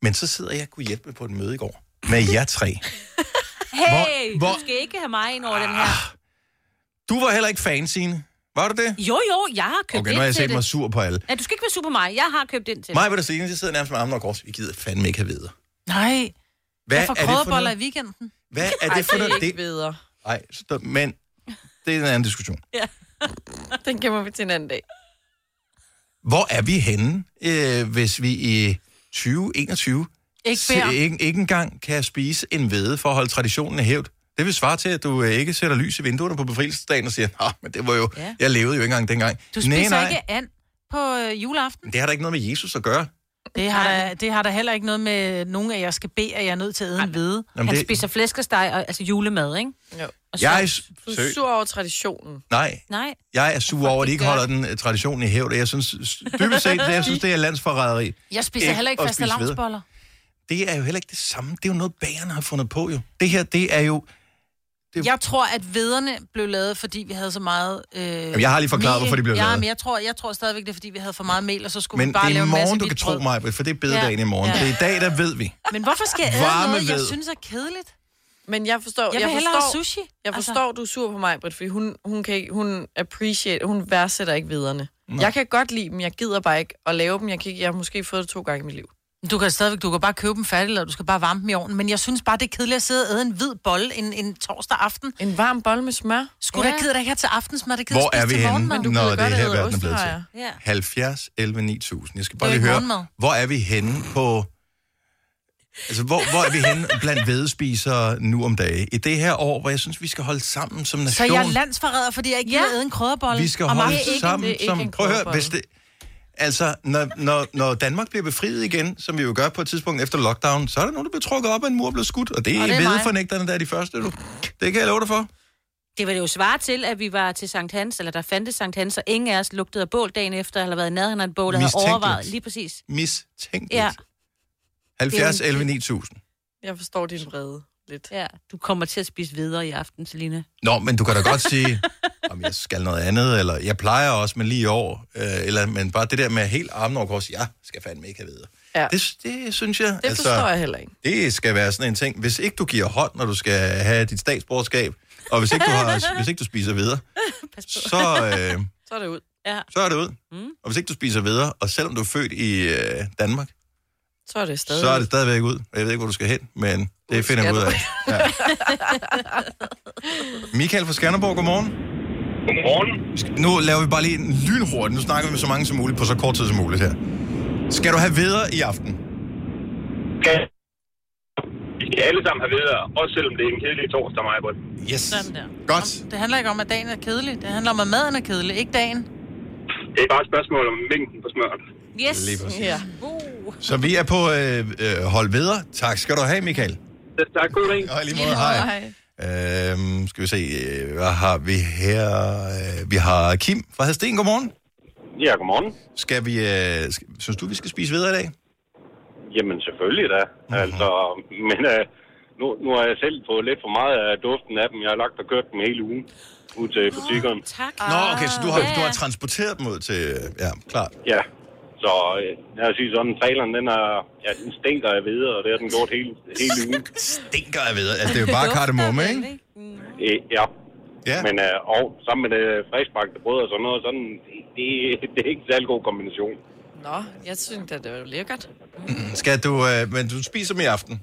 Speaker 1: Men så sidder jeg kunne hjælpe på et møde i går med jer tre.
Speaker 6: Hey,
Speaker 1: hvor- Ah.
Speaker 6: du skal ikke have mig ind over den her.
Speaker 1: Du var heller ikke fan, Signe. Var du det?
Speaker 6: Jo, jo, jeg har købt
Speaker 1: Okay, nu
Speaker 6: ind
Speaker 1: har jeg
Speaker 6: til
Speaker 1: set
Speaker 6: det.
Speaker 1: mig sur på alle.
Speaker 6: Ja, du skal ikke være super mig. Jeg har købt ind til
Speaker 1: Mig
Speaker 6: det.
Speaker 1: var der Signe, de sidder nærmest med armene og kors. Vi gider fandme ikke have videre.
Speaker 2: Nej,
Speaker 1: Hvad
Speaker 2: jeg får
Speaker 1: er det for
Speaker 2: krødderboller i
Speaker 1: noget?
Speaker 2: weekenden.
Speaker 1: Hvad er det for noget? Det,
Speaker 3: Bedre.
Speaker 1: nej, stop, men det er en anden diskussion.
Speaker 3: Ja. den gemmer vi til en anden dag.
Speaker 1: Hvor er vi henne, øh, hvis vi i 2021
Speaker 2: Ikke
Speaker 1: se-
Speaker 2: bær.
Speaker 1: ikke, ikke engang kan spise en hvede for at holde traditionen i hævd? Det vil svare til, at du øh, ikke sætter lys i vinduerne på befrielsesdagen og siger, nej, men det var jo, ja.
Speaker 2: Ja.
Speaker 1: jeg levede jo ikke engang dengang.
Speaker 2: Du spiser ikke and på øh, juleaften.
Speaker 1: Men Det har da ikke noget med Jesus at gøre.
Speaker 2: Det har, da, det har da heller ikke noget med nogen af jer skal bede, at jeg er nødt til at æde en hvide.
Speaker 1: Jamen,
Speaker 6: Han
Speaker 1: det-
Speaker 6: spiser flæskesteg, og, altså julemad, ikke?
Speaker 3: Jo.
Speaker 6: Og
Speaker 1: Jeg er
Speaker 6: sovs.
Speaker 1: s- sød.
Speaker 3: Sur over traditionen.
Speaker 1: Nej,
Speaker 6: Nej.
Speaker 1: jeg er sur over, at de ikke holder den øh, tradition i hævd. og Jeg synes, s- dybest set, det, jeg synes, det er landsforræderi.
Speaker 2: Jeg spiser
Speaker 1: Ikke
Speaker 2: heller ikke
Speaker 1: at
Speaker 2: faste
Speaker 1: spise hvede.
Speaker 2: lavnsboller.
Speaker 1: Det er jo heller ikke det samme. Det er jo noget, bagerne har fundet på jo. Det her, det er jo... Det-
Speaker 2: Jeg tror, at vederne blev lavet, fordi vi havde så meget... Øh, Jamen,
Speaker 1: jeg har lige forklaret, hvorfor de blev
Speaker 2: ja,
Speaker 1: lavet.
Speaker 2: Men jeg, tror, jeg tror stadigvæk, det er, fordi vi havde for meget mel, og så skulle
Speaker 1: Men
Speaker 2: vi bare
Speaker 1: det er
Speaker 2: lave
Speaker 1: i
Speaker 2: en masse
Speaker 1: morgen, du
Speaker 2: hvidt
Speaker 1: kan tro
Speaker 2: brød.
Speaker 1: mig, for det er bededagen
Speaker 2: Ja.
Speaker 1: i morgen.
Speaker 2: Ja.
Speaker 1: Det er i dag, der ved vi.
Speaker 2: Men hvorfor skal jeg æde
Speaker 1: Varme
Speaker 2: noget, jeg
Speaker 1: ved.
Speaker 2: synes er kedeligt?
Speaker 3: Men jeg forstår...
Speaker 2: Jeg vil
Speaker 3: jeg
Speaker 2: hellere
Speaker 3: forstår,
Speaker 2: have sushi.
Speaker 3: Jeg
Speaker 2: Altså-
Speaker 3: forstår, altså. du er sur på mig, Britt, fordi hun, hun, kan ikke, hun appreciate, hun værdsætter ikke viderne. Jeg kan godt lide dem, jeg gider bare ikke at lave dem. Jeg, kan ikke, jeg har måske fået det to gange i mit liv.
Speaker 2: Du kan stadigvæk, du kan bare købe dem færdige, eller du skal bare varme dem i ovnen. Men jeg synes bare, det er kedeligt at sidde og æde en hvid bolle en, en torsdag aften.
Speaker 3: En varm bolle med smør?
Speaker 2: Skulle ja. da kede dig her til aftensmad, det kede
Speaker 1: Hvor er vi henne,
Speaker 2: morgenmad.
Speaker 1: når det er her verden er blevet
Speaker 2: ostehajer.
Speaker 1: til? 70, 11, 9000. Jeg skal bare
Speaker 2: Det er
Speaker 1: lige
Speaker 2: ikke
Speaker 1: høre,
Speaker 2: morgenmad.
Speaker 1: hvor er vi henne på... Altså, hvor, hvor er vi henne blandt vedespisere nu om dage? I det her år, hvor jeg synes, vi skal holde sammen som
Speaker 2: Ja.
Speaker 1: nation.
Speaker 2: Så jeg er landsforræder, fordi jeg ikke ja. gider æde en krødderbolle.
Speaker 1: Vi skal
Speaker 2: om
Speaker 1: holde
Speaker 2: aftenen.
Speaker 1: sammen som... Prøv at høre, hvis det... Altså, når, når, når Danmark bliver befriet igen, som vi jo gør på et tidspunkt efter lockdown, så er der nogen, der bliver trukket op af en mur og bliver skudt. Og det er,
Speaker 6: Og
Speaker 1: og
Speaker 6: det er
Speaker 1: det
Speaker 6: mig.
Speaker 1: er der er de første, du. Det kan jeg love dig for.
Speaker 6: Det var det jo svare til, at vi var til Sankt Hans, eller der fandtes Sankt Hans, og ingen af os lugtede af bål dagen efter, eller været i nærheden af et bål, og havde
Speaker 1: Mistænkeligt.
Speaker 6: overvejet lige præcis.
Speaker 1: Mistænkeligt.
Speaker 6: Ja.
Speaker 1: 70,
Speaker 6: Det er jo-
Speaker 1: 11, 9000.
Speaker 3: Jeg forstår din vrede lidt.
Speaker 6: Ja, du kommer til at spise videre i aften, Selina.
Speaker 1: Nå, men du kan da godt sige, om jeg skal noget andet, eller jeg plejer også, men lige i år. Øh, eller, men bare det der med helt armen over kors, jeg skal fandme ikke have videre.
Speaker 3: Ja.
Speaker 1: Det, det synes jeg... Det
Speaker 3: forstår jeg heller ikke.
Speaker 1: Det skal være sådan en ting. Hvis ikke du giver hånd, når du skal have dit statsborgerskab, og hvis ikke du, har, hvis ikke du spiser videre, så, øh,
Speaker 3: Så er det ud.
Speaker 6: Ja.
Speaker 1: så er det ud. Mm. Og hvis ikke du spiser videre, og selvom du er født i øh, Danmark,
Speaker 3: Så er det stadig.
Speaker 1: så er det stadigvæk ud. Jeg ved ikke, hvor du skal hen, men det finder jeg ud af. Michael fra Skanderborg, godmorgen. Godmorgen. Nu laver vi bare lige en lynhurtig. Nu snakker vi med så mange som muligt på så kort tid som muligt her. Skal du have videre i aften?
Speaker 14: Skal. Vi skal alle sammen have videre, også selvom det er en kedelig torsdag, mig på.
Speaker 1: Yes.
Speaker 2: Sådan der.
Speaker 1: Godt.
Speaker 2: Det handler ikke om, at dagen er kedelig. Det handler om, at maden er kedelig, ikke dagen.
Speaker 14: Det er bare et spørgsmål om mængden på smøren.
Speaker 2: Yes.
Speaker 1: Lige præcis.
Speaker 2: Ja.
Speaker 1: Så vi er på øh, øh, hold videre. Tak skal du have, Michael.
Speaker 14: Tak, god dag.
Speaker 1: Og i lige måde, hej. Øhm, skal vi se, øh, hvad har vi her? Øh, vi har Kim fra Hadsten, godmorgen.
Speaker 14: Ja, godmorgen.
Speaker 1: Skal vi, øh, skal, synes du, vi skal spise videre i dag?
Speaker 14: Jamen selvfølgelig da.
Speaker 7: Mhm.
Speaker 14: Mm-hmm. Altså, men øh, nu, nu har jeg selv fået lidt for meget af duften af dem. Jeg har lagt og kørt dem hele ugen ud til butikkerne.
Speaker 6: Tak.
Speaker 1: Nå, okay, så du har, du har transporteret dem ud til... øh, Ja, klart.
Speaker 14: Ja, så øh, jeg synes sådan, traileren den er, ja, den stinker af videre, og det har den gjort hele, hele ugen.
Speaker 1: stinker af videre? Altså, det er jo bare kardemomme, ikke?
Speaker 14: Øh, ja.
Speaker 1: Ja.
Speaker 14: Men øh, og sammen med det friskbagte brød og sådan noget, sådan, det, det, det er ikke en særlig god kombination.
Speaker 3: Nå, jeg synes da, det var lækkert.
Speaker 1: Skal du... Øh, men du spiser dem i aften?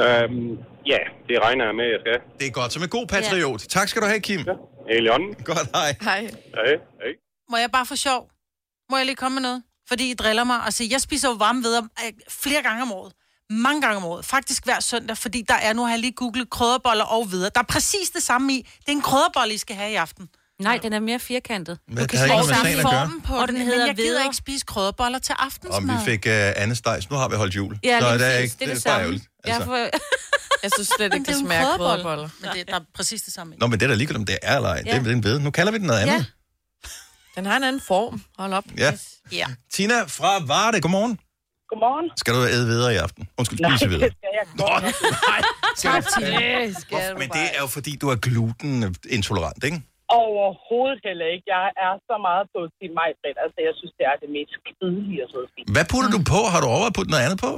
Speaker 14: Øhm, ja, det regner jeg med, jeg skal.
Speaker 1: Det er godt, som en god patriot. Ja. Tak skal du have, Kim. Ja.
Speaker 14: Elion.
Speaker 1: Godt, hej.
Speaker 2: Hej.
Speaker 14: Hej. Hej.
Speaker 2: Må jeg bare få sjov? Må jeg lige komme med noget? Fordi I driller mig og siger, jeg spiser jo varme ved øh, flere gange om året. Mange gange om året. Faktisk hver søndag, fordi der er, nu har jeg lige googlet krødderboller og videre. Der er præcis det samme i. Det er en krødderbolle, I skal have i aften.
Speaker 6: Nej, den er mere firkantet.
Speaker 1: Hvad- det har ikke noget med sagen at gøre.
Speaker 2: formen på
Speaker 6: Og
Speaker 2: den,
Speaker 6: den
Speaker 2: den
Speaker 6: hedder
Speaker 2: men jeg gider
Speaker 6: hveder.
Speaker 2: ikke spise krødderboller til aftensmad.
Speaker 1: Om vi fik øh, Anne Stejs. Nu har vi holdt jul.
Speaker 2: Ja,
Speaker 1: så
Speaker 2: lige
Speaker 1: er der
Speaker 2: præcis.
Speaker 1: ikke,
Speaker 2: Det er det
Speaker 1: bare
Speaker 2: samme.
Speaker 1: ærgerligt.
Speaker 2: Ja,
Speaker 1: Altså.
Speaker 2: for-
Speaker 3: Jeg synes slet ikke, det
Speaker 2: jo en
Speaker 3: smager af
Speaker 2: krydderbolle.
Speaker 3: krydderboller.
Speaker 2: Men det, der er præcis det samme. i.
Speaker 1: Nå, men det er da ligegyldigt, om det er eller ej.
Speaker 2: Ja.
Speaker 1: Ja. Det er en ved. Nu kalder vi den noget andet.
Speaker 3: Den har en anden form. Hold op.
Speaker 1: Ja.
Speaker 2: ja.
Speaker 1: Tina fra Varde, godmorgen.
Speaker 21: Godmorgen.
Speaker 1: Skal du æde videre i aften? Undskyld, spise
Speaker 21: Nej,
Speaker 1: videre.
Speaker 21: det skal jeg godt nok.
Speaker 1: Tak,
Speaker 21: Tina.
Speaker 1: Hvorfor- Men det er jo fordi, du er glutenintolerant, ikke?
Speaker 21: Overhovedet heller ikke. Jeg er så meget på sin majbrit. Altså, jeg synes, det er det mest kedelige at sidde og spise.
Speaker 1: Hvad putter
Speaker 21: Mm.
Speaker 1: du på? Har du overvejet at putte noget andet på?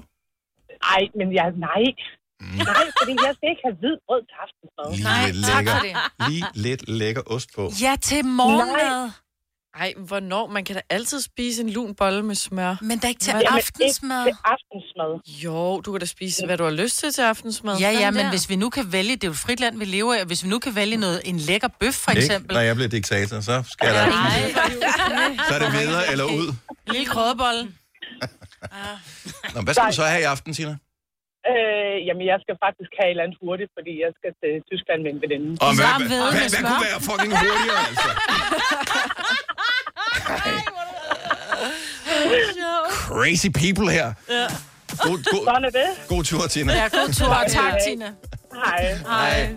Speaker 21: Ej, men jeg, nej.
Speaker 1: Mm.
Speaker 21: Nej, fordi jeg skal ikke have hvid brød til aftensmad.
Speaker 1: Lige lidt lækker, lige lidt lækker ost på.
Speaker 2: Ja, til morgenmad.
Speaker 3: Ej, hvornår? Man kan da altid spise en lun bolle med smør.
Speaker 2: Men da ikke til
Speaker 3: Hvad?
Speaker 2: aftensmad.
Speaker 21: Til aftensmad.
Speaker 3: Jo, du kan da spise, hvad du har lyst til til aftensmad.
Speaker 2: Ja, ja,
Speaker 3: Sådan
Speaker 2: men
Speaker 3: der.
Speaker 2: hvis vi nu kan vælge, det er jo et frit land, vi lever af, hvis vi nu kan vælge noget, en lækker bøf for eksempel.
Speaker 1: Ikke? Når jeg bliver diktator, så skal jeg da... Så er det videre eller ud.
Speaker 2: En lille krødebolle.
Speaker 1: Nå, hvad skal du så have i aften, Tina?
Speaker 21: Øh, jamen, jeg skal faktisk have et eller andet hurtigt, fordi jeg skal til Tyskland med en veninde.
Speaker 1: Og hvad, hvad, hvad, hvad kunne være fucking hurtigere, altså? Crazy people her.
Speaker 21: Ja.
Speaker 1: God, god,
Speaker 21: Sådan er det.
Speaker 1: god tur, Tina.
Speaker 3: Ja, god tur.
Speaker 2: Og tak,
Speaker 3: Hej.
Speaker 2: Tina.
Speaker 21: Hej.
Speaker 3: Hej.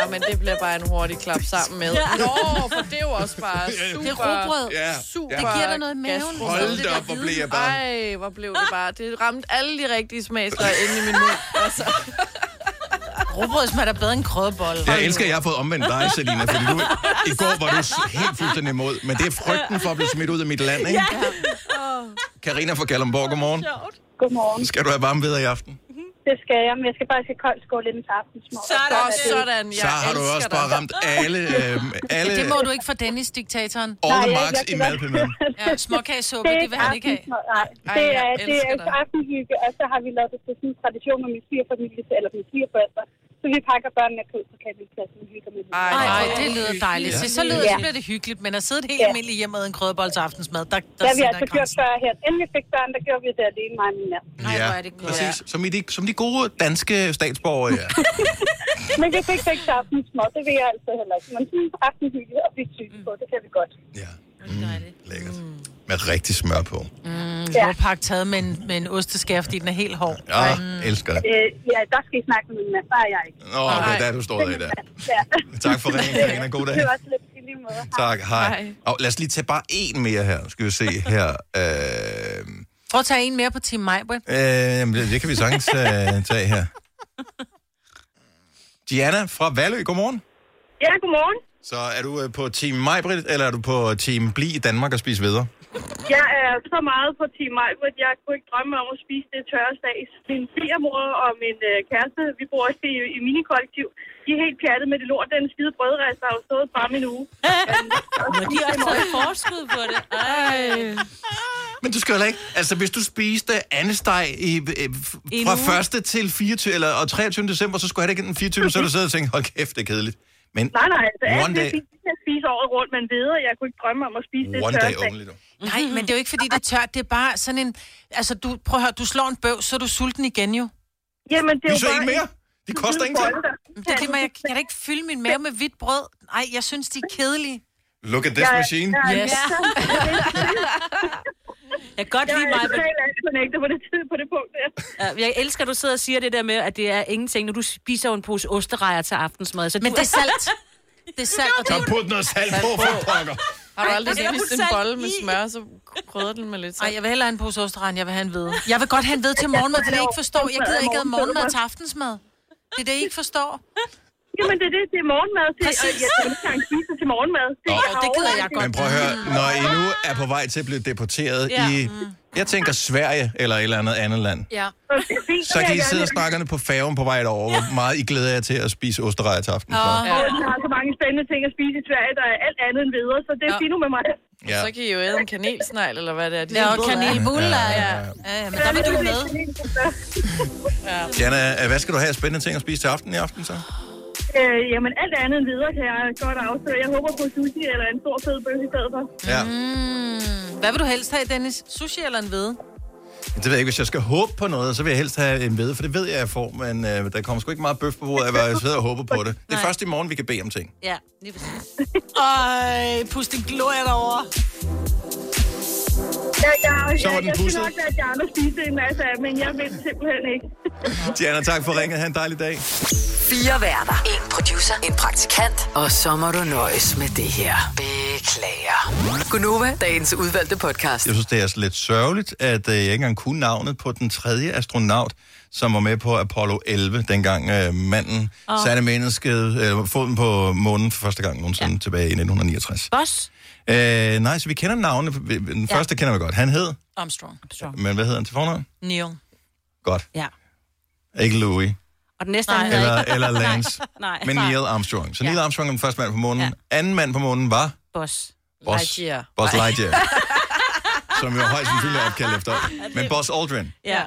Speaker 3: Ja, men det bliver bare en hurtig klap sammen med.
Speaker 2: Ja.
Speaker 3: Nå, for det er jo også bare super...
Speaker 2: Det er rugbrød.
Speaker 1: Ja,
Speaker 3: Super
Speaker 1: ja. Det
Speaker 2: giver dig noget i maven.
Speaker 3: gasfrød.
Speaker 1: Hold da op, hvor blev jeg bare-
Speaker 3: Ej, hvor blev det bare... Det ramte alle de rigtige smagsløg inde i min mund. Altså.
Speaker 2: Rugbrød smager da bedre end krødebolle.
Speaker 1: Jeg elsker, at jeg har fået omvendt dig, Selina, fordi du, i går var du s- helt fuldstændig imod, men det er frygten for at blive smidt ud af mit land, ikke? Karina fra Kalumborg, godmorgen.
Speaker 21: Godmorgen.
Speaker 1: Skal du have varme videre i aften?
Speaker 13: Det skal jeg, men jeg skal bare skal koldt skåle lidt til aftensmål.
Speaker 3: Sådan,
Speaker 13: er det.
Speaker 3: sådan.
Speaker 1: Så har du også bare ramt alle, øh, alle
Speaker 2: Det må du ikke for Dennis, diktatoren.
Speaker 1: all the marks i Malpemad.
Speaker 2: Ja, småkagesuppe, det vil han ikke have.
Speaker 13: aftensmad, Nej,
Speaker 2: Ej,
Speaker 13: det
Speaker 2: jeg
Speaker 13: er, det er
Speaker 2: elsker dig.
Speaker 13: aftenhygge, og så har vi lavet det til sådan en tradition med min svigerfamilie, eller min svigerforældre. Så vi pakker børnene ud på campingpladsen og hygger med dem.
Speaker 2: Ej, Ej, det lyder dejligt. Se, så, lyder, så bliver det hyggeligt, men at sidde et helt
Speaker 13: Ja.
Speaker 2: almindeligt hjemme og en krødebold til aftensmad, der,
Speaker 13: Det
Speaker 2: der
Speaker 13: har vi
Speaker 2: sætter
Speaker 13: altså
Speaker 2: jeg
Speaker 13: gjort
Speaker 2: grænsen.
Speaker 13: før her. Inden vi fik børn, der gjorde vi det alene, mig og min mand.
Speaker 1: Ja, præcis. Som, i de, som de gode danske statsborgere, ja.
Speaker 13: Men vi fik ikke til aftensmål, det vil jeg altså heller ikke. Men sådan aftenhygge og blive syge på, det kan vi godt.
Speaker 1: Mm, Med rigtig smør på.
Speaker 2: Mm, ja. taget med en, med en osteskær, fordi den er helt hård.
Speaker 1: Ja, Ah, elsker det.
Speaker 13: Øh, ja, der skal I snakke med min mand, der er jeg ikke.
Speaker 1: Nå, okay, der er du stået af der.
Speaker 13: Ja.
Speaker 1: Tak for ringen, Karina. God dag.
Speaker 13: Det var også lidt i lige måde.
Speaker 1: Tak, hej. Og lad os lige tage bare en mere her. Skal vi se her. Øh,
Speaker 2: Prøv at tage en mere på Team Majbrit.
Speaker 1: øh, jamen, det- det kan vi sagtens øh, tage her. Diana fra Valø, godmorgen.
Speaker 8: Ja, godmorgen.
Speaker 1: Så er du øh, på Team Majbrit, eller er du på Team Bli i Danmark og spise videre?
Speaker 8: Jeg er altså så meget på Team Maj, at jeg kunne ikke drømme om at spise det tørre stags. Min svigermor og min øh, kæreste, vi bor også i, i minikollektiv, de er helt pjattet med det lort. Den skide brødrest har jo stået bare min uge.
Speaker 6: Men de har også taget forskud på det. Ej.
Speaker 1: Men du skal heller ikke... Altså, hvis du spiste andesteg i, øh, f-
Speaker 6: I en uge.
Speaker 1: fra 1. til 24, eller, og 23. december, så skulle jeg ikke den 24, så er du sidder og tænker, hold kæft, det er kedeligt. Men
Speaker 8: Nej, nej, altså alt
Speaker 1: one
Speaker 8: det
Speaker 1: day,
Speaker 8: fint, det kan jeg spise året rundt, men videre, jeg kunne ikke drømme om at spise det
Speaker 1: one
Speaker 8: tørre
Speaker 1: day
Speaker 8: stags.
Speaker 1: only, du.
Speaker 2: Nej, men det er jo ikke, fordi det er tørt. Det er bare sådan en... Altså, du, prøv at høre, du slår en bøv, så er du sulten igen jo.
Speaker 8: Jamen, det
Speaker 1: er jo Lyser bare ikke mere? Det koster ingenting.
Speaker 2: Det er det, man, jeg kan da ikke fylde min mave med hvidt brød. Nej, jeg synes, de er kedelige.
Speaker 1: Look at this
Speaker 2: Jeg-
Speaker 1: machine.
Speaker 2: jeg- Yes.
Speaker 6: Jeg kan godt lide mig. øh,
Speaker 8: Jeg er totalt på det tid på det punkt der.
Speaker 6: Jeg elsker, at du sidder og siger det der med, at det er ingenting, når du spiser jo en pose osterejer til aftensmad. Så
Speaker 2: Men
Speaker 6: du
Speaker 2: det er salt. Det er salt, og det
Speaker 6: Så
Speaker 2: er...
Speaker 1: put noget salt
Speaker 3: på, for
Speaker 1: pokker.
Speaker 3: Har du
Speaker 2: Ej,
Speaker 3: aldrig
Speaker 2: eller
Speaker 3: spist
Speaker 2: put
Speaker 3: en
Speaker 2: salt
Speaker 3: bolle med
Speaker 2: i.
Speaker 3: smør, så krydder den med lidt salt?
Speaker 2: Nej, jeg vil hellere have en pose osteregn, jeg vil have en hvide. Jeg vil godt have en hvide til morgenmad, det er det, jeg ikke forstår. Jeg gider ikke have morgenmad til aftensmad. Det er det, I ikke forstår.
Speaker 8: Jamen, det er det, det er morgenmad til, og jeg kan ikke engang spise det til morgenmad. Det,
Speaker 2: Nå, det gider jeg
Speaker 1: Men prøv at høre, når I nu er på vej til at blive deporteret
Speaker 8: Ja. Mm.
Speaker 1: ja. i, jeg tænker Sverige eller et eller andet andet land,
Speaker 8: Ja.
Speaker 1: så kan I sidde og snakke på færgen på vej derover, hvor meget I glæder jer til at spise osterejer til aften.
Speaker 8: Åh, ja. Jeg har så mange spændende ting at spise i Sverige, der er alt andet end videre, så det er fint nu med mig.
Speaker 1: Ja.
Speaker 3: Så kan I jo æde en kanelsnegl, eller hvad det er. De
Speaker 2: Ja, og
Speaker 3: tilbyder.
Speaker 2: kanelbuller, ja.
Speaker 3: Ja,
Speaker 2: ja. men der vil du med.
Speaker 8: altså.
Speaker 3: Ja.
Speaker 1: Jana, hvad skal du have af spændende ting at spise til aften i aften så?
Speaker 8: Øh, jamen, alt andet end videre kan jeg godt afsløre. Jeg håber på sushi eller en stor fed bøf i stedet for.
Speaker 1: Ja.
Speaker 2: Mm, hvad vil du helst have, Dennis? Sushi eller en hvide?
Speaker 1: Det ved jeg ikke. Hvis jeg skal håbe på noget, så vil jeg helst have en ved, for det ved jeg, jeg får, men øh, der kommer sgu ikke meget bøf på bordet, af, hvad jeg sidder og håber på det. Det er først i morgen, vi kan bede om ting.
Speaker 2: Ja, lige præcis. Ej, pust en glorie derovre.
Speaker 8: Ja, ja,
Speaker 1: Så var
Speaker 8: ja,
Speaker 1: den
Speaker 8: jeg skal
Speaker 1: pusset.
Speaker 8: nok lade de andre spise en masse af, men jeg vil simpelthen ikke.
Speaker 1: Diana, tak for ringet. Ha' en dejlig dag.
Speaker 5: Fire værter. En producer. En praktikant. Og så må du nøjes med det her. Beklager. Gunova, dagens udvalgte podcast.
Speaker 1: Jeg synes, det er altså lidt sørgeligt, at øh, jeg ikke engang kunne navnet på den tredje astronaut, som var med på Apollo 11, dengang øh, manden
Speaker 6: Åh.
Speaker 1: oh. satte mennesket, øh, foden på månen for første gang nogensinde ja. tilbage i 1969.
Speaker 6: Boss
Speaker 1: Øh, nej, så vi kender navnene. Den
Speaker 2: Ja.
Speaker 1: ja. første kender vi godt. Han hed,
Speaker 2: Armstrong. Armstrong.
Speaker 1: men hvad hedder han til fornavn?
Speaker 2: Neil.
Speaker 1: Godt.
Speaker 6: Ja.
Speaker 1: Ikke Louis.
Speaker 6: Og den næste,
Speaker 1: Nej.
Speaker 6: han hedder
Speaker 1: Eller-
Speaker 6: ikke-
Speaker 1: eller Lance.
Speaker 6: Nej.
Speaker 1: Men
Speaker 6: Nej.
Speaker 1: Neil Armstrong. Så Neil Armstrong er den første mand på månen. Ja. Anden mand på månen var
Speaker 6: Boss.
Speaker 1: Boss,
Speaker 6: Lightyear.
Speaker 1: Boss
Speaker 6: Nej.
Speaker 1: Lightyear. som jo højst sandsynligt er opkaldt efter. Men Boss Aldrin.
Speaker 6: Ja.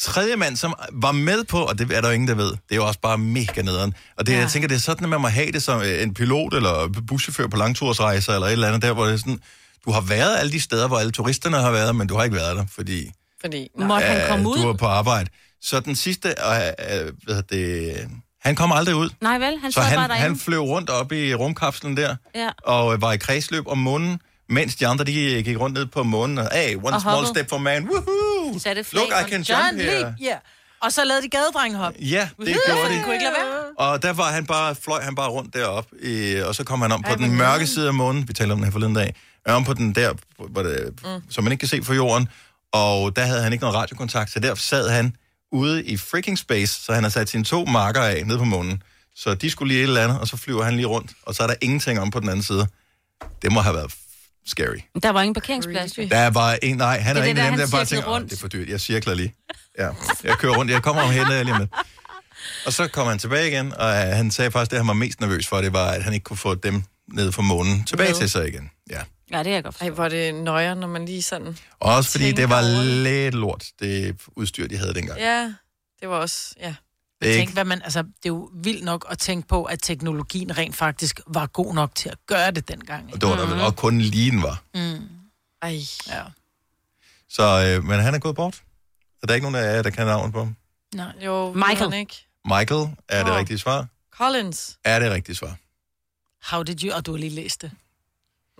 Speaker 1: Tredje mand, som var med på, og det er der jo ingen, der ved, det er jo også bare mega nederen. Og det, ja. jeg tænker, det er sådan, at man må have det som øh, en pilot eller buschauffør på langtursrejser eller et eller andet der, hvor det er sådan, du har været alle de steder, hvor alle turisterne har været, men du har ikke været der, fordi
Speaker 3: Fordi,
Speaker 6: Måtte han
Speaker 1: øh,
Speaker 6: komme
Speaker 1: du
Speaker 6: ud?
Speaker 1: var på arbejde. Så den sidste, øh, øh, hvad hedder det, han kom aldrig ud.
Speaker 6: Nej vel, han sad
Speaker 1: så
Speaker 6: bare
Speaker 1: han,
Speaker 6: derinde.
Speaker 1: han fløj rundt op i rumkapslen der,
Speaker 6: Ja.
Speaker 1: og øh, var i kredsløb om månen, mens de andre de gik rundt ned på månen, og hey, one
Speaker 2: Og
Speaker 1: og small
Speaker 2: hoppede.
Speaker 1: step for man, woohoo!
Speaker 2: Satte
Speaker 1: Look, I can jump here.
Speaker 2: Ja. Og så lavede de gadedrenghop.
Speaker 1: Ja, det
Speaker 2: Woohoo,
Speaker 1: gjorde
Speaker 2: for de kunne
Speaker 1: de.
Speaker 2: ikke lade være.
Speaker 1: Og der var han bare, fløj han bare rundt deroppe, øh, og så kom han om på
Speaker 2: Ej,
Speaker 1: den
Speaker 2: hvor
Speaker 1: mørke
Speaker 2: nederen.
Speaker 1: side af månen, vi talte om den her forleden dag, om på den der, hvor det, mm. som man ikke kan se fra jorden, og der havde han ikke noget radiokontakt, så der sad han ude i freaking space, så han har sat sine to marker af nede på månen. Så de skulle lige et eller andet, og så flyver han lige rundt, og så er der ingenting om på den anden side. Det må have været scary.
Speaker 6: Der var ingen parkeringsplads.
Speaker 1: Der var en, nej, han
Speaker 6: Det
Speaker 1: er,
Speaker 6: er det
Speaker 1: en
Speaker 6: der,
Speaker 1: af dem,
Speaker 6: han
Speaker 1: der
Speaker 6: cirklede
Speaker 1: bare tænker, "Åh,
Speaker 6: rundt."
Speaker 1: det er for dyrt, jeg cirkler lige. Ja, jeg kører rundt, jeg kommer om hende lige med. Og så kom han tilbage igen, og øh, han sagde faktisk, det han var mest nervøs for, det var, at han ikke kunne få dem ned fra månen tilbage
Speaker 3: Med.
Speaker 1: til sig igen. Ja.
Speaker 6: Ja, det er jeg godt
Speaker 3: Ej, hvor er det nøjer, når man lige sådan...
Speaker 1: Også fordi
Speaker 3: Tænker
Speaker 1: det var
Speaker 3: over det.
Speaker 1: lidt lort, det udstyr, de havde dengang.
Speaker 3: Ja, det var også... Ja.
Speaker 1: Det er
Speaker 2: Tænk, hvad man, altså, det er jo vildt nok at tænke på, at teknologien rent faktisk var god nok til at gøre det dengang.
Speaker 1: Og, det var, mm. og kun lige den var.
Speaker 2: Mm.
Speaker 3: Ej.
Speaker 2: Ja.
Speaker 1: Så, øh, men han er gået bort. Og der er ikke nogen af jer, der kan navnet på ham.
Speaker 2: Nej.
Speaker 3: Jo,
Speaker 6: Michael.
Speaker 3: Ikke?
Speaker 1: Michael er det
Speaker 3: Åh.
Speaker 1: rigtige svar.
Speaker 3: Collins.
Speaker 1: Er det rigtige svar?
Speaker 2: How did you... Og du har lige læst det.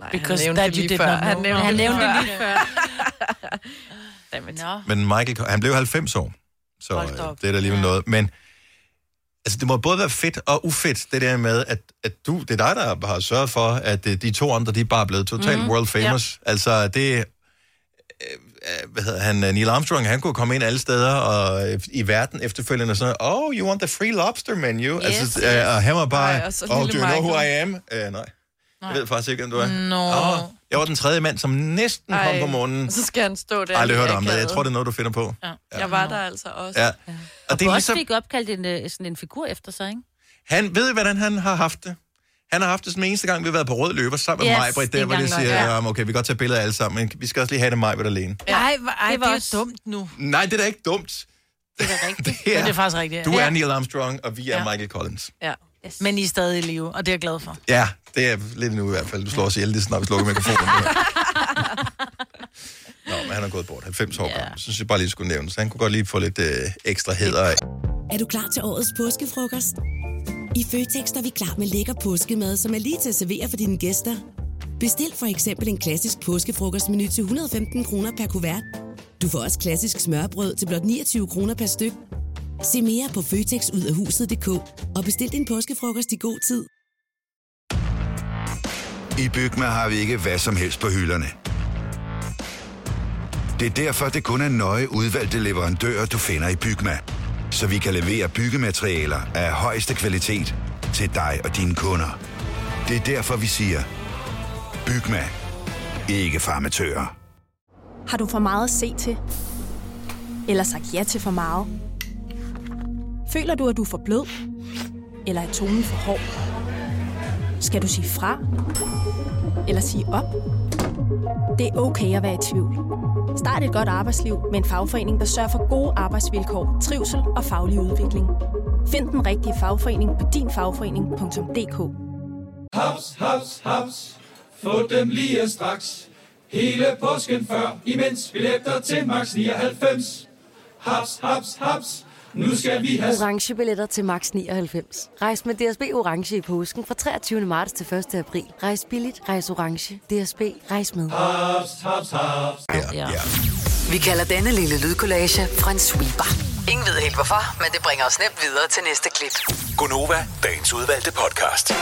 Speaker 3: Nej,
Speaker 2: Because
Speaker 3: han nævnte
Speaker 2: that
Speaker 3: det
Speaker 2: you
Speaker 3: lige
Speaker 2: did
Speaker 3: før.
Speaker 2: not know.
Speaker 3: Han nævnte,
Speaker 2: Han
Speaker 3: det,
Speaker 2: nævnte
Speaker 3: før.
Speaker 2: det lige før.
Speaker 3: Dammit.
Speaker 1: Men Michael, han blev 90 år, så øh, det er da alligevel noget. Men altså, det må både være fedt og ufedt, det der med, at, at du, det er dig, der har sørget for, at øh, de to andre, de er bare blevet totalt
Speaker 9: Mhm,
Speaker 1: mm, world famous. Ja. Altså, det... øh, øh, Hvad hedder han? øh, Neil Armstrong, han kunne komme ind alle steder og, øh, i verden efterfølgende og sådan noget, oh, you want the free lobster menu? Yes, altså, øh, og han var bare,
Speaker 9: Ej, og så
Speaker 1: oh, do
Speaker 9: lille
Speaker 1: you know who I
Speaker 9: Michael."
Speaker 1: am? Øh, nej. Jeg ved faktisk ikke, hvem du er.
Speaker 2: Nå.
Speaker 1: Åh, jeg var den tredje mand, som næsten Ej. kom på månen.
Speaker 3: Og så skal han stå der.
Speaker 1: Aldrig
Speaker 3: lige
Speaker 1: hørt om det. Jeg
Speaker 3: akavet.
Speaker 1: tror, det er noget, du finder på.
Speaker 6: Ja.
Speaker 3: Jeg var der altså også.
Speaker 1: Ja. Og det er
Speaker 6: Også
Speaker 1: ligesom,
Speaker 6: fik opkaldt en, øh, sådan en figur efter sig, ikke?
Speaker 1: han ved, hvordan han har haft det. Han har haft det som eneste gang, vi har været på rød løber sammen med
Speaker 6: Yes,
Speaker 1: yes, mig, Britt,
Speaker 6: det
Speaker 1: der
Speaker 6: er
Speaker 1: hvor de
Speaker 6: gang nok,
Speaker 1: siger,
Speaker 6: ja.
Speaker 1: ja. okay, vi kan godt tage billeder af alle sammen, men vi skal også lige have det mig, Britt, alene.
Speaker 2: Ja. Ej, hvor- ej,
Speaker 6: Det
Speaker 2: det,
Speaker 6: var
Speaker 2: det er
Speaker 6: også-
Speaker 2: jo dumt nu.
Speaker 1: Nej, det er da ikke dumt.
Speaker 6: Det er da rigtigt.
Speaker 2: Men det er faktisk rigtigt, ja.
Speaker 1: Du er
Speaker 2: Ja.
Speaker 1: Neil Armstrong, og vi er
Speaker 2: Ja.
Speaker 1: Michael Collins.
Speaker 3: Ja.
Speaker 2: Yes. Men I er stadig i live, og det er jeg glad for.
Speaker 1: Ja, det er lidt nu i hvert fald. Du slår os ihjel, lige så snart vi slukker mikrofonen. Nå, men han er gået bort. 90 år gammel. Synes jeg bare lige skulle nævnes. Han kunne godt lige få lidt øh, ekstra hæder af.
Speaker 15: Er du klar til årets påskefrokost? I Føtex er vi klar med lækker påskemad, som er lige til at servere for dine gæster. Bestil for eksempel en klassisk påskefrokostmenu til 115 kroner per kuvert. Du får også klassisk smørbrød til blot 29 kroner per styk. Se mere på føtexudafhuset.dk og bestil din påskefrokost i god tid.
Speaker 16: I Bygma har vi ikke hvad som helst på hylderne. Det er derfor, det kun er nøje udvalgte leverandører, du finder i Bygma. Så vi kan levere byggematerialer af højeste kvalitet til dig og dine kunder. Det er derfor, vi siger, Bygma. Ikke farmatører.
Speaker 17: Har du for meget at se til? Eller sagt ja til for meget? Føler du, at du er for blød? Eller er tonen for hård? Skal du sige fra? Eller sige op? Det er okay at være i tvivl. Start et godt arbejdsliv med en fagforening, der sørger for gode arbejdsvilkår, trivsel og faglig udvikling. Find den rigtige fagforening på dinfagforening.dk.
Speaker 18: Haps, haps, haps. Få dem lige straks. Hele påsken før, imens billetter til max 99. Haps, haps, haps. Nu skal vi have...
Speaker 19: Orange billetter til max 99. Rejs med DSB Orange i påsken fra 23. marts til 1. april. Rejs billigt, rejs orange. DSB, rejs med.
Speaker 18: Haps, haps, haps.
Speaker 1: Ja.
Speaker 5: Vi kalder denne lille lydkollage en sweeper. Ingen ved helt hvorfor, men det bringer os nemt videre til næste klip.
Speaker 20: Gunova, dagens udvalgte podcast.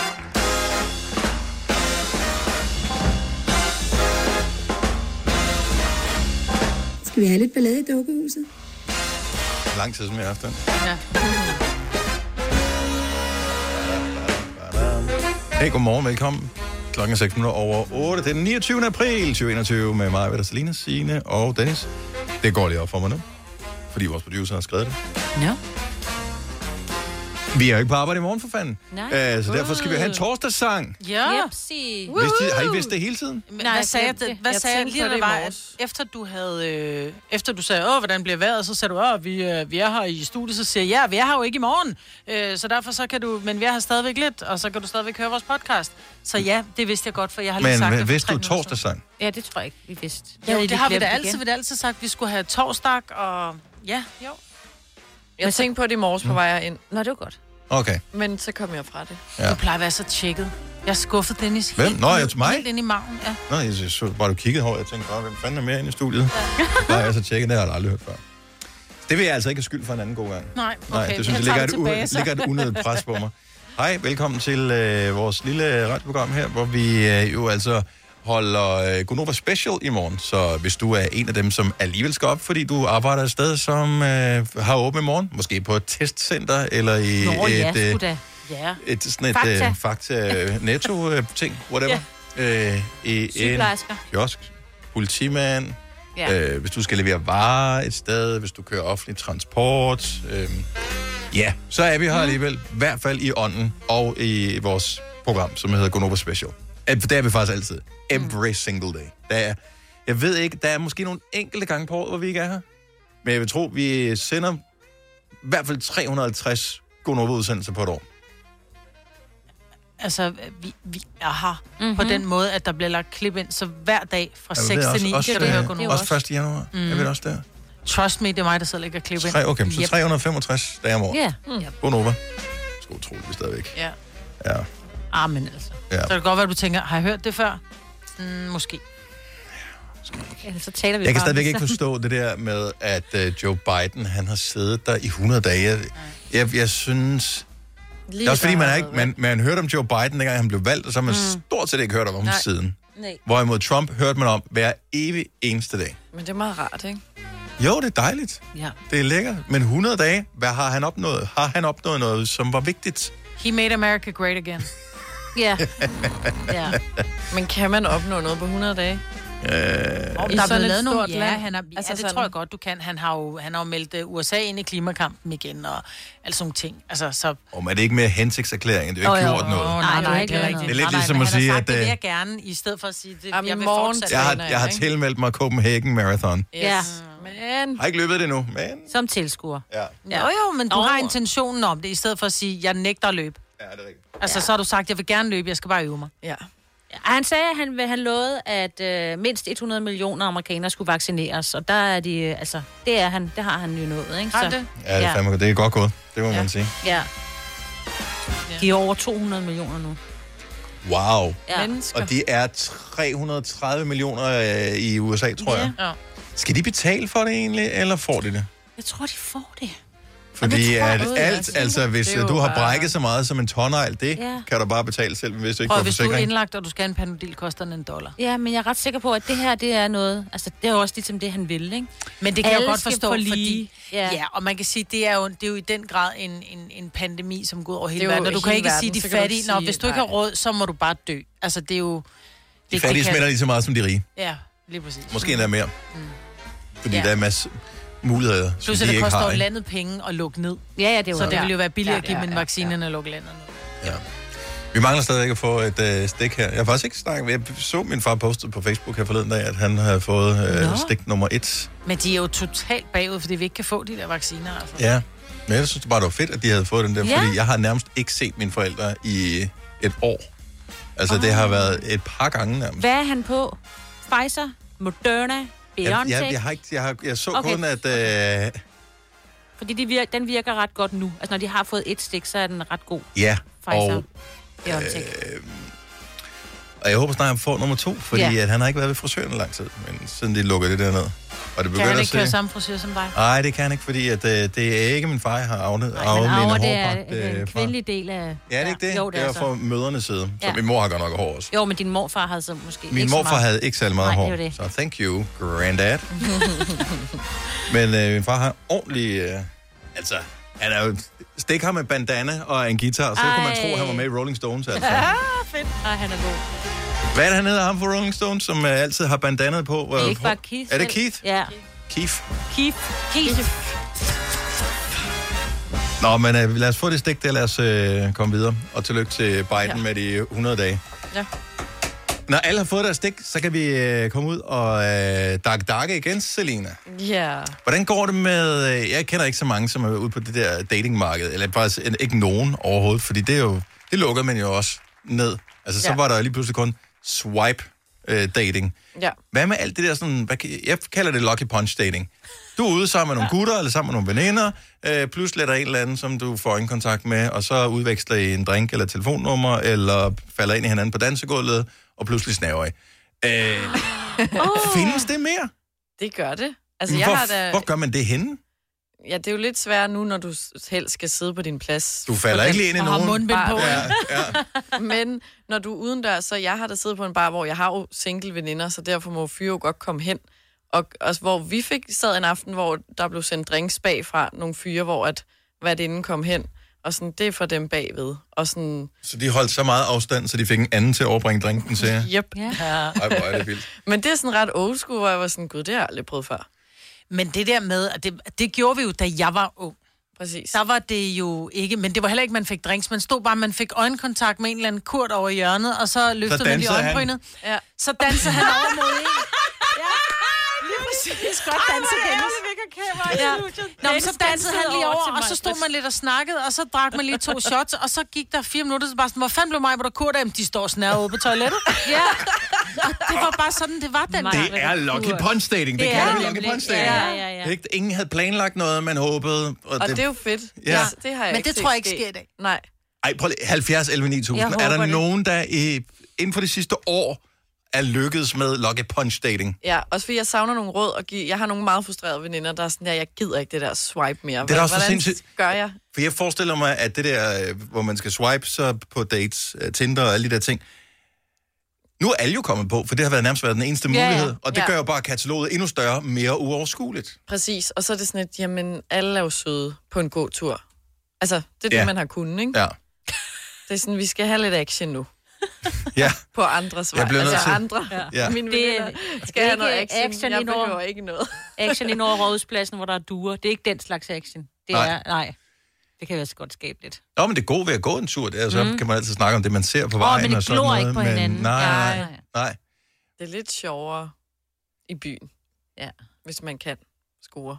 Speaker 22: Skal vi have lidt ballade i dukkehuset?
Speaker 1: Lang tid som jeg har haft den.
Speaker 6: Ja.
Speaker 1: Hey, godmorgen, velkommen. Klokken er 6 minutter over 8. Det er den 29. april 2021 med mig, Vedder Selina, Signe og Dennis. Det går lige op for mig nu, fordi vores producer har skrevet det.
Speaker 6: Ja.
Speaker 1: Vi er jo ikke på arbejde i morgen, for fanden.
Speaker 6: Nej.
Speaker 1: Øh, så derfor skal vi have en torsdagssang.
Speaker 2: Ja.
Speaker 6: Ah! Jepsi.
Speaker 1: Vidste I- har I vidst det hele tiden?
Speaker 2: Men, Nej, hvad sagde jeg, det? Hvad jeg sagde jeg lige,
Speaker 6: når
Speaker 2: det var, at efter du havde, øh, efter du sagde, åh, hvordan bliver vejret, så sagde du, åh, vi, øh, vi er her i studiet, så siger jeg, ja, vi er her jo ikke i morgen, øh, så derfor så kan du, men vi er her stadigvæk lidt, og så kan du stadigvæk høre vores podcast. Så ja, det vidste jeg godt, for jeg har lige
Speaker 1: Men
Speaker 2: sagt
Speaker 1: hvad-
Speaker 2: det for
Speaker 1: vidste
Speaker 2: tre
Speaker 1: du
Speaker 2: minutter
Speaker 1: torsdagssang?
Speaker 6: Ja, det tror jeg ikke, vi vidste.
Speaker 2: siden. Jo,
Speaker 6: Jeg
Speaker 2: det
Speaker 6: lige
Speaker 2: har vi
Speaker 6: glemt
Speaker 2: da
Speaker 6: igen.
Speaker 2: altid, vi da altid sagt, vi skulle have torsdag, og ja, jo.
Speaker 3: Jeg tænkte på det i morges på
Speaker 1: Mm.
Speaker 3: vej ind.
Speaker 6: Nå, det var godt.
Speaker 1: Okay.
Speaker 3: Men så kom jeg fra det.
Speaker 1: Ja.
Speaker 2: Du plejer at være så tjekket. Jeg skuffede Dennis
Speaker 1: Hvem?
Speaker 2: helt,
Speaker 1: Nå,
Speaker 2: ned-
Speaker 1: jeg- til mig?
Speaker 2: helt ind i maven. Ja.
Speaker 1: Nå, jeg jeg så bare, du kiggede over, jeg tænkte bare, hvem fanden er mere inde i studiet? Bare jeg så tjekke, det har jeg aldrig hørt før. Det vil jeg altså ikke have skyld for en anden god gang.
Speaker 2: Nej, okay.
Speaker 1: Nej, det synes jeg,
Speaker 2: tager
Speaker 1: ligger, et,
Speaker 2: tilbage,
Speaker 1: u-
Speaker 2: så.
Speaker 1: ligger et unødigt pres på mig. Hej, velkommen til øh, vores lille radioprogram her, hvor vi øh, jo altså holder øh, Gunova Special i morgen. Så hvis du er en af dem, som alligevel skal op, fordi du arbejder et sted, som øh, har åbent i morgen, måske på et testcenter eller i
Speaker 6: Nå,
Speaker 1: et,
Speaker 6: ja,
Speaker 1: øh,
Speaker 6: sgu da. Ja.
Speaker 1: et sådan et
Speaker 6: Fakta.
Speaker 1: fakta. Øh, fakta netto øh, ting, whatever.
Speaker 6: Ja.
Speaker 1: øh, i en
Speaker 6: Sygeplejersker.
Speaker 1: kiosk, politimand, ja. øh, hvis du skal levere varer et sted, hvis du kører offentlig transport. Øh, ja, så er
Speaker 6: Mhm.
Speaker 1: vi her alligevel, i hvert fald i ånden og i vores program, som hedder Gonova Special. Øh, For det er vi faktisk altid. Every
Speaker 6: Mhm.
Speaker 1: single day. Der er, jeg ved ikke, der er måske nogle enkelte gange på året, hvor vi ikke er her. Men jeg vil tro, vi sender i hvert fald 350 Gonova-udsendelser på et år.
Speaker 2: Altså, vi, vi er her mm-hmm. på den måde, at der bliver lagt klip ind, så hver dag fra
Speaker 1: Ja, men
Speaker 2: 6
Speaker 1: det er
Speaker 2: til 9
Speaker 1: også,
Speaker 2: kan du
Speaker 1: også,
Speaker 2: høre
Speaker 1: øh,
Speaker 2: Gunova.
Speaker 1: Også 1. januar. Mm. Jeg ved også der.
Speaker 2: Trust me, det er mig, der sidder og lægger klip ind.
Speaker 1: Tre, okay, så 365 dage om året.
Speaker 2: Ja. Mm. ja.
Speaker 1: Bonova. Skal utroligt, vi stadigvæk.
Speaker 2: Ja.
Speaker 1: Ja.
Speaker 2: Amen, altså.
Speaker 1: Ja.
Speaker 2: Ja. Så kan det godt være, at du tænker, har jeg hørt det før? Mm, måske.
Speaker 6: Ellers så taler vi
Speaker 1: Jeg kan
Speaker 6: bare om
Speaker 1: stadigvæk
Speaker 6: det,
Speaker 1: ikke
Speaker 6: så.
Speaker 1: forstå det der med, at øh, Joe Biden, han har siddet der i 100 dage. Jeg, jeg synes...
Speaker 6: Lige
Speaker 1: det er også fordi,
Speaker 6: før
Speaker 1: man,
Speaker 6: han
Speaker 1: er ikke, man, man hørte om Joe Biden, dengang han blev valgt, og så har man mm. stort set ikke hørt om ham
Speaker 3: Nej.
Speaker 1: siden.
Speaker 3: Nej.
Speaker 1: Hvorimod Trump hørte man om hver evig eneste dag.
Speaker 3: Men det er meget rart, ikke?
Speaker 1: Jo, det er dejligt.
Speaker 6: Ja.
Speaker 1: Det er lækkert. Men 100 dage, hvad har han opnået? Har han opnået noget, som var vigtigt?
Speaker 2: He made America great again.
Speaker 6: Ja.
Speaker 2: ja.
Speaker 3: Men kan man opnå noget på 100 dage?
Speaker 1: Øh,
Speaker 2: Og
Speaker 3: I
Speaker 2: der er
Speaker 3: sådan et
Speaker 2: blevet lavet nogle...
Speaker 3: stort
Speaker 2: Ja,
Speaker 3: land.
Speaker 2: han er, ja,
Speaker 3: Altså
Speaker 2: altså, det
Speaker 3: sådan-
Speaker 2: tror jeg godt, du kan. Han har jo, han har jo meldt øh, USA ind i klimakampen igen, og alle sådan nogle ting. Altså, så...
Speaker 1: Om er det ikke mere hensigtserklæring? Det er jo ikke
Speaker 2: Åh, jo.
Speaker 1: gjort noget.
Speaker 2: Åh, nej, nej, det er rigtigt.
Speaker 1: Det er
Speaker 2: Nej,
Speaker 1: lidt
Speaker 2: nej,
Speaker 1: ligesom
Speaker 2: men
Speaker 1: at
Speaker 2: han har
Speaker 1: sige,
Speaker 2: sagt,
Speaker 1: at...
Speaker 2: Det vil
Speaker 1: øh,
Speaker 2: jeg gerne, i stedet for at sige, det,
Speaker 3: Jamen,
Speaker 2: jeg vil
Speaker 3: morgen
Speaker 2: fortsat
Speaker 1: Jeg har,
Speaker 2: træne,
Speaker 1: jeg har
Speaker 2: ikke?
Speaker 1: tilmeldt mig Copenhagen Marathon.
Speaker 2: Yes.
Speaker 6: Ja.
Speaker 2: Men...
Speaker 1: Har ikke løbet det endnu, men...
Speaker 6: Som tilskuer.
Speaker 1: Ja.
Speaker 2: Ja. Jo, jo, men du har intentionen om det, i stedet for at sige, jeg nægter at løbe.
Speaker 1: Ja, det er rigtigt.
Speaker 2: Altså, så har du sagt, jeg vil gerne løbe, jeg skal bare øve mig.
Speaker 3: Ja.
Speaker 6: Og Han sagde, at han, vil- han lovede, at øh, mindst 100 millioner amerikanere skulle vaccineres, og der er de, øh, altså, det er han, det har han jo nået, ikke?
Speaker 2: Har det?
Speaker 1: Ja, det er, fandme, det er godt gået. Det må ja. man sige.
Speaker 6: Ja. De er over 200 millioner nu.
Speaker 1: Wow.
Speaker 6: Ja.
Speaker 1: Og de er 330 millioner øh, i USA, tror jeg.
Speaker 2: Ja.
Speaker 1: Skal de betale for det egentlig, eller får de det?
Speaker 6: Jeg tror, de får det.
Speaker 1: Fordi
Speaker 6: tror
Speaker 1: at
Speaker 6: jeg,
Speaker 1: alt,
Speaker 6: ja.
Speaker 1: altså hvis
Speaker 6: Det er jo
Speaker 1: du har
Speaker 6: bare-
Speaker 1: brækket så meget som en tonnegl, det
Speaker 6: Ja.
Speaker 1: kan du bare betale selv, hvis du ikke
Speaker 2: Prøv,
Speaker 1: får
Speaker 2: hvis du er
Speaker 1: forsikring.
Speaker 2: indlagt, og du skal have en panodil, koster den en dollar.
Speaker 6: Ja, men jeg er ret sikker på, at det her, det er noget... Altså, det er jo også ligesom det, han vil, ikke?
Speaker 2: Men det kan
Speaker 6: Alle
Speaker 2: jeg godt
Speaker 6: skal
Speaker 2: forstå,
Speaker 6: få
Speaker 2: lige. fordi...
Speaker 6: lige-
Speaker 2: Ja.
Speaker 6: Ja.
Speaker 2: ja, og man kan sige, det er jo, det er jo i den grad en, en, en pandemi, som går ud over
Speaker 6: Det
Speaker 2: hele
Speaker 6: er jo
Speaker 2: verden. Og du kan
Speaker 6: hele
Speaker 2: ikke
Speaker 6: verden,
Speaker 2: sige, de
Speaker 6: så kan du
Speaker 2: fattige,
Speaker 6: ikke
Speaker 2: nå,
Speaker 6: sige,
Speaker 2: hvis du ikke har
Speaker 6: nej.
Speaker 2: råd, så må du bare dø. Altså, det er jo...
Speaker 1: De
Speaker 2: det
Speaker 1: fattige
Speaker 2: kan-
Speaker 1: smitter lige så meget som de rige.
Speaker 2: Ja, lige præcis.
Speaker 1: Måske endda mere. Fordi
Speaker 2: Ja.
Speaker 1: der er masser muligheder, som
Speaker 2: Plus,
Speaker 1: de
Speaker 2: at det
Speaker 1: ikke
Speaker 2: koster
Speaker 1: har.
Speaker 2: jo
Speaker 1: Ikke?
Speaker 2: landet penge at lukke ned.
Speaker 6: Ja, ja, det er jo
Speaker 2: Så det
Speaker 6: ja.
Speaker 2: ville jo være billigere at
Speaker 6: Ja,
Speaker 2: give
Speaker 6: ja,
Speaker 2: dem en
Speaker 6: ja,
Speaker 2: vaccine, end at lukke landet ned.
Speaker 1: Vi mangler stadigvæk at få et øh, stik her. Jeg har faktisk ikke snakket Jeg så min far postede på Facebook her forleden dag, at han havde fået øh,
Speaker 2: Nå.
Speaker 1: stik nummer et.
Speaker 2: Men de er jo totalt bagud, fordi vi ikke kan få de der vacciner. Altså.
Speaker 1: Ja, men jeg synes bare, det var fedt, at de havde fået den der,
Speaker 2: Ja.
Speaker 1: ja. fordi jeg har nærmest ikke set mine forældre i et år. Altså, oh. det har været et par gange nærmest.
Speaker 6: Hvad er han på? Pfizer, Moderna,
Speaker 1: Jeg,
Speaker 6: Beyonce?
Speaker 1: jeg, jeg, har ikke, jeg, har, jeg så okay.
Speaker 6: Okay.
Speaker 1: kun, at... Øh,
Speaker 6: Fordi de virker, den virker ret godt nu. Altså, når de har fået et stik, så er den ret god.
Speaker 1: ja,
Speaker 6: Pfizer.
Speaker 1: og, øh,
Speaker 6: Biontech.
Speaker 1: og jeg håber snart, han får nummer to, fordi ja.
Speaker 2: Ja.
Speaker 1: at han har ikke været ved frisøren i lang tid, men siden de lukker det der ned. Og det
Speaker 2: Kan
Speaker 1: begynder
Speaker 2: han
Speaker 1: at
Speaker 2: ikke køre
Speaker 1: se...
Speaker 2: samme frisyr som dig?
Speaker 1: Nej, det kan han ikke, fordi at, øh, det er ikke min far, jeg har arvet, arvet
Speaker 6: Men
Speaker 1: min
Speaker 6: Aura, det er
Speaker 1: hårpragt,
Speaker 6: øh,
Speaker 1: øh,
Speaker 6: en
Speaker 1: fra.
Speaker 6: kvindelig del af...
Speaker 1: Ja, det er ikke det?
Speaker 6: Jo, det er
Speaker 1: var fra
Speaker 6: så.
Speaker 1: mødernes side. Så
Speaker 6: Ja.
Speaker 1: min mor har godt nok hår også.
Speaker 6: Jo, men din morfar havde så måske
Speaker 1: Min
Speaker 6: ikke så
Speaker 1: morfar
Speaker 6: meget.
Speaker 1: havde ikke særlig meget
Speaker 6: Nej,
Speaker 1: hår.
Speaker 6: det er jo det.
Speaker 1: Så thank you, granddad. Men øh, min far har ordentlig... Øh, altså, han er jo... Stik ham med bandana og en guitar, så Ej. kunne man tro,
Speaker 6: Ej.
Speaker 1: at han var med i Rolling Stones. Altså.
Speaker 6: Ah, fedt. Ej, han er god.
Speaker 1: Hvad er det, han hedder ham for Rolling Stones, som øh, altid har bandanet på?
Speaker 6: Det er
Speaker 1: Øh,
Speaker 6: ikke bare Keith.
Speaker 1: Er det
Speaker 6: vel?
Speaker 1: Keith?
Speaker 6: Ja.
Speaker 1: Keith.
Speaker 6: Keith. Keith.
Speaker 1: Nå, men øh, lad os få det stik der, lad os øh, komme videre. Og tillykke til Biden ja. med de 100 dage.
Speaker 3: Ja.
Speaker 1: Når alle har fået deres stik, så kan vi øh, komme ud og øh, dakke dakke igen, Selina.
Speaker 3: Ja.
Speaker 1: Hvordan går det med, øh, jeg kender ikke så mange, som er ude på det der datingmarked, eller faktisk en- ikke nogen overhovedet, fordi det er jo, det lukkede man jo også ned. Altså, så
Speaker 3: Ja.
Speaker 1: var der jo lige pludselig kun swipe øh, dating.
Speaker 3: Ja.
Speaker 1: Hvad med alt det der sådan, hvad, kan- jeg kalder det lucky punch dating. Du er ude sammen med nogle gutter, eller sammen med nogle veninder, øh, pludselig er der en eller anden, som du får en kontakt med, og så udveksler I en drink eller telefonnummer, eller falder ind i hinanden på dansegulvet, og pludselig snaver I. Øh,
Speaker 3: Oh,
Speaker 1: findes det mere?
Speaker 3: det gør det. Altså,
Speaker 1: hvor,
Speaker 3: jeg har da...
Speaker 1: hvor gør man det henne?
Speaker 3: Ja, det er jo lidt svært nu, når du s- helst skal sidde på din plads.
Speaker 1: Du falder ikke lige ind i Og har nogen. mundbind på,
Speaker 3: Ja,
Speaker 1: Ja,
Speaker 3: ja. Men når du er udendørs, så jeg har da siddet på en bar, hvor jeg har jo single veninder, så derfor må fyre jo godt komme hen. Og også hvor vi fik sad en aften, hvor der blev sendt drinks bagfra nogle fyre, hvor at hvad det inden kom hen. Og sådan, det er for dem bagved. Og sådan,
Speaker 1: Så de holdt så meget afstand, så de fik en anden til at overbringe drinken til jer?
Speaker 3: Yep. Ja.
Speaker 1: Ej, hvor er det vildt.
Speaker 3: Men det er sådan ret old school, hvor jeg var sådan, gud, det har jeg aldrig prøvet før.
Speaker 2: Men det der med, og det, det gjorde vi jo, da jeg var ung.
Speaker 3: Præcis.
Speaker 2: Der var det jo ikke, men det var heller ikke, man fik drinks. Man stod bare, man fik øjenkontakt med en eller anden kurt over hjørnet, og så løftede man lige
Speaker 4: dansede han.
Speaker 2: øjenbrynet. Ja. Så dansede han over mod en. Lige præcis. Godt danset, Dennis. Ja. Nå, men så dansede han lige over, og så stod man lidt og snakkede, og så drak man lige to shots, og så gik der fire minutter, så bare sådan, hvor fanden blev mig, hvor der kurt af? Jamen, De står snæret ude på toilettet. Ja. Og det var bare sådan, det var den.
Speaker 1: Det er Lucky Punch Dating. Det,
Speaker 2: Det
Speaker 1: det
Speaker 2: er
Speaker 1: kalder
Speaker 2: det
Speaker 1: vi Lucky
Speaker 2: nemlig.
Speaker 1: Punch Dating.
Speaker 2: Ja, ja, ja.
Speaker 1: Ikke, ingen havde planlagt noget, man håbede. Og,
Speaker 3: Og det er jo fedt.
Speaker 1: Ja.
Speaker 3: Ja. Det, det har jeg
Speaker 2: Men
Speaker 3: ikke
Speaker 2: det
Speaker 3: set
Speaker 2: tror jeg ikke
Speaker 3: ske.
Speaker 2: sker i dag.
Speaker 3: Nej.
Speaker 1: Ej, prøv lige, 70, 11, 9000.
Speaker 2: Jeg
Speaker 1: Er der
Speaker 2: håber det.
Speaker 1: nogen, der i, inden for det sidste år er lykkedes med Lucky Punch Dating?
Speaker 3: Ja, også fordi jeg savner nogle råd at give. Jeg har nogle meget frustrerede veninder, der er sådan der, jeg gider ikke det der swipe mere.
Speaker 1: Det er da også for
Speaker 3: Hvordan
Speaker 1: sindssygt.
Speaker 3: gør jeg?
Speaker 1: For jeg forestiller mig, at det der, øh, hvor man skal swipe så på dates, øh, Tinder og alle de der ting, nu er alle jo kommet på, for det har været nærmest været den eneste
Speaker 3: Ja, ja.
Speaker 1: mulighed, og det
Speaker 3: Ja.
Speaker 1: gør jo bare kataloget endnu større, mere uoverskueligt.
Speaker 3: Præcis, og så er det sådan et, jamen, alle er jo søde på en god tur. Altså, det er det,
Speaker 1: Ja.
Speaker 3: man har kunnet, ikke?
Speaker 1: Ja.
Speaker 3: Det er sådan, vi skal have lidt action nu.
Speaker 1: Ja.
Speaker 3: På andres vej.
Speaker 1: Jeg bliver nødt
Speaker 3: altså
Speaker 1: til-
Speaker 3: andre.
Speaker 1: Ja.
Speaker 3: Mine
Speaker 6: Det-
Speaker 3: veninder
Speaker 6: det
Speaker 3: skal
Speaker 6: er
Speaker 3: have noget
Speaker 6: ikke
Speaker 3: action.
Speaker 6: action
Speaker 3: jeg
Speaker 6: ind over-
Speaker 3: behøver ikke noget.
Speaker 6: Action ind over rådhuspladsen, hvor der er duer. Det er ikke den slags action. Det
Speaker 1: Nej.
Speaker 6: er, nej. Det kan være så godt skabe lidt.
Speaker 1: Nå, men det gode ved at gå en tur, det er, så
Speaker 6: Mm.
Speaker 1: mm. kan man altid snakke om det, man ser på
Speaker 6: Åh,
Speaker 1: vejen
Speaker 6: men det
Speaker 1: og sådan
Speaker 6: glor
Speaker 1: noget.
Speaker 6: ikke på hinanden.
Speaker 1: Nej,
Speaker 3: Nej.
Speaker 1: nej, nej.
Speaker 3: Det er lidt sjovere i byen. Ja. Hvis man kan score.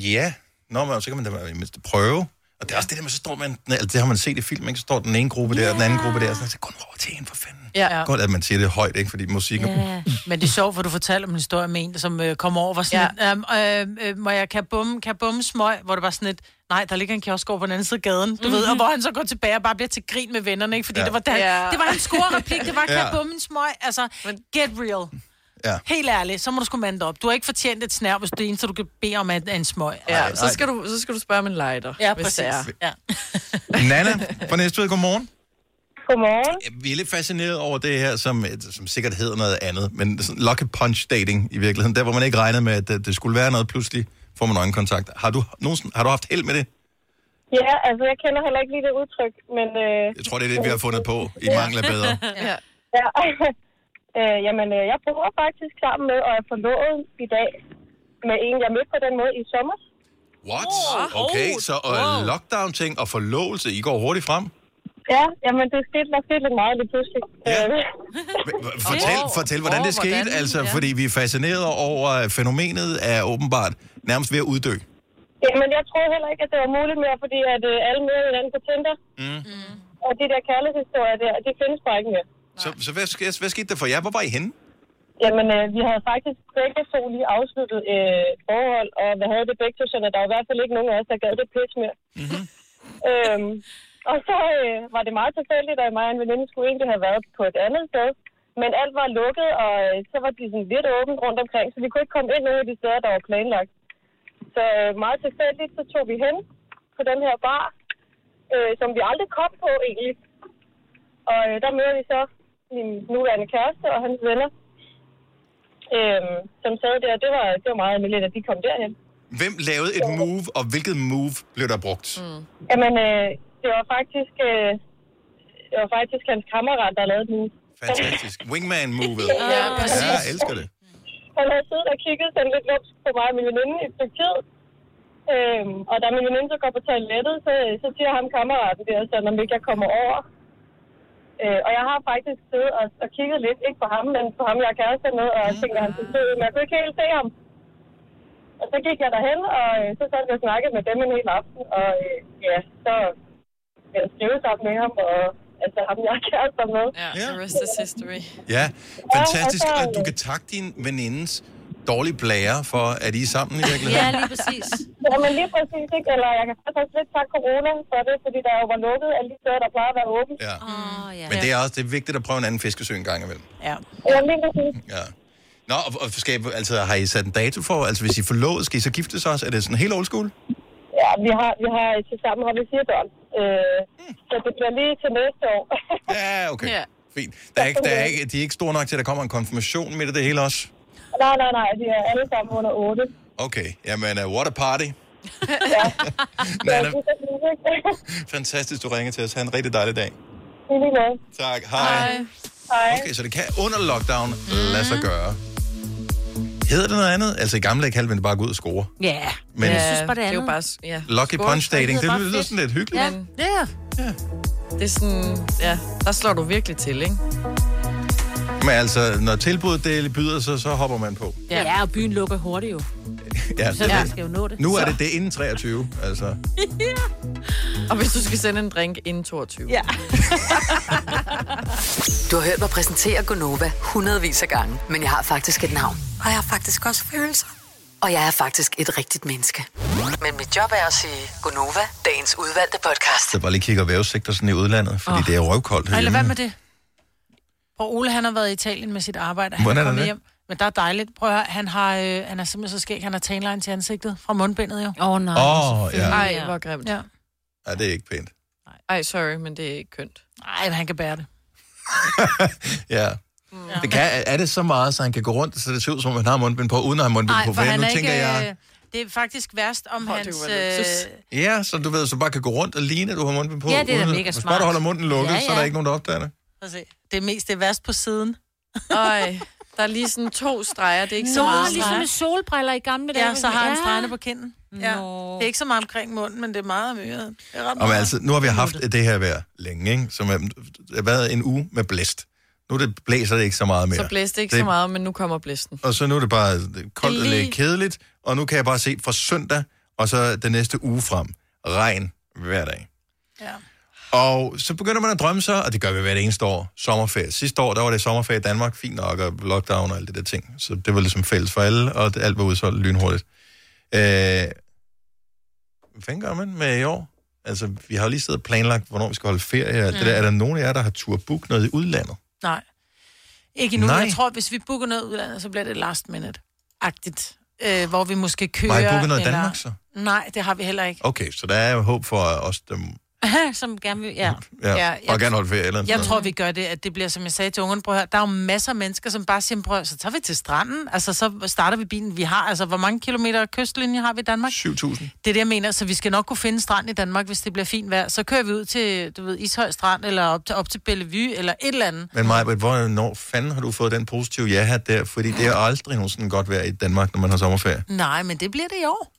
Speaker 1: Ja, Nå, men så kan man da i det mindste prøve. Og det er også det der med, så står man, altså det har man set i film, ikke? så står den ene gruppe der, og den anden gruppe der, og sådan, så kun over til en for fanden.
Speaker 2: Ja.
Speaker 1: Godt, at man siger det højt, ikke? Fordi musikken... Yeah.
Speaker 2: Ja. Men det er sjovt, for du fortalte om en historie med en, som øh, kom over og var sådan ja. lidt, øhm, øh, må jeg kan jeg bumme, kan jeg bumme smøg, hvor det var sådan lidt, nej, der ligger en kiosk over på den anden side af gaden, du mm-hmm.
Speaker 6: Mhm.
Speaker 2: ved, og hvor han så går tilbage og bare bliver til grin med vennerne, ikke? fordi ja.
Speaker 4: Ja.
Speaker 2: det var der,
Speaker 4: Ja.
Speaker 2: ja. det var hans score-replik, det var, kan
Speaker 4: Ja.
Speaker 2: jeg bumme en smøg, altså, get real.
Speaker 1: Ja.
Speaker 2: Helt ærligt, så må du sgu mande dig op. Du har ikke fortjent et snær, hvis det er en, så du kan bede om en, en smøg.
Speaker 3: Ja, Ej, så ej. skal du, så skal du spørge om en lighter,
Speaker 2: ja,
Speaker 3: hvis
Speaker 2: præcis.
Speaker 3: det er.
Speaker 2: Ja.
Speaker 1: Nana fra Næstved, godmorgen.
Speaker 9: Godmorgen.
Speaker 1: Vi er lidt fascineret over det her, som, øh, som sikkert hedder noget andet, men sådan lucky punch dating i virkeligheden, der hvor man ikke regnede med, at øh, det, det skulle være noget, pludselig får man øjenkontakt. Har du, nogensinde, har du haft held med det?
Speaker 9: Ja, altså jeg kender heller ikke lige det udtryk, men... Øh,
Speaker 1: Jeg tror, det er det, vi har fundet på i mangel af bedre.
Speaker 9: ja. ja. øh, jamen, øh, jeg bor faktisk sammen med og er forlovet i dag med en, jeg mødte på den måde i sommer.
Speaker 1: What? Okay, så og lockdown-ting og forlovelse, I går hurtigt frem.
Speaker 9: Ja, jamen det skete, der skete lidt meget lige pludselig. Øh, Ja.
Speaker 1: Fortæl, fortæl hvordan det
Speaker 9: Åh,
Speaker 1: skete,
Speaker 9: hvordan?
Speaker 1: altså,
Speaker 9: Ja.
Speaker 1: fordi vi er fascineret over, at fænomenet er åbenbart nærmest ved at uddø.
Speaker 9: Jamen, jeg troede heller ikke, at det var muligt mere, fordi at øh, alle møder hinanden på Tinder.
Speaker 1: Mm.
Speaker 9: Og de der kærlighedshistorier der, det findes bare ikke mere.
Speaker 1: Så, så hvad, sk- hvad skete der for jer? Hvor var I henne?
Speaker 9: Jamen, øh, vi havde faktisk begge to lige afsluttet øh, forhold, og vi havde det begge to, så der var i hvert fald ikke nogen af os, der gad det pis mere. Mm-hmm. Øhm, og så øh, var det meget tilfældigt, at mig og en veninde skulle egentlig have været på et andet sted, men alt var lukket, og øh, så var de sådan lidt åbent rundt omkring, så vi kunne ikke komme ind nogen af de steder, der var planlagt. Så øh, meget tilfældigt, så tog vi hen på den her bar, øh, som vi aldrig kom på egentlig. Og øh, der møder vi så min nuværende kæreste og hans venner øhm, som sad der, det var, det var meget almindeligt, at de kom derhen.
Speaker 1: Hvem lavede et move, og hvilket move blev der brugt? Mm.
Speaker 9: Jamen, øh, det var faktisk... Øh, det var faktisk hans kammerat, der lavede den.
Speaker 1: Fantastisk. Wingman-movet.
Speaker 9: Ja, præcis.
Speaker 1: jeg elsker det.
Speaker 9: Han havde siddet og kigget sådan lidt lumsk på mig og min veninde i et stykke tid. Øhm, og da min veninde så går på toilettet, så, så siger ham kammeraten der, så om ikke jeg kommer over. Øh, og jeg har faktisk siddet og, og kigget lidt, ikke på ham, men på ham, jeg er kæreste med, og tænkte, at han skulle sød, ud, men jeg kunne ikke helt se ham. Og så gik jeg derhen, og øh, så sad jeg og snakkede med dem en hel aften, og øh, ja, så blev jeg skrevet sammen med ham, og altså ham, jeg er kæreste med.
Speaker 3: Ja, the rest is history.
Speaker 1: Ja, fantastisk.
Speaker 9: Ja, altså-
Speaker 1: Og du kan takke din venindes dårlige blære for, at I er sammen i virkeligheden.
Speaker 9: præcis. ja, men lige præcis, ikke? Eller jeg kan faktisk også lidt takke corona for det, fordi der jo var lukket alle de steder, der plejer at være åbent.
Speaker 1: Ja. Men det er også det er vigtigt at prøve en anden fiskesø en gang imellem.
Speaker 9: Ja. Ja, lige præcis.
Speaker 1: Ja. Nå, og, og skabe, altså, har I sat en dato for? Altså, hvis I forlovet, skal I så giftes også? Er det sådan helt old school?
Speaker 9: Ja, vi har, vi har til sammen har vi fire børn. Øh, så det bliver lige til næste år.
Speaker 1: ja, okay. Ja. Fint. Der er ikke, der er ikke, de er ikke store nok til, at der kommer en konfirmation midt i det hele også?
Speaker 9: nej, nej, nej, vi er alle sammen under otte.
Speaker 1: Okay, jamen, uh, what a party.
Speaker 9: Ja.
Speaker 1: Nana,
Speaker 9: Så,
Speaker 1: Fantastisk, du ringer til os. Ha' en rigtig dejlig dag.
Speaker 9: Det er lige meget.
Speaker 1: Tak, hej.
Speaker 9: Hej.
Speaker 1: Okay, så det kan under lockdown mm. lade sig gøre. Hedder det noget andet? Altså i gamle dage kaldte man det bare at gå ud og score.
Speaker 6: Ja,
Speaker 1: Men-
Speaker 6: jeg synes bare det
Speaker 3: er
Speaker 6: andet.
Speaker 3: jo bare... s- Ja.
Speaker 1: Lucky
Speaker 3: Skål.
Speaker 1: punch dating, det
Speaker 3: bare
Speaker 1: lyder
Speaker 3: fedt.
Speaker 1: sådan lidt hyggeligt.
Speaker 3: Ja.
Speaker 2: ja.
Speaker 3: Det er sådan... Ja, der slår du virkelig til, ikke?
Speaker 1: Men altså, når tilbuddet det byder sig, så hopper man på.
Speaker 6: Ja. ja, og byen lukker hurtigt jo.
Speaker 1: Ja,
Speaker 6: Så
Speaker 1: det,
Speaker 6: man skal jo nå det.
Speaker 1: Nu er
Speaker 6: Så.
Speaker 1: det det inden 23, altså.
Speaker 3: Og hvis du skal sende en drink inden 22.
Speaker 6: Ja.
Speaker 5: Du har hørt mig præsentere Gonova hundredvis af gange, men jeg har faktisk et navn.
Speaker 22: Og jeg har faktisk også følelser.
Speaker 5: Og jeg er faktisk et rigtigt menneske. Men mit job er at sige Gonova, dagens udvalgte podcast.
Speaker 1: Så bare lige kigger vævesigter sådan i udlandet, fordi oh. det er røvkoldt
Speaker 2: Ej, lad være med
Speaker 1: herhjemme.
Speaker 2: det. Prøv, Ole, han har været i Italien med sit arbejde.
Speaker 1: Hvordan er
Speaker 2: han kommet
Speaker 1: det?
Speaker 2: men der er dejligt. Prøv at høre, han, har, øh, han er simpelthen så skæg. Han har tanline til ansigtet fra mundbindet, jo.
Speaker 6: Åh, oh,
Speaker 1: nej, Åh, selvfølgelig. ja.
Speaker 3: Ej, hvor grimt.
Speaker 2: Ja.
Speaker 1: Ja, det er ikke pænt.
Speaker 3: Ej, sorry, men det er ikke kønt.
Speaker 2: Nej, han kan bære det.
Speaker 1: Ja. Det kan, er det så meget, så han kan gå rundt, så det ser ud som om, han har mundbind på, uden at have mundbind
Speaker 2: Nej,
Speaker 1: på?
Speaker 2: for han
Speaker 1: nu
Speaker 2: er
Speaker 1: tænker
Speaker 2: ikke...
Speaker 1: jeg...
Speaker 2: øh, Det er faktisk værst om
Speaker 3: Åh, det
Speaker 2: hans...
Speaker 3: var luksus.
Speaker 2: øh,
Speaker 1: Ja, så du ved, så bare kan gå rundt og ligne, at du har mundbind på.
Speaker 2: Ja, det er da
Speaker 1: uden-
Speaker 2: mega
Speaker 1: Hvis bare
Speaker 2: smart.
Speaker 1: du holder munden lukket, ja,
Speaker 2: Ja,
Speaker 1: ja. så er der
Speaker 2: ja.
Speaker 1: ikke nogen, der opdager det.
Speaker 2: prøv at se. Det er mest det er værst på siden.
Speaker 3: Ej, der er lige sådan to streger. Det er ikke så
Speaker 2: Nå,
Speaker 3: meget.
Speaker 2: ligesom med
Speaker 6: solbriller i gamle
Speaker 2: Ja, så har han stregerne på
Speaker 6: kæden.
Speaker 2: kinden. Ja. Det er ikke så meget omkring munden, men det er meget om øret. Det er ret
Speaker 1: Og men
Speaker 2: meget.
Speaker 1: altså, nu har vi haft det her vejr længe, ikke? som er, det har været en uge med blæst. Nu er det, blæser det ikke så meget mere.
Speaker 3: Så blæste det ikke så meget, men nu kommer blæsten.
Speaker 1: Og så nu er det bare koldt og
Speaker 3: Lige-
Speaker 1: lidt kedeligt, og nu kan jeg bare se fra søndag, og så den næste uge frem, regn hver dag.
Speaker 2: Ja.
Speaker 1: Og så begynder man at drømme sig, og det gør vi hvert eneste år, sommerferie. Sidste år, der var det sommerferie i Danmark, fint nok, og lockdown og alt det der ting. Så det var ligesom fælles for alle, og det- alt var udsolgt lynhurtigt. Øh, hvad fanden gør man med i år? Altså, vi har jo lige siddet og planlagt, hvornår vi skal holde ferie. Mm. Det
Speaker 2: Mm.
Speaker 1: der, er der nogen af jer, der har turde booke noget i udlandet?
Speaker 2: Nej. Ikke endnu.
Speaker 1: Nej.
Speaker 2: Nej. Jeg tror, hvis vi booker noget udlandet, så bliver det last minute-agtigt. Øh, hvor vi måske kører...
Speaker 1: Har I booket noget i
Speaker 2: eller...
Speaker 1: Danmark, så?
Speaker 2: Nej, det har vi heller ikke.
Speaker 1: Okay, så der er jo håb for os, dem,
Speaker 6: Som gerne vil... Ja.
Speaker 1: Ja, ja
Speaker 2: jeg
Speaker 1: og gerne holde ferie eller
Speaker 2: Jeg tror, vi gør det, at det bliver, som jeg sagde til ungerne, prøv at høre, der er jo masser af mennesker, som bare siger, prøv at høre, så tager vi til stranden, altså så starter vi bilen, vi har, altså hvor mange kilometer kystlinje har vi i Danmark?
Speaker 1: 7.000.
Speaker 2: Det er det, jeg mener, så vi skal nok kunne finde strand i Danmark, hvis det bliver fint vejr. Så kører vi ud til, du ved, Ishøj Strand, eller op til, op til Bellevue, eller et eller andet.
Speaker 1: Men Maja, hvornår fanden har du fået den positive ja-hat der? Fordi det er aldrig nogensinde godt vejr i Danmark, når man har sommerferie.
Speaker 2: Nej, men det bliver det i år.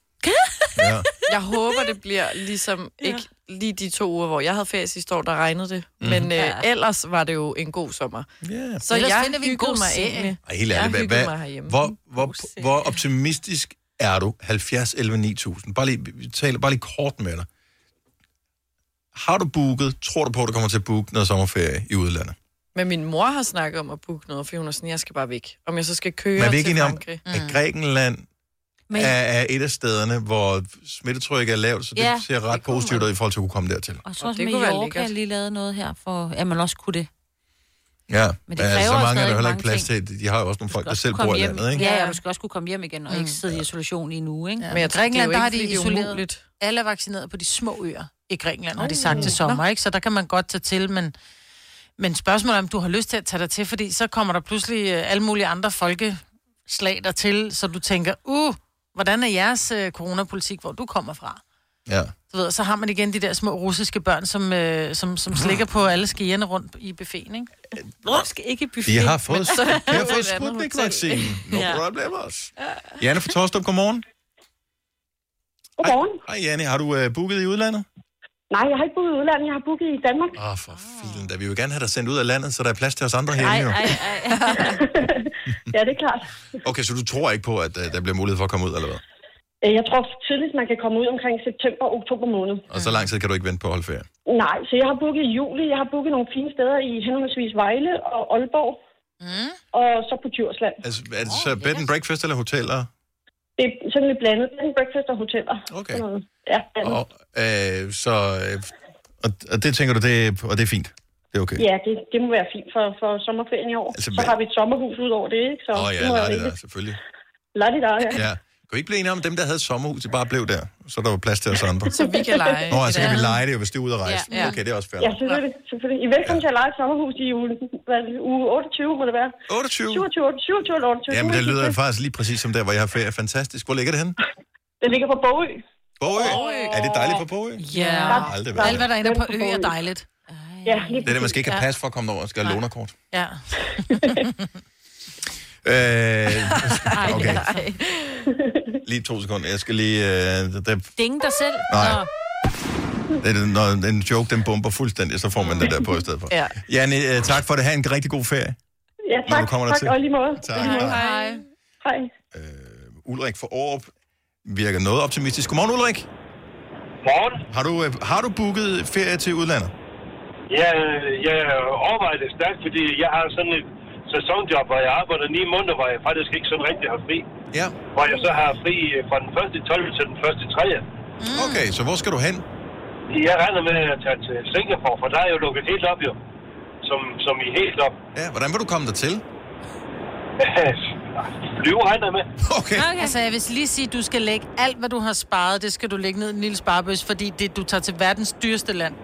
Speaker 1: Ja.
Speaker 3: Jeg håber, det bliver ligesom ikke lige de to uger, hvor jeg havde ferie sidste år, der regnede det.
Speaker 1: Mhm.
Speaker 3: Men øh,
Speaker 1: Ja.
Speaker 3: ellers var det jo en god sommer.
Speaker 1: Yeah.
Speaker 3: Så
Speaker 2: Ellers
Speaker 3: jeg
Speaker 2: finder vi en
Speaker 3: hyggede
Speaker 2: god
Speaker 3: mig
Speaker 2: serie.
Speaker 3: egentlig.
Speaker 1: Ej, helt
Speaker 3: jeg
Speaker 1: ærligt, hvad,
Speaker 3: hyggede mig
Speaker 1: hvad,
Speaker 3: herhjemme.
Speaker 1: hvor, hvor, hvor optimistisk er du? 70, 11, 9000. Bare lige, vi taler bare lige kort med dig. Har du booket, tror du på, at du kommer til at booke noget sommerferie i udlandet?
Speaker 3: Men min mor har snakket om at booke noget, for hun er sådan, jeg skal bare væk. Om jeg så skal køre
Speaker 1: Men er vi ikke
Speaker 3: til
Speaker 1: enige om,
Speaker 3: Frankrig.
Speaker 1: at Grækenland
Speaker 3: Men-
Speaker 1: er, er et af stederne, hvor smittetrykket er lavt, så det
Speaker 6: Ja,
Speaker 1: ser ret positivt ud i forhold til at kunne komme dertil.
Speaker 6: Og så
Speaker 3: Og
Speaker 6: også
Speaker 3: det
Speaker 6: med
Speaker 3: kunne være
Speaker 6: York, jeg
Speaker 3: lækkert.
Speaker 6: lige lavet noget her, for at man også kunne det.
Speaker 1: Ja,
Speaker 6: Men
Speaker 1: men
Speaker 6: det
Speaker 1: det altså,
Speaker 6: kræver
Speaker 1: så mange er
Speaker 6: stadig
Speaker 1: der heller
Speaker 6: mange
Speaker 1: ikke plads til. De har jo også nogle folk, der selv
Speaker 6: Kom
Speaker 1: bor i
Speaker 6: hjem.
Speaker 1: landet, ikke?
Speaker 6: Ja, ja, du skal også kunne komme hjem igen, og ikke sidde i isolation i en uge, ikke?
Speaker 2: Men jeg tror, Grækenland, der har de isoleret.
Speaker 6: umuligt.
Speaker 2: Alle er vaccineret på de små øer i Grækenland, har de
Speaker 6: Oh.
Speaker 2: sagt til sommer, ikke? Så der kan man godt tage til, men, men spørgsmålet er, om du har lyst til at tage dig til, fordi så kommer der pludselig øh, alle mulige andre folkeslag der til, så du tænker, uh, hvordan er jeres øh, coronapolitik, hvor du kommer fra?
Speaker 1: Ja.
Speaker 2: Du ved, så har man igen de der små russiske børn, som, øh, som, som slikker på alle skierne rundt i buffeten, ikke? Rusk, ikke i buffeten.
Speaker 1: De har fået,
Speaker 2: men-
Speaker 1: de har fået Sputnik-vaccinen. No
Speaker 2: Ja.
Speaker 1: problemers. Janne fra Torstrup, godmorgen.
Speaker 22: Godmorgen.
Speaker 1: Hej Janne, har du øh, booket i udlandet?
Speaker 22: Nej, jeg har ikke booket i udlandet, jeg har booket i Danmark.
Speaker 1: Åh, oh, for filen da. Vi vil gerne have dig sendt ud af landet, så der er plads til os andre her.
Speaker 22: ej. ja, det er klart.
Speaker 1: Okay, så du tror ikke på, at øh, der bliver mulighed for at komme ud, eller hvad?
Speaker 22: Øh, Jeg tror tidligst, man kan komme ud omkring september og oktober måned.
Speaker 1: Og så lang tid kan du ikke vente på at holde ferie.
Speaker 22: Nej, så jeg har booket i juli. Jeg har booket nogle fine steder i henholdsvis Vejle og Aalborg. Mm. Og så på Djursland.
Speaker 1: Altså, er det så bed and breakfast eller hoteller?
Speaker 22: Det er sådan lidt blandet. Det er en breakfast og hoteller.
Speaker 1: Okay.
Speaker 22: Sådan noget. Ja, blandet.
Speaker 1: Og, øh, så, øh, og, og det tænker du, det, og det er fint? Det er okay?
Speaker 22: ja det, det må være fint for, for sommerferien i år.
Speaker 1: Altså,
Speaker 22: Altså, så
Speaker 1: hvad-
Speaker 22: har vi et sommerhus ud over det, ikke? Så
Speaker 1: Åh oh,
Speaker 22: det
Speaker 1: ja,
Speaker 22: må
Speaker 1: lad
Speaker 22: være
Speaker 1: det der,
Speaker 22: rimeligt.
Speaker 1: selvfølgelig.
Speaker 22: Lad det ja.
Speaker 1: Ja. Kunne I ikke blive enige om, at dem, der havde et sommerhus, de bare blev der? Så der var plads til os andre.
Speaker 22: Så vi kan lege
Speaker 1: Nå, altså
Speaker 22: et
Speaker 1: kan vi
Speaker 22: andet.
Speaker 1: lege det, hvis det er ude at rejse.
Speaker 22: Ja, ja.
Speaker 1: Okay, det er også fair.
Speaker 22: Ja, selvfølgelig. selvfølgelig. I er velkommen til at lege et sommerhus i uge, hvad er det, uge 28, må det være.
Speaker 1: 28?
Speaker 22: 27, 27 eller 28.
Speaker 1: Jamen,
Speaker 22: Du
Speaker 1: det
Speaker 22: er
Speaker 1: lyder
Speaker 22: ikke-
Speaker 1: faktisk lige præcis som der, hvor jeg har ferie. Fantastisk. Hvor ligger det henne?
Speaker 22: Det ligger på Bogø.
Speaker 1: Bogø? Er det dejligt på Bogø? Jeg har
Speaker 2: Ja.
Speaker 1: Aldrig
Speaker 2: Alt, hvad der
Speaker 1: været der.
Speaker 2: er inde på ø, er dejligt.
Speaker 22: Ja,
Speaker 1: Det er det, man skal ikke have pas for at komme over og skal have
Speaker 2: Nej.
Speaker 1: lånerkort.
Speaker 2: Ja.
Speaker 1: Øh,
Speaker 6: Ej,
Speaker 1: okay,
Speaker 6: ej.
Speaker 1: lige to sekunder. Jeg skal lige... Øh, der,
Speaker 6: Ding dig selv.
Speaker 1: Nej.
Speaker 6: Nå.
Speaker 1: der, når en joke, den bomber fuldstændig, så får man den der på i stedet for.
Speaker 22: Ja.
Speaker 1: Janne, øh, tak for det. Ha' en rigtig god ferie.
Speaker 22: Ja,
Speaker 1: Når
Speaker 22: tak.
Speaker 1: du kommer
Speaker 22: tak,
Speaker 1: dertil.
Speaker 22: og i lige måde.
Speaker 1: Tak.
Speaker 22: I lige måde.
Speaker 1: Hej.
Speaker 22: Hej.
Speaker 1: Ulrik fra Aarup virker noget optimistisk. Godmorgen, Ulrik. Godmorgen. Har du, øh, har du booket ferie til udlandet?
Speaker 10: Ja, jeg overvejer det stærkt, fordi jeg har sådan et sæsonjob, hvor jeg arbejder ni måneder, hvor jeg faktisk ikke sådan rigtig har fri.
Speaker 1: Ja.
Speaker 10: Hvor jeg så har fri øh, fra den 1. 12. til den 1. 3.
Speaker 1: Okay, så hvor skal du hen?
Speaker 10: Jeg regner med at tage til Singapore, for der er jo lukket helt op jo. Som, som i helt op.
Speaker 1: Ja, hvordan vil du komme dertil?
Speaker 10: Flyve regner jeg med.
Speaker 1: Okay.
Speaker 2: okay. Altså, jeg vil lige sige, at du skal lægge alt, hvad du har sparet, det skal du lægge ned i en lille sparebøs, fordi det, du tager til verdens dyreste land.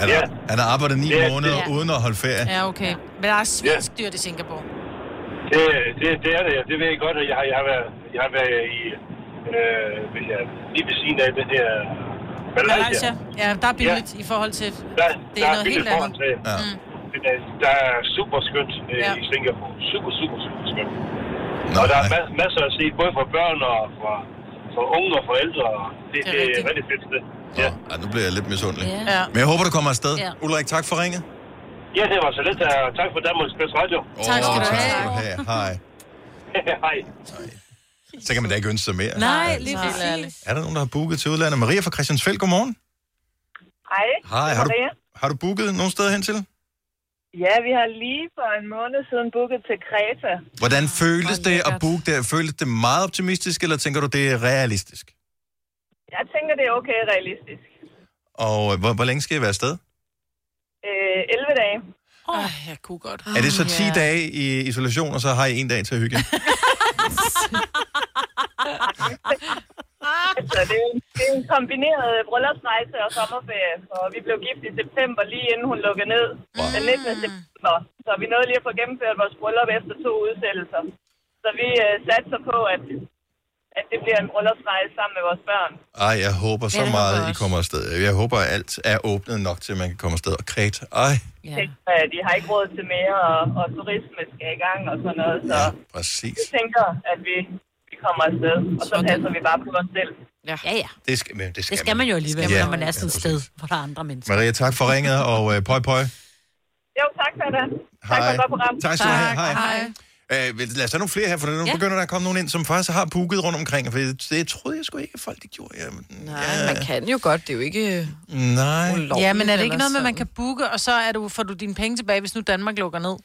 Speaker 1: Han har, han har arbejdet ni
Speaker 10: Ja,
Speaker 1: måneder
Speaker 2: det-
Speaker 1: uden at holde ferie.
Speaker 2: Ja, okay. Men der er svensk dyrt i Singapore.
Speaker 10: Det, det, det er det, ja. det ved jeg godt, at jeg har, jeg har, været, jeg har været i... Øh, ved jeg- lige ved siden af den her... Malaysia.
Speaker 2: Malaysia. Ja, der er billigt ja. i forhold til...
Speaker 10: Der,
Speaker 2: Det
Speaker 10: der
Speaker 2: er
Speaker 10: er
Speaker 2: noget
Speaker 10: billigt
Speaker 2: helt
Speaker 10: foran
Speaker 2: andet.
Speaker 10: til. Ja.
Speaker 1: Mm.
Speaker 10: Der er super skønt øh,
Speaker 2: Ja.
Speaker 10: ja. i Singapore. Super, super, super skønt. og der er ma- masser at se, både for børn og for, for unge og for ældre. og Det, det, er, et rigtig fedt sted. Ja.
Speaker 1: Ja, nu bliver jeg lidt misundelig.
Speaker 10: Ja.
Speaker 1: Men jeg håber, du kommer afsted.
Speaker 10: Ja.
Speaker 1: Ulrik, tak for ringet.
Speaker 10: ja, det var så lidt. og Tak for Danmarks Bedste Radio.
Speaker 1: Tak skal du have. Hej.
Speaker 10: Hej.
Speaker 1: Så kan man da ikke ønske sig mere.
Speaker 10: Nej,
Speaker 1: lige
Speaker 10: præcis.
Speaker 1: Er der nogen, der har booket til udlandet? Maria fra Christiansfeld, godmorgen.
Speaker 11: Hej.
Speaker 1: Hej,
Speaker 11: det er
Speaker 1: har du,
Speaker 11: Maria.
Speaker 1: har du booket nogen steder hen til?
Speaker 11: Ja, vi har lige for en måned siden booket til Kreta.
Speaker 1: Hvordan føles det at booke det? Føles det meget optimistisk, eller tænker du, det er realistisk?
Speaker 11: Jeg tænker, det er okay realistisk.
Speaker 1: Og øh, hvor, hvor længe skal I være afsted?
Speaker 11: Øh, 11 dage.
Speaker 2: Åh, oh, jeg kunne godt.
Speaker 1: er det så 10 dage i isolation, og så har I en dag til at hygge?
Speaker 11: altså, det er, en- det er en kombineret øh, bryllupsrejse og sommerferie, og vi blev gift i september, lige inden hun lukkede ned
Speaker 1: Mm.
Speaker 11: den 19. september. Så vi nåede lige at få gennemført vores bryllup efter to udsættelser. Så vi øh, satser på, at, at det bliver en bryllupsrejse sammen med vores børn.
Speaker 1: Ej, jeg håber så
Speaker 11: Ja,
Speaker 1: ja,
Speaker 11: det
Speaker 1: meget,
Speaker 11: håber jeg
Speaker 1: I kommer afsted. Jeg håber, at alt er åbnet nok til, at man kan komme afsted. Og Kreta, ej,
Speaker 11: Ja. øh, De har ikke råd til mere, og, og turisme skal i gang og sådan noget, så...
Speaker 1: præcis.
Speaker 11: Vi tænker, at vi, vi kommer afsted, og så passer vi bare på os selv.
Speaker 6: Ja, ja.
Speaker 1: Det skal, men det skal,
Speaker 6: Det skal man jo alligevel,
Speaker 1: Ja.
Speaker 6: når man er sådan et sted, hvor der er andre mennesker.
Speaker 1: Maria, tak for ringet, og øh, pøj, pøj.
Speaker 11: Jo, tak for det. Tak for
Speaker 1: Hej.
Speaker 11: et godt program.
Speaker 1: Tak skal du have. Hej. Øh, vel, lad os have nogle flere her, for nu
Speaker 11: Ja.
Speaker 1: ja. begynder der at komme nogen ind, som faktisk har booket rundt omkring. For det, det troede jeg sgu ikke, at folk de gjorde. Jamen,
Speaker 3: Nej, man kan jo godt. Det er jo ikke... øh,
Speaker 1: nej.
Speaker 3: Ulovligt
Speaker 2: Ja, men er det ikke
Speaker 3: eller
Speaker 2: noget med, at
Speaker 3: sådan?
Speaker 2: man kan booke, og så er du, får du dine penge tilbage, hvis nu Danmark lukker ned?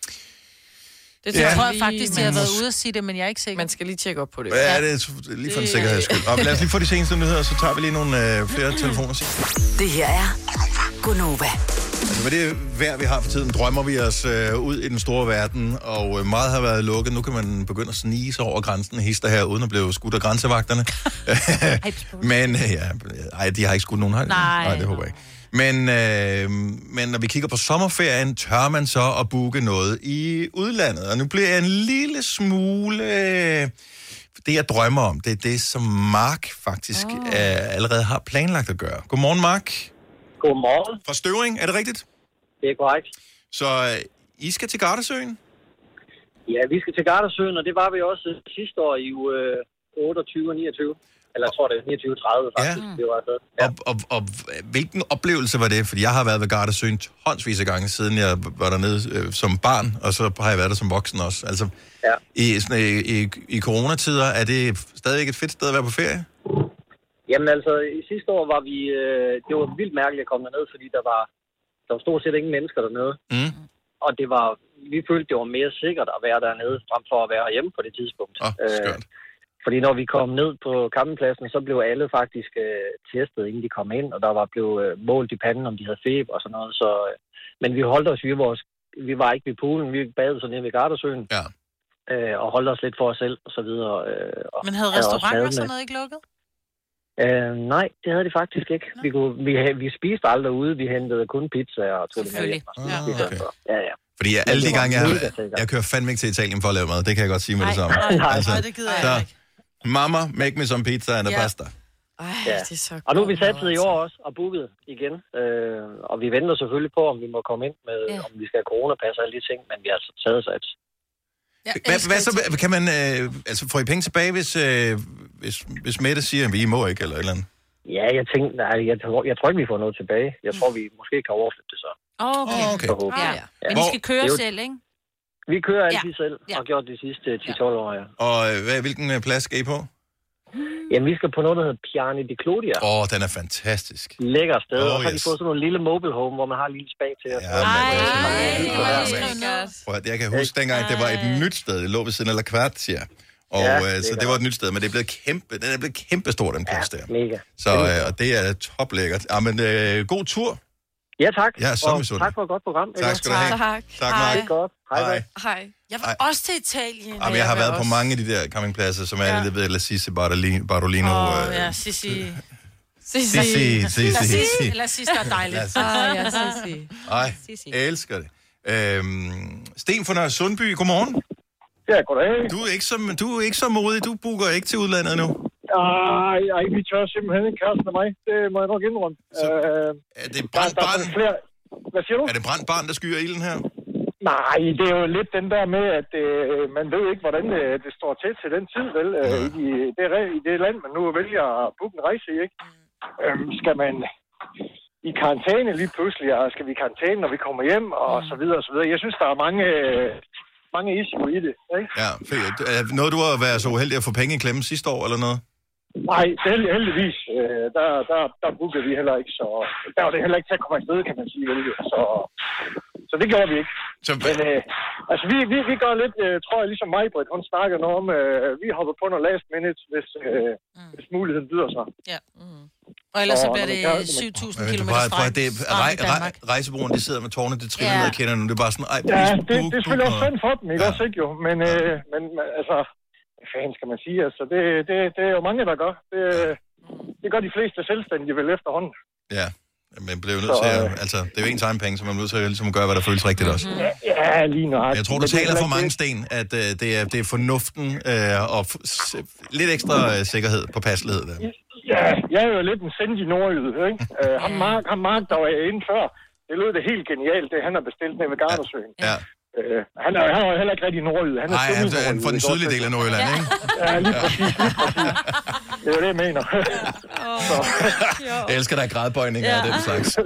Speaker 2: Det
Speaker 3: Ja.
Speaker 2: ja. tror jeg faktisk, de har
Speaker 3: Man
Speaker 2: været
Speaker 3: må-
Speaker 2: ude at sige det, men jeg er ikke sikker. Man
Speaker 3: skal lige tjekke op på det.
Speaker 1: Ja, det er lige for en sikkerheds skyld. Og lad os lige få de seneste nyheder, så tager vi lige nogle øh, flere telefoner.
Speaker 5: Det her er Gunova.
Speaker 1: Altså med det vejr, vi har for tiden, drømmer vi os øh, ud i den store verden, og øh, meget har været lukket. Nu kan man begynde at snige sig over grænsen, hister her, uden at blive skudt af grænsevagterne. men, øh, ja, ej, de har ikke skudt nogen, har de?
Speaker 6: Nej.
Speaker 1: Nej, det håber jeg ikke. Men, øh, men når vi kigger på sommerferien, tør man så at booke noget i udlandet. Og nu bliver jeg en lille smule... øh, Det, jeg drømmer om, det er det, som Mark faktisk oh. øh, allerede har planlagt at gøre. Godmorgen, Mark.
Speaker 23: Godmorgen.
Speaker 1: Fra Støvring, er det rigtigt?
Speaker 23: Det er korrekt.
Speaker 1: Så øh, I skal til Gardasøen?
Speaker 23: Ja, vi skal til Gardasøen, og det var vi også øh, sidste år i uge øh, 28 og 29. Eller jeg tror, det er 29 30 faktisk. Ja. Det var altså.
Speaker 1: Og, og, og hvilken oplevelse var det? Fordi jeg har været ved Gardasøen tonsvis af gange, siden jeg var dernede øh, som barn, og så har jeg været der som voksen også. Altså,
Speaker 23: ja.
Speaker 1: i, sådan, i, i, i coronatider, er det stadigvæk et fedt sted at være på ferie?
Speaker 23: Jamen altså, i sidste år var vi... Øh, det var vildt mærkeligt at komme derned, fordi der var, der var stort set ingen mennesker dernede.
Speaker 1: Mm.
Speaker 23: Og det var, vi følte, det var mere sikkert at være dernede, frem for at være hjemme på det tidspunkt.
Speaker 1: Oh,
Speaker 23: øh, fordi når vi kom ned på kampenpladsen, så blev alle faktisk øh, testet, inden de kom ind, og der var blevet øh, målt i panden, om de havde feber og sådan noget. Så, øh, men vi holdt os ved vores... Vi var ikke ved poolen, vi badede så nede ved Gardasøen.
Speaker 1: Ja.
Speaker 23: Øh, og holdt os lidt for os selv og så videre. Øh, og
Speaker 2: Men havde
Speaker 23: også
Speaker 2: restauranter
Speaker 23: mad
Speaker 2: og sådan
Speaker 23: med.
Speaker 2: noget ikke lukket?
Speaker 23: Øh, nej, det havde de faktisk ikke. Vi, kunne, vi, ha- vi spiste aldrig ude, vi hentede kun pizza og tog det med hjem. Ja, okay. ja, ja.
Speaker 1: Ah, Fordi jeg,
Speaker 23: Men
Speaker 1: alle
Speaker 23: det
Speaker 1: de
Speaker 23: var
Speaker 1: gange, jeg,
Speaker 23: mega sikkert.
Speaker 1: jeg kører fandme ikke til Italien for at lave mad. Det kan jeg godt sige med det
Speaker 2: Altså.
Speaker 23: Nej,
Speaker 1: samme.
Speaker 23: nej, nej, det
Speaker 2: gider jeg
Speaker 1: så, Mamma, make me some pizza and a
Speaker 2: Ja.
Speaker 1: pasta.
Speaker 3: Ej, det er så
Speaker 23: Og nu er vi sat i år også og booket igen. Øh, og vi venter selvfølgelig på, om vi må komme ind med, ja. om vi skal have coronapas og alle de ting, men vi har altså taget sig et.
Speaker 1: Hvad, hvad så, kan man, øh, altså får I penge tilbage, hvis, øh, hvis, hvis Mette siger, at vi må ikke, eller et eller andet?
Speaker 23: Ja, jeg tænkte, nej, jeg tror, jeg tror ikke, vi får noget tilbage. Jeg tror, vi måske kan overflytte det så.
Speaker 6: Okay.
Speaker 23: Åh, okay.
Speaker 6: Ja. ja. Men I skal køre
Speaker 23: Det er jo-
Speaker 6: selv, ikke?
Speaker 23: Vi kører altid ja. selv, og har gjort de sidste 10-12 år, ja.
Speaker 1: Og øh, hvad, hvilken øh, plads skal I på?
Speaker 23: Jamen, vi skal på noget, der hedder Piani di Clodia.
Speaker 1: Åh, oh, den er fantastisk.
Speaker 23: Lækker sted.
Speaker 1: Åh,
Speaker 23: Oh, og så har
Speaker 1: yes.
Speaker 23: de fået sådan nogle lille mobile home, hvor man har en lille spag til. Ja,
Speaker 1: Prøv at, jeg kan huske dengang, det var et nyt sted. Det lå ved siden af La Quartia. Og,
Speaker 23: Ja,
Speaker 1: ja, øh, så
Speaker 23: lækkert.
Speaker 1: det var et nyt sted, men det er blevet kæmpe, den er blevet kæmpe stor, den plads der.
Speaker 23: Mega.
Speaker 1: Så øh, og det er toplækkert. Ja, men øh, god tur.
Speaker 23: Ja, tak.
Speaker 1: Jeg er så
Speaker 23: Og
Speaker 1: misundelig.
Speaker 23: tak for et godt program.
Speaker 1: Tak skal du have.
Speaker 2: Tak.
Speaker 1: Tak,
Speaker 2: Hej.
Speaker 1: Mark.
Speaker 2: Det er
Speaker 23: godt. Hej.
Speaker 1: Hej.
Speaker 2: Hej. Jeg var
Speaker 1: Ej.
Speaker 2: også til Italien.
Speaker 1: Jamen, jeg har været på mange af de der campingpladser, som er
Speaker 2: Ja.
Speaker 1: ja. lidt ved La Sisse Bartoli- Bartolino.
Speaker 2: Åh,
Speaker 1: øh,
Speaker 2: ja, Sissi.
Speaker 1: Sissi, Sissi,
Speaker 2: La
Speaker 1: Sissi.
Speaker 2: Sissi. La Sissi, der er dejligt.
Speaker 1: La Sissi.
Speaker 2: Ah, ja, Sissi.
Speaker 1: Ej, jeg elsker det. Øhm, Sten fra Nørre Sundby, godmorgen.
Speaker 7: Ja, goddag.
Speaker 1: Du er ikke så, du er ikke så modig, du booker ikke til udlandet nu.
Speaker 7: Nej, Ah, ej, vi tør simpelthen ikke kæresten af mig. Det må jeg nok indrømme. Så, øh,
Speaker 1: er det brændt barn?
Speaker 7: Flere... Hvad siger du?
Speaker 1: Er det brændt barn, der skyer ilden her?
Speaker 7: Nej, det er jo lidt den der med, at øh, man ved ikke, hvordan øh, det står til til den tid, vel? Øh, i, de- det, re- I det land, man nu vælger at booke en rejse i, ikke? Øh,
Speaker 23: Øhm,
Speaker 7: skal man i karantæne lige pludselig, og skal vi i karantæne, når vi kommer hjem, og
Speaker 23: Mm.
Speaker 7: så videre, og så videre. Jeg synes, der er mange, øh, mange issue i det, ikke?
Speaker 1: Ja, fedt. Er noget, du har været så uheldig at få penge i klemme sidste år, eller noget?
Speaker 7: Nej, held- heldigvis, øh, der, der, der bookede vi heller ikke, så der var det heller ikke til at komme afsted, kan man sige. Vel? Så, så det gjorde vi ikke.
Speaker 1: Så...
Speaker 7: Men øh, altså, vi, vi, vi gør lidt, øh, tror jeg, ligesom mig, Britt, hun snakker noget om, øh, vi hopper på noget last minute, hvis, øh, hvis muligheden byder sig.
Speaker 2: Ja. mm. Og ellers så bliver
Speaker 7: Åh, men
Speaker 2: det
Speaker 7: det-
Speaker 2: 7.000
Speaker 1: Men
Speaker 2: km
Speaker 1: Øh, du bare, prøv,
Speaker 2: streg.
Speaker 1: at- det, er-
Speaker 2: Stram i
Speaker 1: rej, rej,
Speaker 2: Danmark.
Speaker 1: rejsebrugerne, de sidder med tårne, det triller
Speaker 7: Ja.
Speaker 1: ja. ned af kinderne nu. Det er bare sådan, ej,
Speaker 7: Ja,
Speaker 1: please,
Speaker 7: det,
Speaker 1: book,
Speaker 7: det er
Speaker 1: book
Speaker 7: selvfølgelig også
Speaker 1: noget.
Speaker 7: synd for dem, ikke ja. også, ikke jo? Men, øh, men men, altså, hvad fanden skal man sige? Altså, det, det, det er jo mange, der gør. Det, øh, det gør de fleste selvstændige vel efterhånden.
Speaker 1: Ja, man bliver jo nødt til at, altså, det er jo ens egen penge, så man bliver nødt til at ligesom, at gøre, hvad der føles rigtigt også.
Speaker 7: Ja, ja lige nok.
Speaker 1: Jeg tror, du taler for mange sten, at øh, det, er, det er fornuften øh, og f- s- lidt ekstra øh, sikkerhed på passelighed. Der.
Speaker 7: Ja, jeg er jo lidt en sindig nordjyde, ikke? Uh, ham, Mark, ham Mark, der var inde før, det lød det helt genialt, det han har bestilt ned ved Gardersøen.
Speaker 1: Ja.
Speaker 7: Uh, han, er, han er jo heller ikke rigtig nordjyde. Han er
Speaker 1: Nej, han, han
Speaker 7: semi-nordjyde,
Speaker 1: får den
Speaker 7: ikke
Speaker 1: sydlige
Speaker 7: også?
Speaker 1: del af Nordjylland, ikke?
Speaker 7: Ja, lige præcis, lige præcis. Det er jo det, jeg mener.
Speaker 1: Jeg elsker dig grædbøjninger ja. af
Speaker 7: Ja.
Speaker 1: den slags.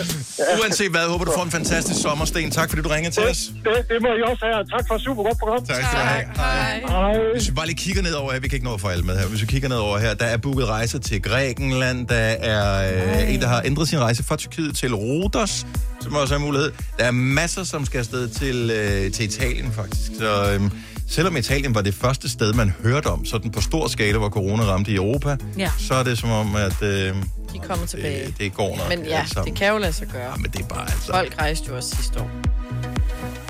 Speaker 1: Uanset hvad, håber du får en fantastisk sommersten. Tak fordi du ringede til os.
Speaker 7: det, det må I også have, og tak for et super godt program.
Speaker 1: Tak skal du have. Hvis vi bare lige kigger ned over her, vi kan ikke nå at få alle med her. Hvis vi kigger ned over her, der er booket rejser til Grækenland, der er øh, en, der har ændret sin rejse fra Tyrkiet til Rodos, som også er en mulighed. Der er masser, som skal afsted til, øh, til Italien faktisk. Så øh, selvom Italien var det første sted, man hørte om, sådan på stor skala, hvor corona ramte i Europa,
Speaker 3: Ja.
Speaker 1: så er det som om, at øh,
Speaker 3: De kommer tilbage.
Speaker 1: det, det går nok
Speaker 3: Men ja,
Speaker 1: alt sammen.
Speaker 3: det kan jo lade sig gøre. Ja,
Speaker 1: men det er bare altså...
Speaker 3: Folk rejste jo også sidste år.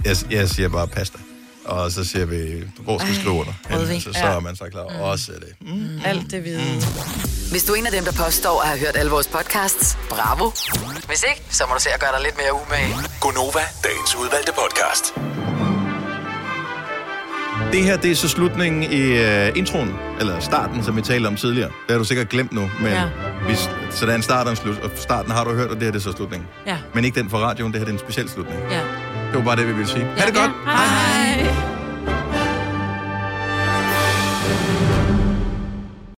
Speaker 1: Jeg, jeg siger bare pasta. Og så siger vi, hvor skal vi skrive under? Altså,
Speaker 6: Ej, rødvin.
Speaker 1: Så, så
Speaker 6: Ja.
Speaker 1: er man så klar. Også det.
Speaker 6: Mm. Alt det hvide. Mm.
Speaker 5: Hvis du er en af dem, der påstår at have hørt alle vores podcasts, bravo. Hvis ikke, så må du se at gøre dig lidt mere umage.
Speaker 20: Gonova, dagens udvalgte podcast.
Speaker 1: Det her, det er så slutningen i uh, introen, eller starten, som vi talte om tidligere. Det har du sikkert glemt nu, men ja.
Speaker 2: Ja.
Speaker 1: hvis, så der er en start og en slut, og starten har du hørt, og det her det er så slutningen.
Speaker 2: Ja.
Speaker 1: Men ikke den fra radioen, det her det er en speciel slutning.
Speaker 2: Ja.
Speaker 1: Det var bare det, vi ville sige. Ja. Ha' det godt!
Speaker 2: Hej.